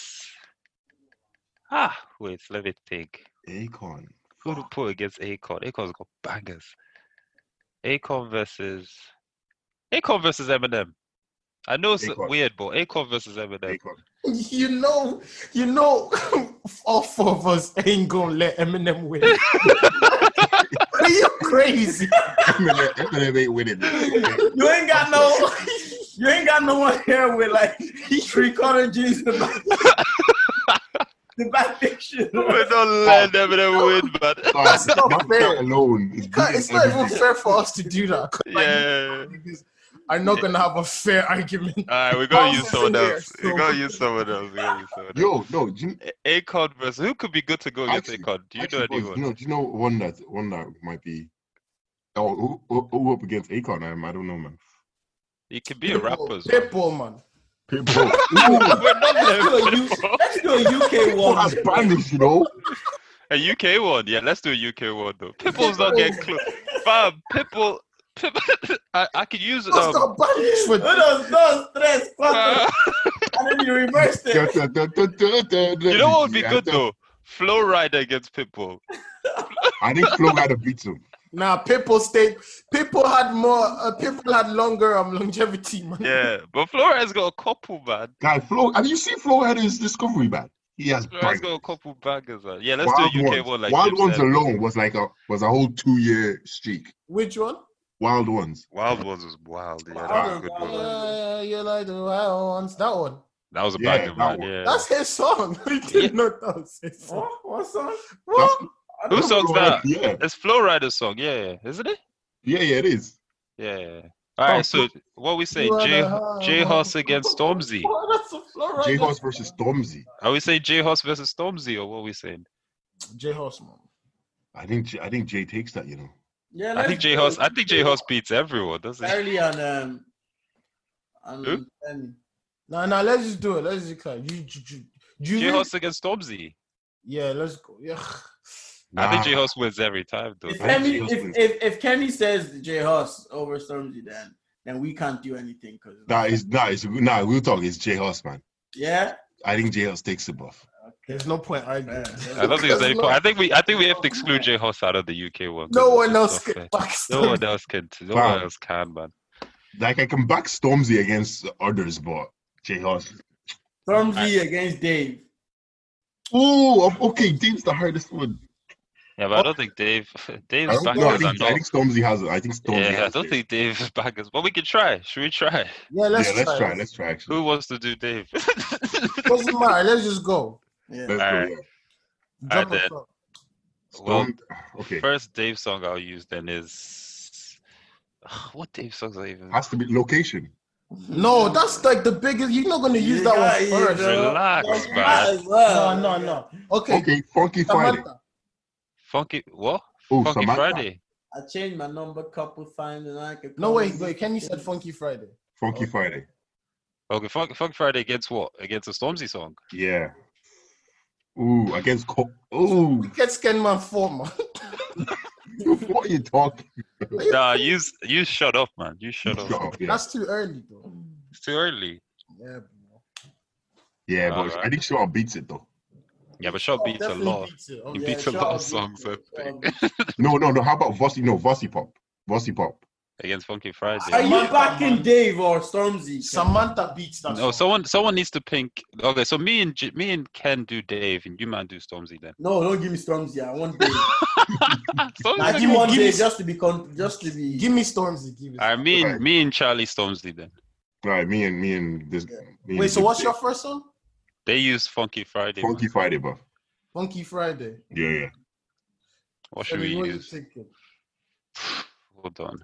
Speaker 3: Ah, wait. Let me think.
Speaker 4: Akon.
Speaker 3: Who to put against Akon? Akon's got bangers. Akon versus Akon versus Eminem. I know it's
Speaker 4: Akon.
Speaker 3: weird, but Akon versus Eminem.
Speaker 4: Akon.
Speaker 2: You know, you know, all four of us ain't gonna let Eminem win. Are you crazy?
Speaker 4: Eminem Eminem
Speaker 3: [LAUGHS]
Speaker 4: ain't winning this.
Speaker 5: You ain't got no. [LAUGHS] You ain't got no one here with like [LAUGHS] three corner jeans. and [LAUGHS] The back picture.
Speaker 3: We're not letting Eminem win, man. [LAUGHS]
Speaker 4: Fam,
Speaker 2: That's not
Speaker 4: that
Speaker 2: fair.
Speaker 4: guy alone is
Speaker 2: You can't- It's not even fair for us to do that. 'cause
Speaker 3: Yeah.
Speaker 2: niggas Are not gonna have a fair argument.
Speaker 3: All right, we're gonna
Speaker 2: Miles
Speaker 3: use
Speaker 2: is
Speaker 3: someone
Speaker 2: in there,
Speaker 3: else. We're
Speaker 2: so-
Speaker 3: gonna use someone else. We're gonna use someone else.
Speaker 4: Yo, no, do you,
Speaker 3: A- Akon versus who could be good to go against
Speaker 4: Actually-
Speaker 3: Akon? Do you
Speaker 4: actually, boys,
Speaker 3: know
Speaker 4: you
Speaker 3: anyone?
Speaker 4: know, do you know one that one that might be? Oh, who, who, who up against Akon? I, I don't know, man.
Speaker 3: It could be a rapper. as well.
Speaker 2: Pitbull, man.
Speaker 4: Pitbull. Ooh,
Speaker 3: We're
Speaker 4: [LAUGHS]
Speaker 3: not
Speaker 5: Let's do a
Speaker 3: letting Pitbull.
Speaker 5: U- let's do a UK
Speaker 4: Pitbull has
Speaker 5: one.
Speaker 4: bangers, you know.
Speaker 3: A UK one, yeah. Let's do a UK one though. Pitbull's not getting close. [LAUGHS] Fam, Pitbull. Pitbull [LAUGHS] I, I could use
Speaker 2: What's
Speaker 3: um.
Speaker 2: the balance for
Speaker 5: Uno, dos, tres,
Speaker 3: Uh.
Speaker 5: cuatro.
Speaker 3: [LAUGHS]
Speaker 5: And then you reversed
Speaker 4: you
Speaker 5: it.
Speaker 3: You know what would be
Speaker 4: I
Speaker 3: good
Speaker 4: thought-
Speaker 3: though? Flow Rider against Pitbull.
Speaker 4: I think Flo got to beat him.
Speaker 2: Nah, Pitbull stayed. Pitbull had more. Uh, Pitbull had longer um, longevity, man.
Speaker 3: Yeah, but Flow Rider's got a couple, man.
Speaker 4: Guy, Flo, have you seen Flo had his discovery man? He has
Speaker 3: Flow Rider's
Speaker 4: bangers.
Speaker 3: got a couple bangers, man. Yeah, let's do a UK
Speaker 4: ones.
Speaker 3: one like
Speaker 4: Wild
Speaker 3: Jim
Speaker 4: ones
Speaker 3: said.
Speaker 4: alone was like a was a whole two year streak.
Speaker 2: Which one?
Speaker 4: Wild ones.
Speaker 3: Wild ones was wild. Yeah, that was a
Speaker 5: Wild
Speaker 3: good
Speaker 5: Ones.
Speaker 3: one.
Speaker 2: Uh, you like the wild ones. That one.
Speaker 3: That was a
Speaker 4: Yeah,
Speaker 3: banger,
Speaker 4: that
Speaker 3: man.
Speaker 4: one.
Speaker 3: Yeah.
Speaker 2: That's his song. [LAUGHS] We
Speaker 3: Yeah.
Speaker 2: did not know that was his song.
Speaker 5: What? What song?
Speaker 4: That's,
Speaker 2: What?
Speaker 5: I don't
Speaker 3: Who
Speaker 5: know.
Speaker 3: song's that?
Speaker 4: Yeah,
Speaker 3: It's Flow Rider's song, yeah, isn't it?
Speaker 4: yeah, yeah, it is.
Speaker 3: Yeah. All right, so what we say,
Speaker 2: You are
Speaker 3: J
Speaker 2: the
Speaker 3: J Hoss
Speaker 2: high
Speaker 3: against Stormzy.
Speaker 2: Oh, that's a flow
Speaker 4: J
Speaker 2: rider.
Speaker 4: Horse versus Stormzy.
Speaker 3: Are we saying J Hoss versus Stormzy, or what we saying?
Speaker 2: J Horse, man.
Speaker 4: I think J- I think Jay takes that. You know.
Speaker 5: Yeah,
Speaker 3: I
Speaker 5: let's
Speaker 3: think
Speaker 5: do
Speaker 3: J Hoss.
Speaker 5: it.
Speaker 3: I think J Hoss beats everyone, doesn't he?
Speaker 5: Barely on um. On
Speaker 3: Who?
Speaker 5: Fendi.
Speaker 2: Nah, nah. Let's just do it. Let's just like you. you, you, you
Speaker 3: J
Speaker 2: really-
Speaker 3: Hoss against Stormzy.
Speaker 2: Yeah, let's go. Yeah.
Speaker 3: I
Speaker 4: Nah.
Speaker 3: think J Hoss wins every time, though.
Speaker 5: If
Speaker 4: Right.
Speaker 5: Kenny,
Speaker 4: Yes,
Speaker 5: if,
Speaker 4: please.
Speaker 5: if, if Kenny says J Hoss over Stormzy, then then we can't do anything because
Speaker 4: Nah, it's nah, it's nah. We'll talk. It's Jay Horse, man.
Speaker 3: [LAUGHS]
Speaker 5: yeah.
Speaker 4: I think Jay Horse takes it off.
Speaker 2: There's no point arguing.
Speaker 5: Man.
Speaker 3: I don't think there's any
Speaker 2: There's
Speaker 3: point. I think we I think we have to exclude J Hoss out of the UK one. 'cause
Speaker 2: No
Speaker 3: it's
Speaker 2: one
Speaker 3: just
Speaker 2: else
Speaker 3: not
Speaker 2: can
Speaker 3: fair. No
Speaker 2: backstab.
Speaker 3: one else can. No
Speaker 4: Wow.
Speaker 3: one else can, man.
Speaker 4: Like I can back Stormzy against others, but J Hoss.
Speaker 5: Stormzy against Dave.
Speaker 4: Oh, okay. Dave's the hardest one.
Speaker 3: Yeah, but I don't think Dave [LAUGHS]
Speaker 4: I
Speaker 3: Dave's
Speaker 4: don't know. I
Speaker 3: backers are
Speaker 4: think, I
Speaker 3: not.
Speaker 4: think Stormzy has it. I think Stormzy
Speaker 3: Yeah, I
Speaker 4: has
Speaker 3: don't
Speaker 4: it.
Speaker 3: think Dave's backers, but we can try. Should we try?
Speaker 2: [LAUGHS] Yeah, let's,
Speaker 4: yeah, let's try.
Speaker 2: it.
Speaker 4: Let's try. Actually,
Speaker 3: Who wants to do [LAUGHS] Dave?
Speaker 2: Doesn't matter. Let's just go.
Speaker 5: Yeah.
Speaker 4: let's
Speaker 3: Alright.
Speaker 4: go. Yeah.
Speaker 2: Drop
Speaker 3: Alright,
Speaker 2: us
Speaker 3: then.
Speaker 2: up.
Speaker 4: Storm. okay,
Speaker 3: First Dave song I'll use then is [SIGHS] what Dave songs are even
Speaker 4: has to be location.
Speaker 2: No, that's like the biggest. You're not gonna use that
Speaker 5: Yeah,
Speaker 2: one
Speaker 5: yeah,
Speaker 2: first.
Speaker 5: yeah.
Speaker 3: Relax,
Speaker 4: Yeah.
Speaker 3: man.
Speaker 5: as well.
Speaker 2: No, no, no. Okay,
Speaker 4: Okay, Funky Friday.
Speaker 2: Samantha.
Speaker 3: Funky what?
Speaker 4: Oh,
Speaker 3: Funky
Speaker 4: Samantha.
Speaker 3: Friday.
Speaker 5: I changed my number a couple times and I could.
Speaker 2: No,
Speaker 5: call
Speaker 2: wait,
Speaker 5: it-
Speaker 2: wait. Kenny said Funky Friday.
Speaker 4: Funky Friday.
Speaker 3: Okay, Funky, Funky Friday against what? Against a Stormzy song.
Speaker 4: Yeah. Ooh, against Co- Ooh, [LAUGHS]
Speaker 2: Get Scanman four, man.
Speaker 4: what are you talking?
Speaker 2: [LAUGHS]
Speaker 3: Nah, you s- you shut up, man. You shut up.
Speaker 4: about? Yeah,
Speaker 2: That's too early, though.
Speaker 3: It's too early.
Speaker 2: Yeah, bro.
Speaker 4: yeah but
Speaker 3: Alright.
Speaker 4: I think Shaw beats it though.
Speaker 3: Yeah, but Shot beats a
Speaker 2: Definitely
Speaker 3: lot.
Speaker 2: beats it. Oh,
Speaker 3: He
Speaker 2: yeah.
Speaker 3: beats a
Speaker 5: sure,
Speaker 3: lot
Speaker 5: I'll
Speaker 3: of
Speaker 5: beat
Speaker 3: songs, I
Speaker 5: it.
Speaker 3: think.
Speaker 5: Um,
Speaker 4: No, no, no. How about Vossi? No, Vossi Pop. Vossi Pop.
Speaker 3: Against Funky Friday.
Speaker 5: Are you
Speaker 2: Samantha,
Speaker 5: backing
Speaker 2: man.
Speaker 5: Dave or Stormzy?
Speaker 2: Samantha beats that.
Speaker 3: No,
Speaker 2: song.
Speaker 3: Oh, someone someone needs to pink. Okay, so me and J- me and Ken do Dave, and you man do Stormzy then.
Speaker 5: No, don't give me Stormzy. I
Speaker 2: [LAUGHS]
Speaker 5: want Dave. I
Speaker 3: [LAUGHS] Stormzy.
Speaker 5: give
Speaker 2: give me-
Speaker 5: one
Speaker 2: give me-
Speaker 5: Dave just to be con- just to be.
Speaker 2: Give me Stormzy. Give me.
Speaker 3: I
Speaker 2: Stormzy.
Speaker 3: mean,
Speaker 4: Right.
Speaker 3: me and Charlie Stormzy then.
Speaker 4: All right, me and me and this.
Speaker 5: Yeah.
Speaker 4: me
Speaker 2: Wait,
Speaker 4: and
Speaker 2: so
Speaker 4: this-
Speaker 2: what's your first song?
Speaker 3: They use Funky Friday. man.
Speaker 4: Funky Friday, bro?
Speaker 2: Funky Friday.
Speaker 4: Yeah, yeah.
Speaker 3: What should
Speaker 2: Tell me
Speaker 3: we
Speaker 2: what you
Speaker 3: use?
Speaker 2: thinking.
Speaker 3: [SIGHS] Hold on.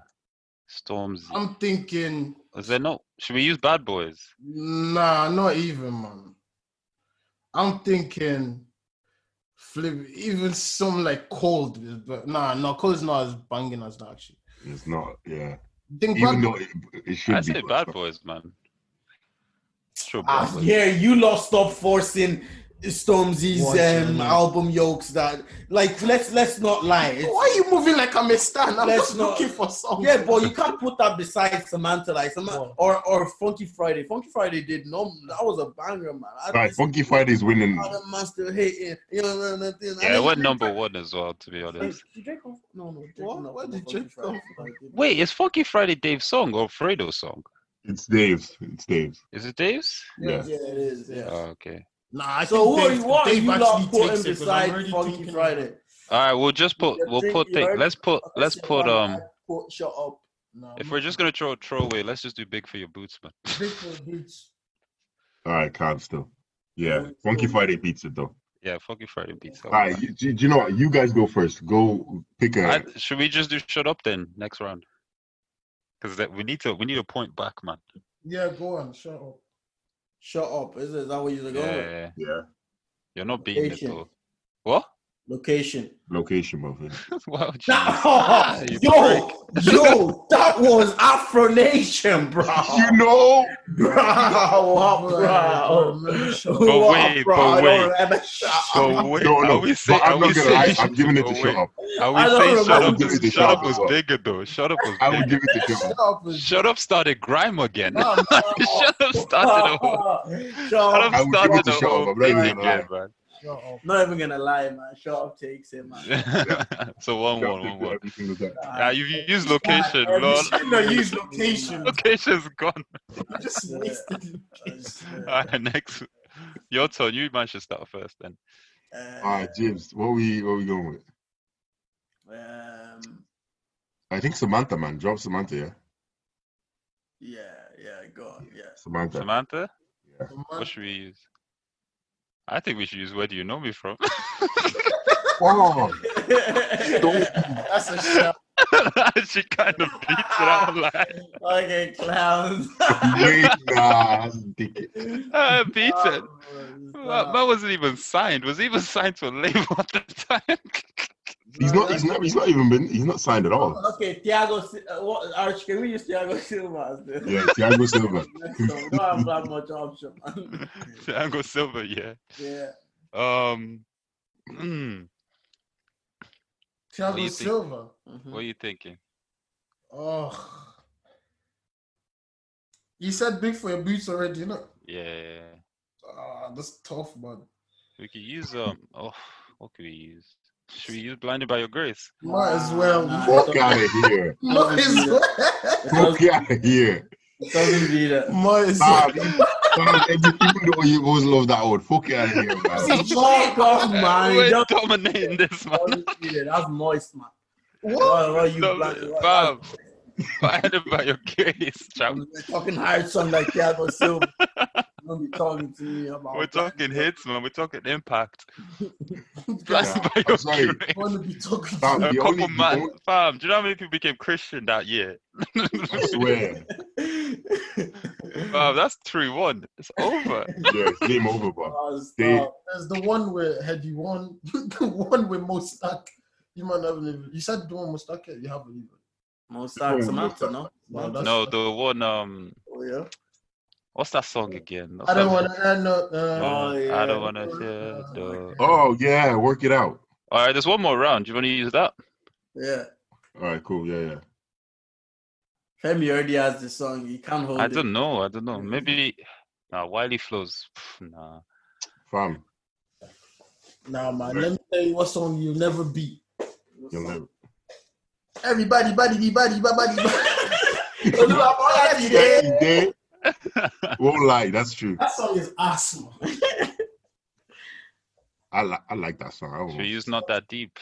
Speaker 3: Stormzy.
Speaker 2: I'm thinking,
Speaker 3: Is there no? Should we use Bad Boys?
Speaker 2: nah, not even, man. I'm thinking, flip, even some like cold, is but nah, no, cold's not as banging as that actually.
Speaker 4: It's not. Yeah.
Speaker 2: Think
Speaker 4: Even
Speaker 2: Bad
Speaker 4: though
Speaker 2: Boy-
Speaker 4: it, it should
Speaker 3: I
Speaker 4: be.
Speaker 3: say
Speaker 4: but
Speaker 3: Bad
Speaker 4: it's not.
Speaker 3: Boys, man. Sure, Bad
Speaker 5: Ah,
Speaker 3: Boys.
Speaker 5: yeah, you lot stop forcing Stormzy's
Speaker 2: What's your
Speaker 5: um,
Speaker 2: name?
Speaker 5: album yokes. That like let's let's not lie. It's-
Speaker 2: why are you moving like I'm a stan? I'm
Speaker 5: Let's
Speaker 2: just
Speaker 5: not-
Speaker 2: looking for something.
Speaker 5: Yeah,
Speaker 2: [LAUGHS]
Speaker 5: but you can't put that beside Samantha like Samantha
Speaker 2: Wow.
Speaker 5: or or Funky Friday. Funky Friday did no, that was a banger, man. I
Speaker 4: All right,
Speaker 5: just-
Speaker 4: Funky Friday's winning.
Speaker 5: Other man still hating. You know what I'm saying? I
Speaker 3: Yeah, it
Speaker 5: mean,
Speaker 3: went number one as well, to be honest.
Speaker 5: Did Drake come? No, no. Drake
Speaker 2: What?
Speaker 5: not
Speaker 2: Where
Speaker 5: come
Speaker 2: did
Speaker 5: on Funky
Speaker 2: Drake come
Speaker 5: Friday.
Speaker 3: Wait, is Funky Friday Dave's song or Fredo's song?
Speaker 4: It's Dave's. It's Dave's.
Speaker 3: Is it Dave's?
Speaker 4: Yeah.
Speaker 5: Yeah, it is. Yeah.
Speaker 3: Oh, okay.
Speaker 2: Nah, I
Speaker 5: So who
Speaker 2: think
Speaker 5: are you, what are
Speaker 2: Dave
Speaker 5: you
Speaker 2: actually
Speaker 5: lot putting
Speaker 2: takes it, 'cause I'm
Speaker 5: beside
Speaker 2: already
Speaker 5: Funky
Speaker 2: thinking-
Speaker 5: Friday?
Speaker 3: All right, we'll just put
Speaker 5: You're
Speaker 3: we'll
Speaker 5: drink-
Speaker 3: put
Speaker 5: you
Speaker 3: thing.
Speaker 5: heard?
Speaker 3: Let's put
Speaker 5: Okay,
Speaker 3: let's
Speaker 5: so
Speaker 3: put
Speaker 5: fine,
Speaker 3: um.
Speaker 5: I put shut up.
Speaker 2: Nah,
Speaker 3: If we're just gonna throw throw away, let's just do Big for Your Boots, man.
Speaker 2: Big for Boots.
Speaker 4: All right, calm still. Yeah,
Speaker 5: Yeah,
Speaker 4: Funky
Speaker 5: so-
Speaker 4: Friday beats it though.
Speaker 3: Yeah, Funky Friday beats. that
Speaker 4: All
Speaker 3: one,
Speaker 4: right,
Speaker 3: man.
Speaker 4: you, do, do you know what? You guys go first. Go pick a.
Speaker 3: I, should we just do shut up then next round? Because that we need to we need a point back, man.
Speaker 2: Yeah, go on, shut up.
Speaker 5: Shut up. Is, is that what you're
Speaker 3: Yeah,
Speaker 5: going?
Speaker 3: yeah,
Speaker 5: with?
Speaker 3: yeah.
Speaker 4: yeah,
Speaker 3: you're not beating it
Speaker 5: Patient.
Speaker 3: though. What? [LAUGHS]
Speaker 5: Location.
Speaker 4: location, bro. yeah.
Speaker 3: wow,
Speaker 5: [LAUGHS]
Speaker 3: [LAUGHS]
Speaker 5: Nah,
Speaker 3: Jesus.
Speaker 5: yo,
Speaker 3: [LAUGHS]
Speaker 5: yo, that was Afro Nation, bro.
Speaker 4: You know,
Speaker 5: Bro, bro.
Speaker 2: man, shut up.
Speaker 3: But
Speaker 5: Wow,
Speaker 3: wait,
Speaker 5: bro,
Speaker 3: but
Speaker 5: I don't
Speaker 3: wait. [LAUGHS]
Speaker 5: ever shut up.
Speaker 3: So wait,
Speaker 4: no, no.
Speaker 3: are we saying?
Speaker 4: but I'm
Speaker 3: Are we
Speaker 4: not gonna lie.
Speaker 3: saying?
Speaker 4: I'm giving it
Speaker 3: oh,
Speaker 4: to
Speaker 3: wait.
Speaker 4: shut up.
Speaker 3: Are
Speaker 5: I
Speaker 3: we
Speaker 5: don't
Speaker 3: saying
Speaker 5: remember.
Speaker 3: shut
Speaker 4: I
Speaker 3: up?
Speaker 4: would give it to
Speaker 3: Was, shut
Speaker 4: Shut
Speaker 3: up
Speaker 4: Up
Speaker 3: was
Speaker 4: as well.
Speaker 3: bigger though. Shut up was
Speaker 4: I would
Speaker 3: bigger.
Speaker 4: give it to
Speaker 3: [LAUGHS]
Speaker 4: shut
Speaker 2: Shut
Speaker 4: up.
Speaker 2: up. is-
Speaker 3: Shut up started grime again. [LAUGHS]
Speaker 2: Nah, nah,
Speaker 3: shut up started a whole.
Speaker 5: Shut
Speaker 3: Shut
Speaker 5: up.
Speaker 3: up
Speaker 4: I would give
Speaker 3: started
Speaker 4: it to
Speaker 3: the
Speaker 4: Shut Up,
Speaker 3: whole
Speaker 4: I'm not even
Speaker 3: thing
Speaker 4: gonna lie.
Speaker 3: again, man.
Speaker 5: Not even gonna lie, man.
Speaker 2: shut up.
Speaker 5: Shut up takes it, man.
Speaker 3: [LAUGHS] so one
Speaker 4: Shut
Speaker 3: one one
Speaker 4: Up takes
Speaker 3: one.
Speaker 4: every single time.
Speaker 3: Yeah, you've used location,
Speaker 5: Every [LAUGHS]
Speaker 3: lol.
Speaker 5: single
Speaker 2: You
Speaker 3: [LAUGHS]
Speaker 2: use location.
Speaker 3: Location's gone. [LAUGHS]
Speaker 2: I just
Speaker 5: Yeah.
Speaker 2: wasted.
Speaker 5: Uh,
Speaker 3: Alright, next, your turn. You man should start first then.
Speaker 4: All right, James. What we what we going with?
Speaker 5: um,
Speaker 4: I think Samantha, man. Drop Samantha, yeah.
Speaker 5: yeah, yeah, go on, yeah.
Speaker 4: Samantha.
Speaker 3: Samantha, what
Speaker 2: it.
Speaker 3: should we use? I think we should use "Where do you know me from?" [LAUGHS]
Speaker 4: Wow.
Speaker 2: That's a shout.
Speaker 3: she kind of beats it out like
Speaker 5: okay,
Speaker 3: [LAUGHS]
Speaker 5: clowns.
Speaker 4: Wait, nah, that's ridiculous.
Speaker 3: uh, [LAUGHS] beats it.
Speaker 5: Oh,
Speaker 3: That man wasn't even signed. Was he even signed to a label [LAUGHS] at the time?
Speaker 4: He's not. He's not. He's not even been. He's not signed at all.
Speaker 5: Okay, Thiago. Si- Uh, what, Arch, can we use Thiago Silva? as the-
Speaker 4: Yeah, Thiago Silva.
Speaker 5: Next one. We don't have that much option, man.
Speaker 3: [LAUGHS] Thiago Silva, yeah.
Speaker 5: Yeah.
Speaker 3: Um, hmm, What do
Speaker 2: Thiago
Speaker 3: you think?
Speaker 2: Silva.
Speaker 3: what are you thinking?
Speaker 2: Oh. You said big for your boots already, you know?
Speaker 3: Yeah,
Speaker 2: Ah, that's tough, man.
Speaker 3: We could use um. Oh, what could we use? Should we use "Blinded by Your Grace"?
Speaker 2: Might as well.
Speaker 5: Nah,
Speaker 4: Fuck out of here.
Speaker 2: Might as well.
Speaker 5: It
Speaker 4: Fuck
Speaker 5: doesn't,
Speaker 4: out
Speaker 3: [LAUGHS]
Speaker 4: of here. Ah,
Speaker 5: it doesn't do that.
Speaker 2: Might as
Speaker 4: Nah,
Speaker 2: well.
Speaker 4: people people don't you always love that word. Fuck out of here, man.
Speaker 5: Fuck off, man. It
Speaker 3: Uh, We're
Speaker 5: doesn't-
Speaker 3: dominating this,
Speaker 4: [LAUGHS]
Speaker 3: man.
Speaker 5: doesn't do that. That's moist, man.
Speaker 2: What?
Speaker 4: Oh,
Speaker 5: What? What you black?
Speaker 3: Domin-
Speaker 5: what-
Speaker 3: [LAUGHS] Fam, "Blinded by Your Grace,"
Speaker 4: [LAUGHS]
Speaker 3: champ.
Speaker 5: We're um, talking hard song like Thiago
Speaker 3: [LAUGHS]
Speaker 5: Silva. Don't be talking to me
Speaker 4: Oh,
Speaker 5: about.
Speaker 3: We're talking hits, man. We're talking
Speaker 4: [LAUGHS]
Speaker 3: impact. [LAUGHS]
Speaker 2: That's
Speaker 3: Blinded by Your
Speaker 4: sorry.
Speaker 3: Grace.
Speaker 2: want to be talking
Speaker 4: Fam,
Speaker 2: to.
Speaker 3: A
Speaker 4: the
Speaker 3: couple
Speaker 4: only- the
Speaker 3: man,
Speaker 4: only-
Speaker 3: fam. Do you know how many people became Christian that year? [LAUGHS]
Speaker 4: I swear.
Speaker 5: [LAUGHS]
Speaker 3: Fam, that's three one. It's over.
Speaker 4: Yeah, it's game
Speaker 3: [LAUGHS]
Speaker 4: over, bro.
Speaker 5: Oh, stop.
Speaker 4: They-
Speaker 2: There's the one where had you won, [LAUGHS] the one with Mo Stark. You might not have even. You said the one with Stark. You haven't even.
Speaker 5: Mo Stark, Samantha, no?
Speaker 2: No, Oh, that's-
Speaker 3: No, the one. Um,
Speaker 5: Oh, yeah.
Speaker 3: what's that song again? What's
Speaker 2: I don't
Speaker 3: that-
Speaker 2: want to. No, uh,
Speaker 5: Oh,
Speaker 3: Uh,
Speaker 5: yeah.
Speaker 3: I don't want to
Speaker 2: Uh,
Speaker 3: share the.
Speaker 4: Oh yeah, work it out.
Speaker 3: All right, there's one more round. Do you want to use that?
Speaker 5: Yeah.
Speaker 4: All right, cool. Yeah, yeah.
Speaker 5: Femi already has the song. He can't hold
Speaker 3: I
Speaker 5: it.
Speaker 3: don't know. I don't know.
Speaker 5: Mhm.
Speaker 3: Maybe. Nah, Wiley flows. pff, Nah.
Speaker 4: Fam,
Speaker 2: nah, man. Let me tell you what song you'll never beat.
Speaker 4: you'll never.
Speaker 2: Everybody, buddy, buddy, buddy, buddy.
Speaker 5: [LAUGHS] Every day.
Speaker 4: Every
Speaker 3: [LAUGHS]
Speaker 4: day. Won't lie, that's true.
Speaker 2: That song is awesome.
Speaker 4: I like I like that song. I don't
Speaker 3: Should we
Speaker 4: know.
Speaker 3: use not that deep?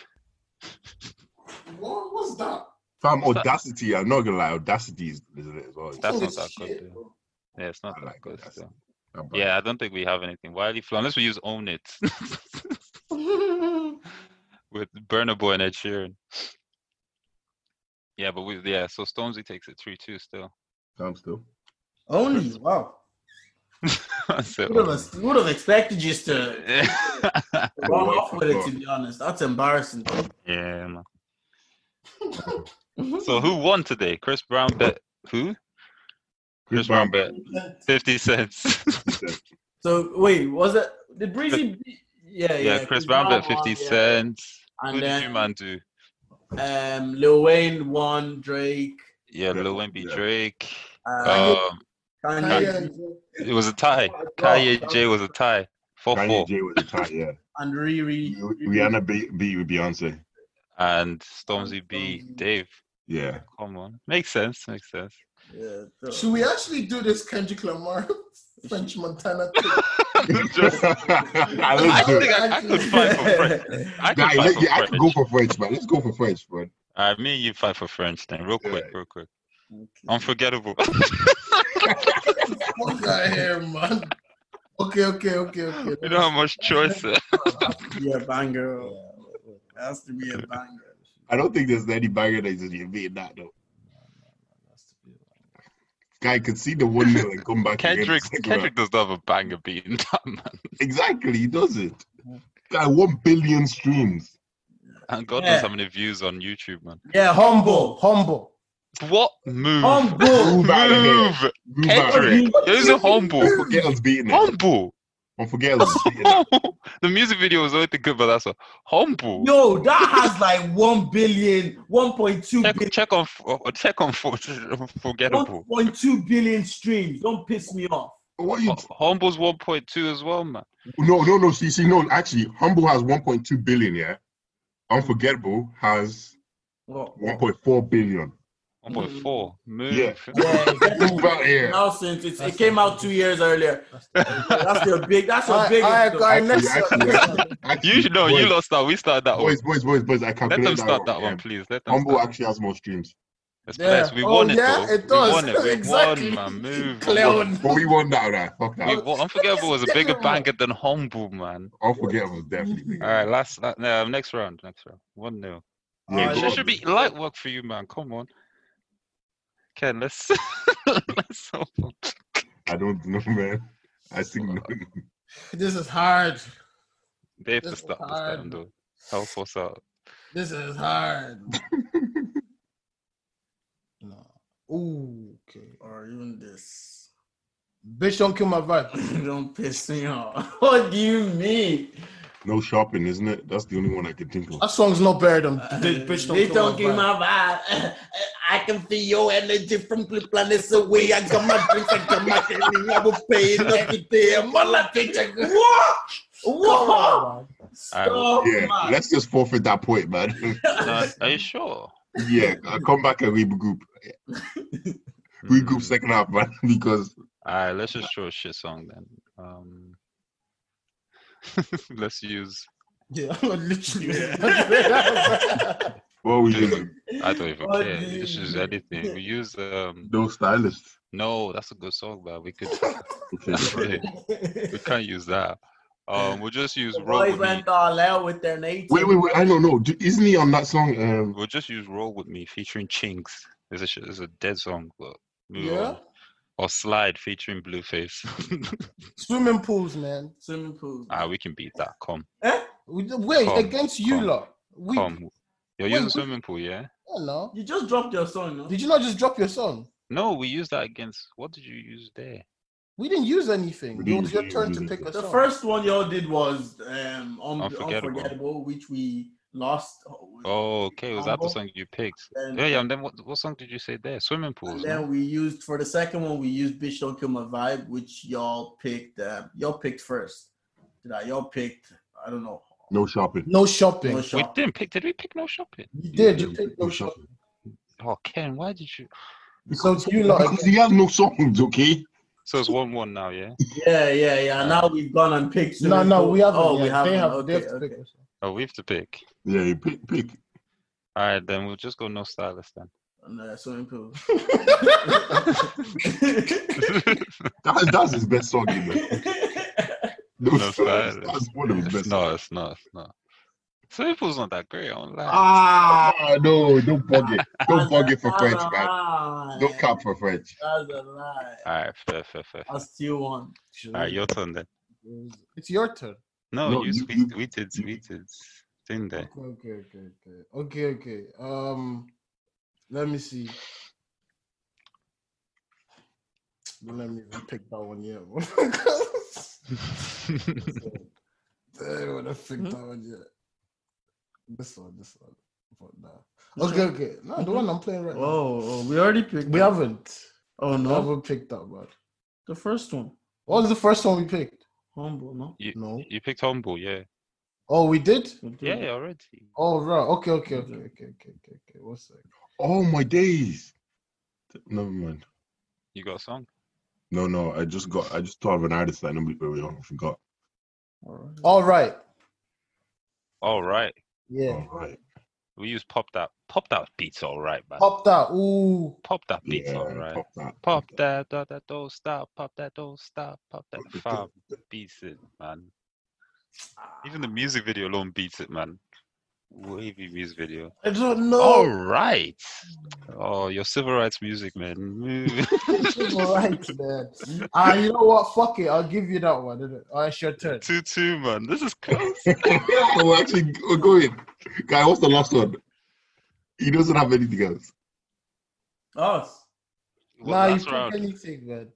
Speaker 2: What, what's that?
Speaker 4: Fam, audacity. I'm not gonna lie, audacity is, is lit as well.
Speaker 3: That's
Speaker 2: Holy
Speaker 3: not that good,
Speaker 2: shit,
Speaker 3: though.
Speaker 2: bro.
Speaker 3: Yeah, it's not
Speaker 4: I
Speaker 3: that
Speaker 4: like
Speaker 3: good.
Speaker 4: that
Speaker 3: still.
Speaker 4: That bro-
Speaker 3: Yeah, I don't think we have anything. Wiley flow unless we use own it [LAUGHS] with Burner Boy and Ed Sheeran. Yeah, but we yeah. So Stormzy takes it three two still. [LAUGHS]
Speaker 4: I'm still.
Speaker 5: Only. Wow.
Speaker 3: so,
Speaker 5: Would have, would have expected you to
Speaker 3: [LAUGHS] yeah,
Speaker 5: run off with it, to be honest. That's embarrassing.
Speaker 3: man. So who won today? Chris Brown bet who? Chris Brown bet fifty cents.
Speaker 5: So, wait, was it. Did Breezy. beat- Yeah, yeah.
Speaker 3: [LAUGHS] yeah, Chris Brown bet
Speaker 5: won,
Speaker 3: fifty
Speaker 5: yeah.
Speaker 3: cents.
Speaker 5: And
Speaker 3: Who did you
Speaker 5: then
Speaker 3: man do?
Speaker 5: um, Lil Wayne won, Drake.
Speaker 3: Yeah,
Speaker 4: Yeah,
Speaker 3: Lil Wayne beat
Speaker 4: yeah.
Speaker 3: Drake.
Speaker 5: Uh,
Speaker 3: Um,
Speaker 5: Kanye,
Speaker 2: Kanye,
Speaker 3: it was a tie.
Speaker 2: Oh my God,
Speaker 3: Kanye
Speaker 2: that
Speaker 3: J was a tie. Four four.
Speaker 4: Kanye J was a tie,
Speaker 3: [LAUGHS]
Speaker 4: yeah.
Speaker 5: and Riri.
Speaker 4: Rihanna beat, beat with Beyonce.
Speaker 3: And Stormzy beat
Speaker 5: Stormzy.
Speaker 3: Dave. [LAUGHS]
Speaker 4: Yeah.
Speaker 3: Come on, makes sense. Makes sense.
Speaker 5: Yeah, so-
Speaker 2: should we actually do this Kendrick Lamar [LAUGHS] French Montana thing?
Speaker 3: Just- I
Speaker 4: let's do
Speaker 3: think
Speaker 4: it.
Speaker 3: I,
Speaker 5: [LAUGHS]
Speaker 3: I could fight for French. I could
Speaker 4: Guy,
Speaker 3: fight
Speaker 4: let's,
Speaker 3: for
Speaker 4: yeah, I could go
Speaker 3: French.
Speaker 4: for French, man. Let's go for French, man.
Speaker 3: All right, me and you fight for French then, real quick, real quick. Unforgettable. [LAUGHS]
Speaker 2: Fuck out here, man. Okay, okay, okay, okay.
Speaker 3: you know how much choice. uh,
Speaker 5: Yeah, banger. Has to be a banger.
Speaker 4: I don't think there's any banger that is beating that though. Guy could see the one nil and come back. again.
Speaker 3: Kendrick Kendrick does not have a banger beat [LAUGHS] in that man.
Speaker 4: Exactly, he does it. Guy, one billion streams.
Speaker 3: And God
Speaker 5: Yeah.
Speaker 3: knows how many views on YouTube, man.
Speaker 5: Yeah, humble.
Speaker 2: humble.
Speaker 3: What move?
Speaker 5: Humble.
Speaker 4: Move out of here.
Speaker 3: move.
Speaker 4: Move out of here.
Speaker 3: Mm. Kendrick. Oh. There's a humble.
Speaker 4: Unforgettable's beating it.
Speaker 3: Humble.
Speaker 4: Unforgettable's beating it.
Speaker 3: [LAUGHS] the music video was only good, but that's a humble.
Speaker 5: Yo, that has like 1 billion, 1.2
Speaker 3: Check,
Speaker 5: billion,
Speaker 3: check on uh, check on for, [LAUGHS] forgettable.
Speaker 5: 1.2 billion streams. Don't piss me off.
Speaker 4: What you?
Speaker 3: Hu- Humble's 1.2 as well, man.
Speaker 4: No, no, no. See, see, no. Actually, Humble has 1.2 billion. Yeah, Unforgettable has
Speaker 5: Well,
Speaker 4: 1.4 billion.
Speaker 2: Mm.
Speaker 3: 1.4. Move.
Speaker 4: Yeah.
Speaker 5: yeah,
Speaker 4: Move out of here.
Speaker 5: now since it's, it
Speaker 2: That's
Speaker 5: came
Speaker 2: the-
Speaker 5: out two years earlier.
Speaker 2: That's
Speaker 5: That's your big. That's your
Speaker 2: Alright,
Speaker 5: biggest.
Speaker 2: alright,
Speaker 5: though.
Speaker 4: Actually,
Speaker 2: guys. let's-
Speaker 4: actually, actually,
Speaker 3: You
Speaker 4: actually,
Speaker 3: should know you
Speaker 4: boys,
Speaker 3: lost that. We started that
Speaker 4: boys, boys, boys, boys. I
Speaker 3: one. Let them
Speaker 4: calculated
Speaker 3: start that
Speaker 4: yeah.
Speaker 3: one, please. Let them
Speaker 4: Humble
Speaker 3: start.
Speaker 4: actually has more streams.
Speaker 3: Let's
Speaker 2: Yeah.
Speaker 3: play. We
Speaker 2: Oh,
Speaker 3: won it,
Speaker 2: yeah,
Speaker 3: though.
Speaker 2: it
Speaker 3: We
Speaker 2: does.
Speaker 3: won it. We
Speaker 2: Exactly.
Speaker 3: won, man. Move.
Speaker 2: Clear
Speaker 3: We
Speaker 2: on.
Speaker 4: But we won that, right? Fuck
Speaker 3: won. We
Speaker 4: that.
Speaker 3: won. Unforgettable
Speaker 2: [LAUGHS]
Speaker 3: was a bigger banger than Humble, man.
Speaker 4: Unforgettable is definitely bigger.
Speaker 3: All right, last, la- um, next round. Next round. 1 0.
Speaker 4: Yeah,
Speaker 2: Alright,
Speaker 4: go
Speaker 3: It
Speaker 4: on.
Speaker 3: should be light work for you, man. Come on. Ken, let's. [LAUGHS] let's
Speaker 4: I don't know, man. I think no.
Speaker 2: This is hard.
Speaker 3: They have to
Speaker 2: This is
Speaker 3: stop this
Speaker 2: hard.
Speaker 3: down, though. Help us out.
Speaker 2: This is hard. no. Ooh, okay.
Speaker 5: Or even this. [LAUGHS]
Speaker 2: Bitch, don't kill my vibe.
Speaker 5: Don't piss me off. [LAUGHS] What do you mean?
Speaker 4: no shopping, isn't it? That's the only one I can think of.
Speaker 2: That song's not better than
Speaker 5: They,
Speaker 2: Bitch, don't
Speaker 5: Uh, they
Speaker 2: kill
Speaker 5: don't
Speaker 2: my
Speaker 5: give
Speaker 2: vibe.
Speaker 5: my vibe. [LAUGHS] I can feel your energy from the planets away. I got my drinks, I got my candy. I will pay enough today. I'm all I think. What? Whoa!
Speaker 3: Alright, well,
Speaker 5: Stop,
Speaker 4: Yeah,
Speaker 5: man.
Speaker 4: let's just forfeit that point, man. [LAUGHS]
Speaker 3: No, are you sure?
Speaker 4: yeah, uh, come back and regroup. Regroup
Speaker 3: Mm.
Speaker 4: second half, man, [LAUGHS] because
Speaker 3: Hmm. All right, let's just throw a shit song then. Um, [LAUGHS] let's use.
Speaker 5: [LAUGHS]
Speaker 2: Yeah, literally.
Speaker 5: Yeah.
Speaker 4: what we do,
Speaker 3: I don't even
Speaker 5: Oh,
Speaker 3: care. Let's use
Speaker 5: dude.
Speaker 3: anything. We use. Um,
Speaker 4: no stylist.
Speaker 3: no, that's a good song, but we could. [LAUGHS]
Speaker 4: Okay,
Speaker 3: we can't use that. Um, we'll just use
Speaker 5: The
Speaker 3: roll
Speaker 5: boys
Speaker 3: with me.
Speaker 5: went all out with their nature.
Speaker 4: wait, wait, wait. I don't know. Do- Isn't he on that song? Um,
Speaker 3: We'll just use roll with me featuring Chinks. It's a sh- it's a dead song, but move
Speaker 2: yeah.
Speaker 3: on. or slide featuring Blueface. [LAUGHS]
Speaker 2: Swimming pools, man.
Speaker 5: Swimming pool.
Speaker 3: ah, we can beat that. Come,
Speaker 2: We- Wait,
Speaker 3: Come,
Speaker 2: against you
Speaker 3: come,
Speaker 2: lot. We, I
Speaker 3: come. You're
Speaker 2: Wait,
Speaker 3: using
Speaker 2: we-
Speaker 3: swimming pool, yeah?
Speaker 2: don't know.
Speaker 5: You just dropped your song, no?
Speaker 2: Did you not just drop your song?
Speaker 3: No, we used that against. What did you use there?
Speaker 2: We didn't use anything.
Speaker 4: We
Speaker 2: It
Speaker 4: didn't
Speaker 2: was your
Speaker 4: use
Speaker 2: turn to
Speaker 4: anything.
Speaker 2: pick a
Speaker 5: The
Speaker 2: song.
Speaker 5: first one y'all did was um, un-
Speaker 3: Unforgettable.
Speaker 5: unforgettable. which we lost.
Speaker 3: Oh, okay. Was that the
Speaker 5: Humble.
Speaker 3: song you picked?
Speaker 5: And,
Speaker 3: Yeah, yeah. And then what, what song did you say there? Swimming
Speaker 5: and
Speaker 3: pools. no?
Speaker 5: then we used for the second one we used "Bitch Don't Kill My Vibe," which y'all picked. Uh, y'all picked first. Did I? Y'all picked. I don't know.
Speaker 4: no shopping.
Speaker 2: No shopping.
Speaker 5: No
Speaker 3: we
Speaker 5: shot.
Speaker 3: didn't pick. Did we pick No Shopping?
Speaker 2: you did.
Speaker 4: Yeah,
Speaker 2: You picked no shopping.
Speaker 3: Oh, Ken, why did you?
Speaker 2: So it's [LAUGHS] you lot.
Speaker 4: Because
Speaker 2: again.
Speaker 4: he has no songs, okay?
Speaker 3: So it's one one now, yeah.
Speaker 5: Yeah, yeah,
Speaker 3: Ah.
Speaker 5: yeah. Now we've gone and picked.
Speaker 2: No,
Speaker 5: Swimming
Speaker 2: no,
Speaker 5: Pool.
Speaker 2: we haven't.
Speaker 5: Oh, we
Speaker 2: yet.
Speaker 5: haven't.
Speaker 2: They have,
Speaker 5: okay,
Speaker 2: they have to
Speaker 5: okay.
Speaker 2: pick a song.
Speaker 3: Oh, we have to pick.
Speaker 4: Yeah, he pick, pick.
Speaker 3: All right, then we'll just go No Stylist then.
Speaker 5: And, uh, swimming pool.
Speaker 4: That, that's his best song, you know. No
Speaker 3: No
Speaker 4: stylist.
Speaker 3: stylist.
Speaker 4: That's one of his best.
Speaker 3: It's not. It's not. It's not. Swimming pool's not that great. I don't lie.
Speaker 4: Ah, no, don't bug it. Don't bug it for French, man.
Speaker 5: man.
Speaker 4: Don't cap for French.
Speaker 5: That's a lie.
Speaker 3: All right, fair, fair, fair.
Speaker 5: I still won.
Speaker 3: All right, your turn then.
Speaker 2: It's your turn.
Speaker 3: No,
Speaker 4: No,
Speaker 3: you,
Speaker 4: you-
Speaker 3: we,
Speaker 4: you-
Speaker 3: we did.
Speaker 4: you-
Speaker 3: We did. Didn't they?
Speaker 2: Okay, okay, okay, okay. Okay, okay. Um, let me see. Let me even pick that one yet. [LAUGHS]
Speaker 3: [LAUGHS]
Speaker 2: Damn, when I picked
Speaker 5: Hmm?
Speaker 2: that one yet. This one, this one. But nah. Okay, okay. No, the one I'm playing right now.
Speaker 5: Oh, oh, we already picked.
Speaker 2: We haven't.
Speaker 5: Oh
Speaker 2: We
Speaker 5: no,
Speaker 2: haven't picked that one.
Speaker 5: the first one.
Speaker 2: What was the first one we picked?
Speaker 5: Humble, no.
Speaker 2: No.
Speaker 3: you picked Humble, yeah.
Speaker 2: Oh, we did?
Speaker 3: Yeah, already.
Speaker 2: Oh, right. Okay, okay, okay, okay, okay, okay. okay. What's that?
Speaker 4: Oh my days. Never mind.
Speaker 3: You got a song?
Speaker 4: No, no. I just got. I just thought of an artist that nobody really on. I forgot. Mm.
Speaker 2: All right.
Speaker 3: All right.
Speaker 2: Yeah.
Speaker 4: All right.
Speaker 3: We use pop that. Pop that beats all right, man. Pop,
Speaker 2: Popped out. Ooh.
Speaker 3: that beats
Speaker 4: Yeah.
Speaker 3: all right.
Speaker 4: Pop that. [LAUGHS]
Speaker 3: Pop that, that, that, don't stop. Pop that, don't stop. Pop that.
Speaker 4: Okay,
Speaker 3: Fab beats it, man. Even the music video alone beats it, man. Wavy music video.
Speaker 2: I don't know.
Speaker 4: Oh.
Speaker 3: All right. Oh, your civil rights music,
Speaker 2: [LAUGHS]
Speaker 3: man. [LAUGHS]
Speaker 2: All right, man. Ah, you know what? Fuck it. I'll give you that one. innit? Oh, it's your turn.
Speaker 3: two two, man. This is
Speaker 2: [LAUGHS]
Speaker 3: close.
Speaker 4: yeah, Oh, we're actually we're going. Guy, what's the last one? He doesn't have anything else.
Speaker 5: Us.
Speaker 3: Well,
Speaker 2: nah, you
Speaker 3: last
Speaker 2: pick
Speaker 3: round.
Speaker 2: anything, man.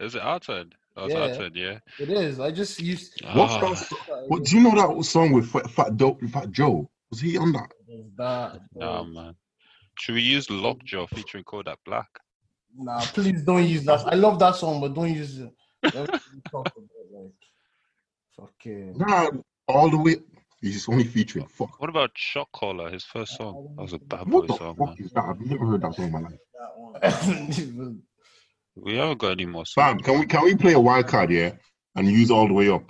Speaker 3: Is it our turn? Oh, it's our
Speaker 2: Yeah.
Speaker 3: turn, yeah.
Speaker 2: It is. I just
Speaker 4: [LAUGHS]
Speaker 2: used.
Speaker 4: What's
Speaker 3: Ah,
Speaker 4: that? What do you know that song with Fat, Fat, Do, Fat Joe? Was he on that?
Speaker 2: That.
Speaker 3: Nah, man. Should we use Lockjaw featuring Kodak Black?
Speaker 2: Nah, please don't use that. I love that song, but don't use it.
Speaker 4: [LAUGHS]
Speaker 2: Don't talk about it, like, Fucking. [LAUGHS]
Speaker 4: Nah, all the way. He's only featuring. Fuck.
Speaker 3: What about Shock Collar, his first song? That was a bad boy
Speaker 4: What the
Speaker 3: song,
Speaker 4: fuck
Speaker 3: man.
Speaker 4: is that? I've never heard that song in my life.
Speaker 5: That one.
Speaker 3: We haven't got any more
Speaker 4: Fam,
Speaker 3: songs.
Speaker 4: can we can we play a wild card yeah, and use all the way up?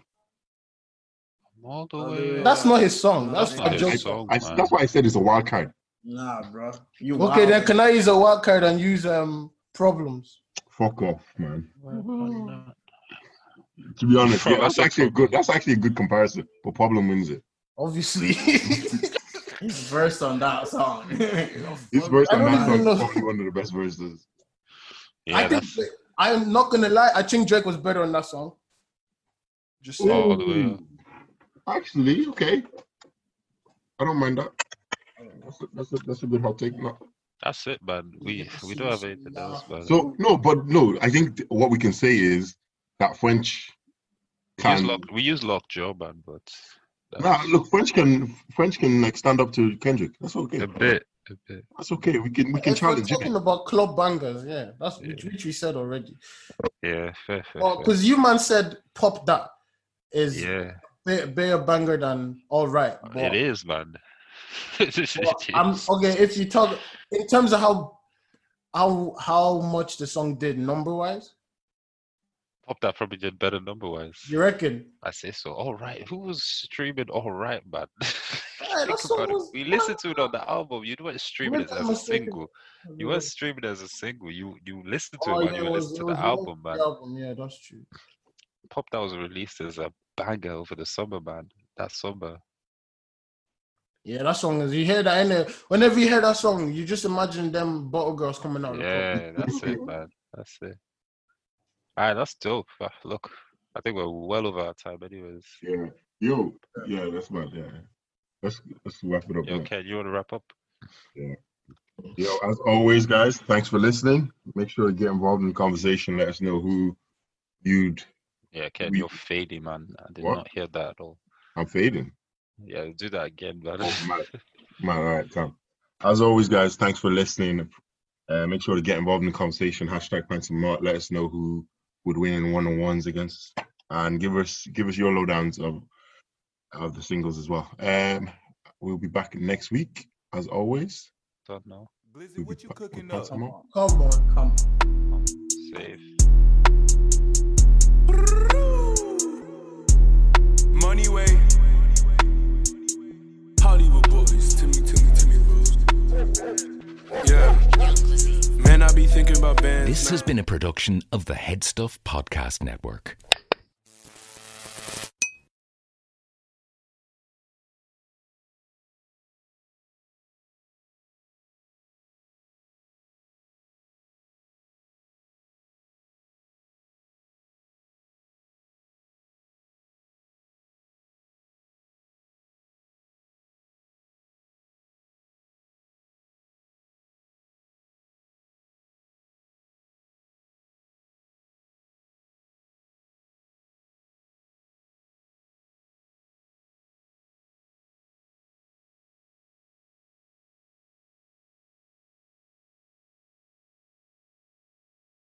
Speaker 3: All the
Speaker 5: Oh,
Speaker 3: way
Speaker 5: yeah.
Speaker 3: up.
Speaker 2: That's not his song. That's,
Speaker 5: That's
Speaker 3: not
Speaker 2: not
Speaker 3: his
Speaker 2: just.
Speaker 3: song.
Speaker 4: I,
Speaker 3: man.
Speaker 4: that's why I said it's a wild card.
Speaker 5: Nah, bro. You
Speaker 2: Okay, then
Speaker 5: wild.
Speaker 2: can I use a wild card and use um problems?
Speaker 4: Fuck off, man.
Speaker 5: Mhm.
Speaker 4: To
Speaker 3: [LAUGHS]
Speaker 4: be honest,
Speaker 3: Bro,
Speaker 4: yeah, that's
Speaker 3: that's a
Speaker 4: actually a
Speaker 3: problem.
Speaker 4: good. That's actually a good comparison. But problem wins it.
Speaker 3: [LAUGHS]
Speaker 2: Obviously.
Speaker 5: His verse on that song. [LAUGHS]
Speaker 4: This verse
Speaker 2: I
Speaker 4: on
Speaker 2: don't
Speaker 4: that song
Speaker 2: even
Speaker 4: is
Speaker 2: know.
Speaker 4: probably one of the best verses.
Speaker 3: Yeah,
Speaker 2: I think
Speaker 3: that's
Speaker 2: I am not gonna lie. I think Drake was better on that song. Just saying.
Speaker 3: All the way up.
Speaker 4: Ooh. Actually, okay. I don't mind that. That's a, that's a, that's a good hot take. No.
Speaker 3: that's it, man. We we don't have anything else, man.
Speaker 4: So no, but no. I think th- what we can say is that French
Speaker 3: we use
Speaker 4: can.
Speaker 3: Lock we use Lockjaw, man, but
Speaker 4: Nah, [LAUGHS]
Speaker 3: that's
Speaker 4: look, French can French can like stand up to Kendrick. That's
Speaker 3: [LAUGHS]
Speaker 4: okay.
Speaker 3: a bit, a bit.
Speaker 4: That's okay. We can we can
Speaker 2: If we're
Speaker 4: challenge it.
Speaker 2: talking about club bangers, yeah, that's which, which we said already.
Speaker 3: Yeah, fair, fair.
Speaker 2: Well,
Speaker 3: fair.
Speaker 2: because you man said pop that. is
Speaker 3: Yeah,
Speaker 2: ba- bigger banger than all right.
Speaker 3: it is, man. [LAUGHS] It [LAUGHS]
Speaker 2: I'm
Speaker 3: is.
Speaker 2: okay. If you talk in terms of how how how much the song did number wise,
Speaker 3: Pop that probably did better number wise.
Speaker 2: you reckon?
Speaker 3: I say so. All right, who was streaming? All right, man. [LAUGHS] Think
Speaker 2: that's
Speaker 3: about it.
Speaker 2: almost-
Speaker 3: We listened to it on the album. You weren't streaming it
Speaker 2: that
Speaker 3: as a
Speaker 2: must have been-
Speaker 3: single. You weren't streaming as a single. You you listened to
Speaker 2: Oh,
Speaker 3: it, man.
Speaker 2: yeah,
Speaker 3: you
Speaker 2: it was-
Speaker 3: listened
Speaker 2: it
Speaker 3: to
Speaker 2: was
Speaker 3: the album,
Speaker 2: the
Speaker 3: man.
Speaker 2: album, yeah, that's true.
Speaker 3: Pop that was released as a banger over the summer, man. That summer.
Speaker 2: Yeah, that song is. You hear that in Whenever you hear that song, you just imagine them bottle girls coming out. of the club.
Speaker 3: Yeah, that's
Speaker 4: [LAUGHS]
Speaker 3: it, man. That's it. All right, that's dope. Ah, Look, I think we're well over our time, anyways.
Speaker 4: Yeah. Yo, yeah, that's about that. Let's let's wrap it up.
Speaker 3: Yo,
Speaker 4: now.
Speaker 3: Ken, you want to wrap up?
Speaker 4: Yo, as always, guys, thanks for listening. Make sure to get involved in the conversation. Let us know who you'd.
Speaker 3: Yeah, Ken,
Speaker 4: We-
Speaker 3: you're fading, man. I did
Speaker 4: What?
Speaker 3: not hear that at all.
Speaker 4: I'm fading.
Speaker 3: Yeah, do that again, man. [LAUGHS]
Speaker 4: Oh, man. Man, all right, come. As always, guys, thanks for listening. Uh, make sure to get involved in the conversation. Hashtag Pants and Mart. Let us know who would win in one on ones against, and give us give us your lowdowns of of the singles as well. Um, we'll be back next week, as always.
Speaker 3: Don't know.
Speaker 1: Glizzy,
Speaker 4: We'll be
Speaker 1: what you
Speaker 4: back with
Speaker 1: cooking up?
Speaker 4: Pants and Mart.
Speaker 2: Come on.
Speaker 5: Come.
Speaker 3: Safe.
Speaker 1: Money way. Hollywood boys. Timmy, Timmy, Timmy Rose. Yeah. Man, I be thinking about bands.
Speaker 6: This has been a production of the Head Stuff Podcast Network.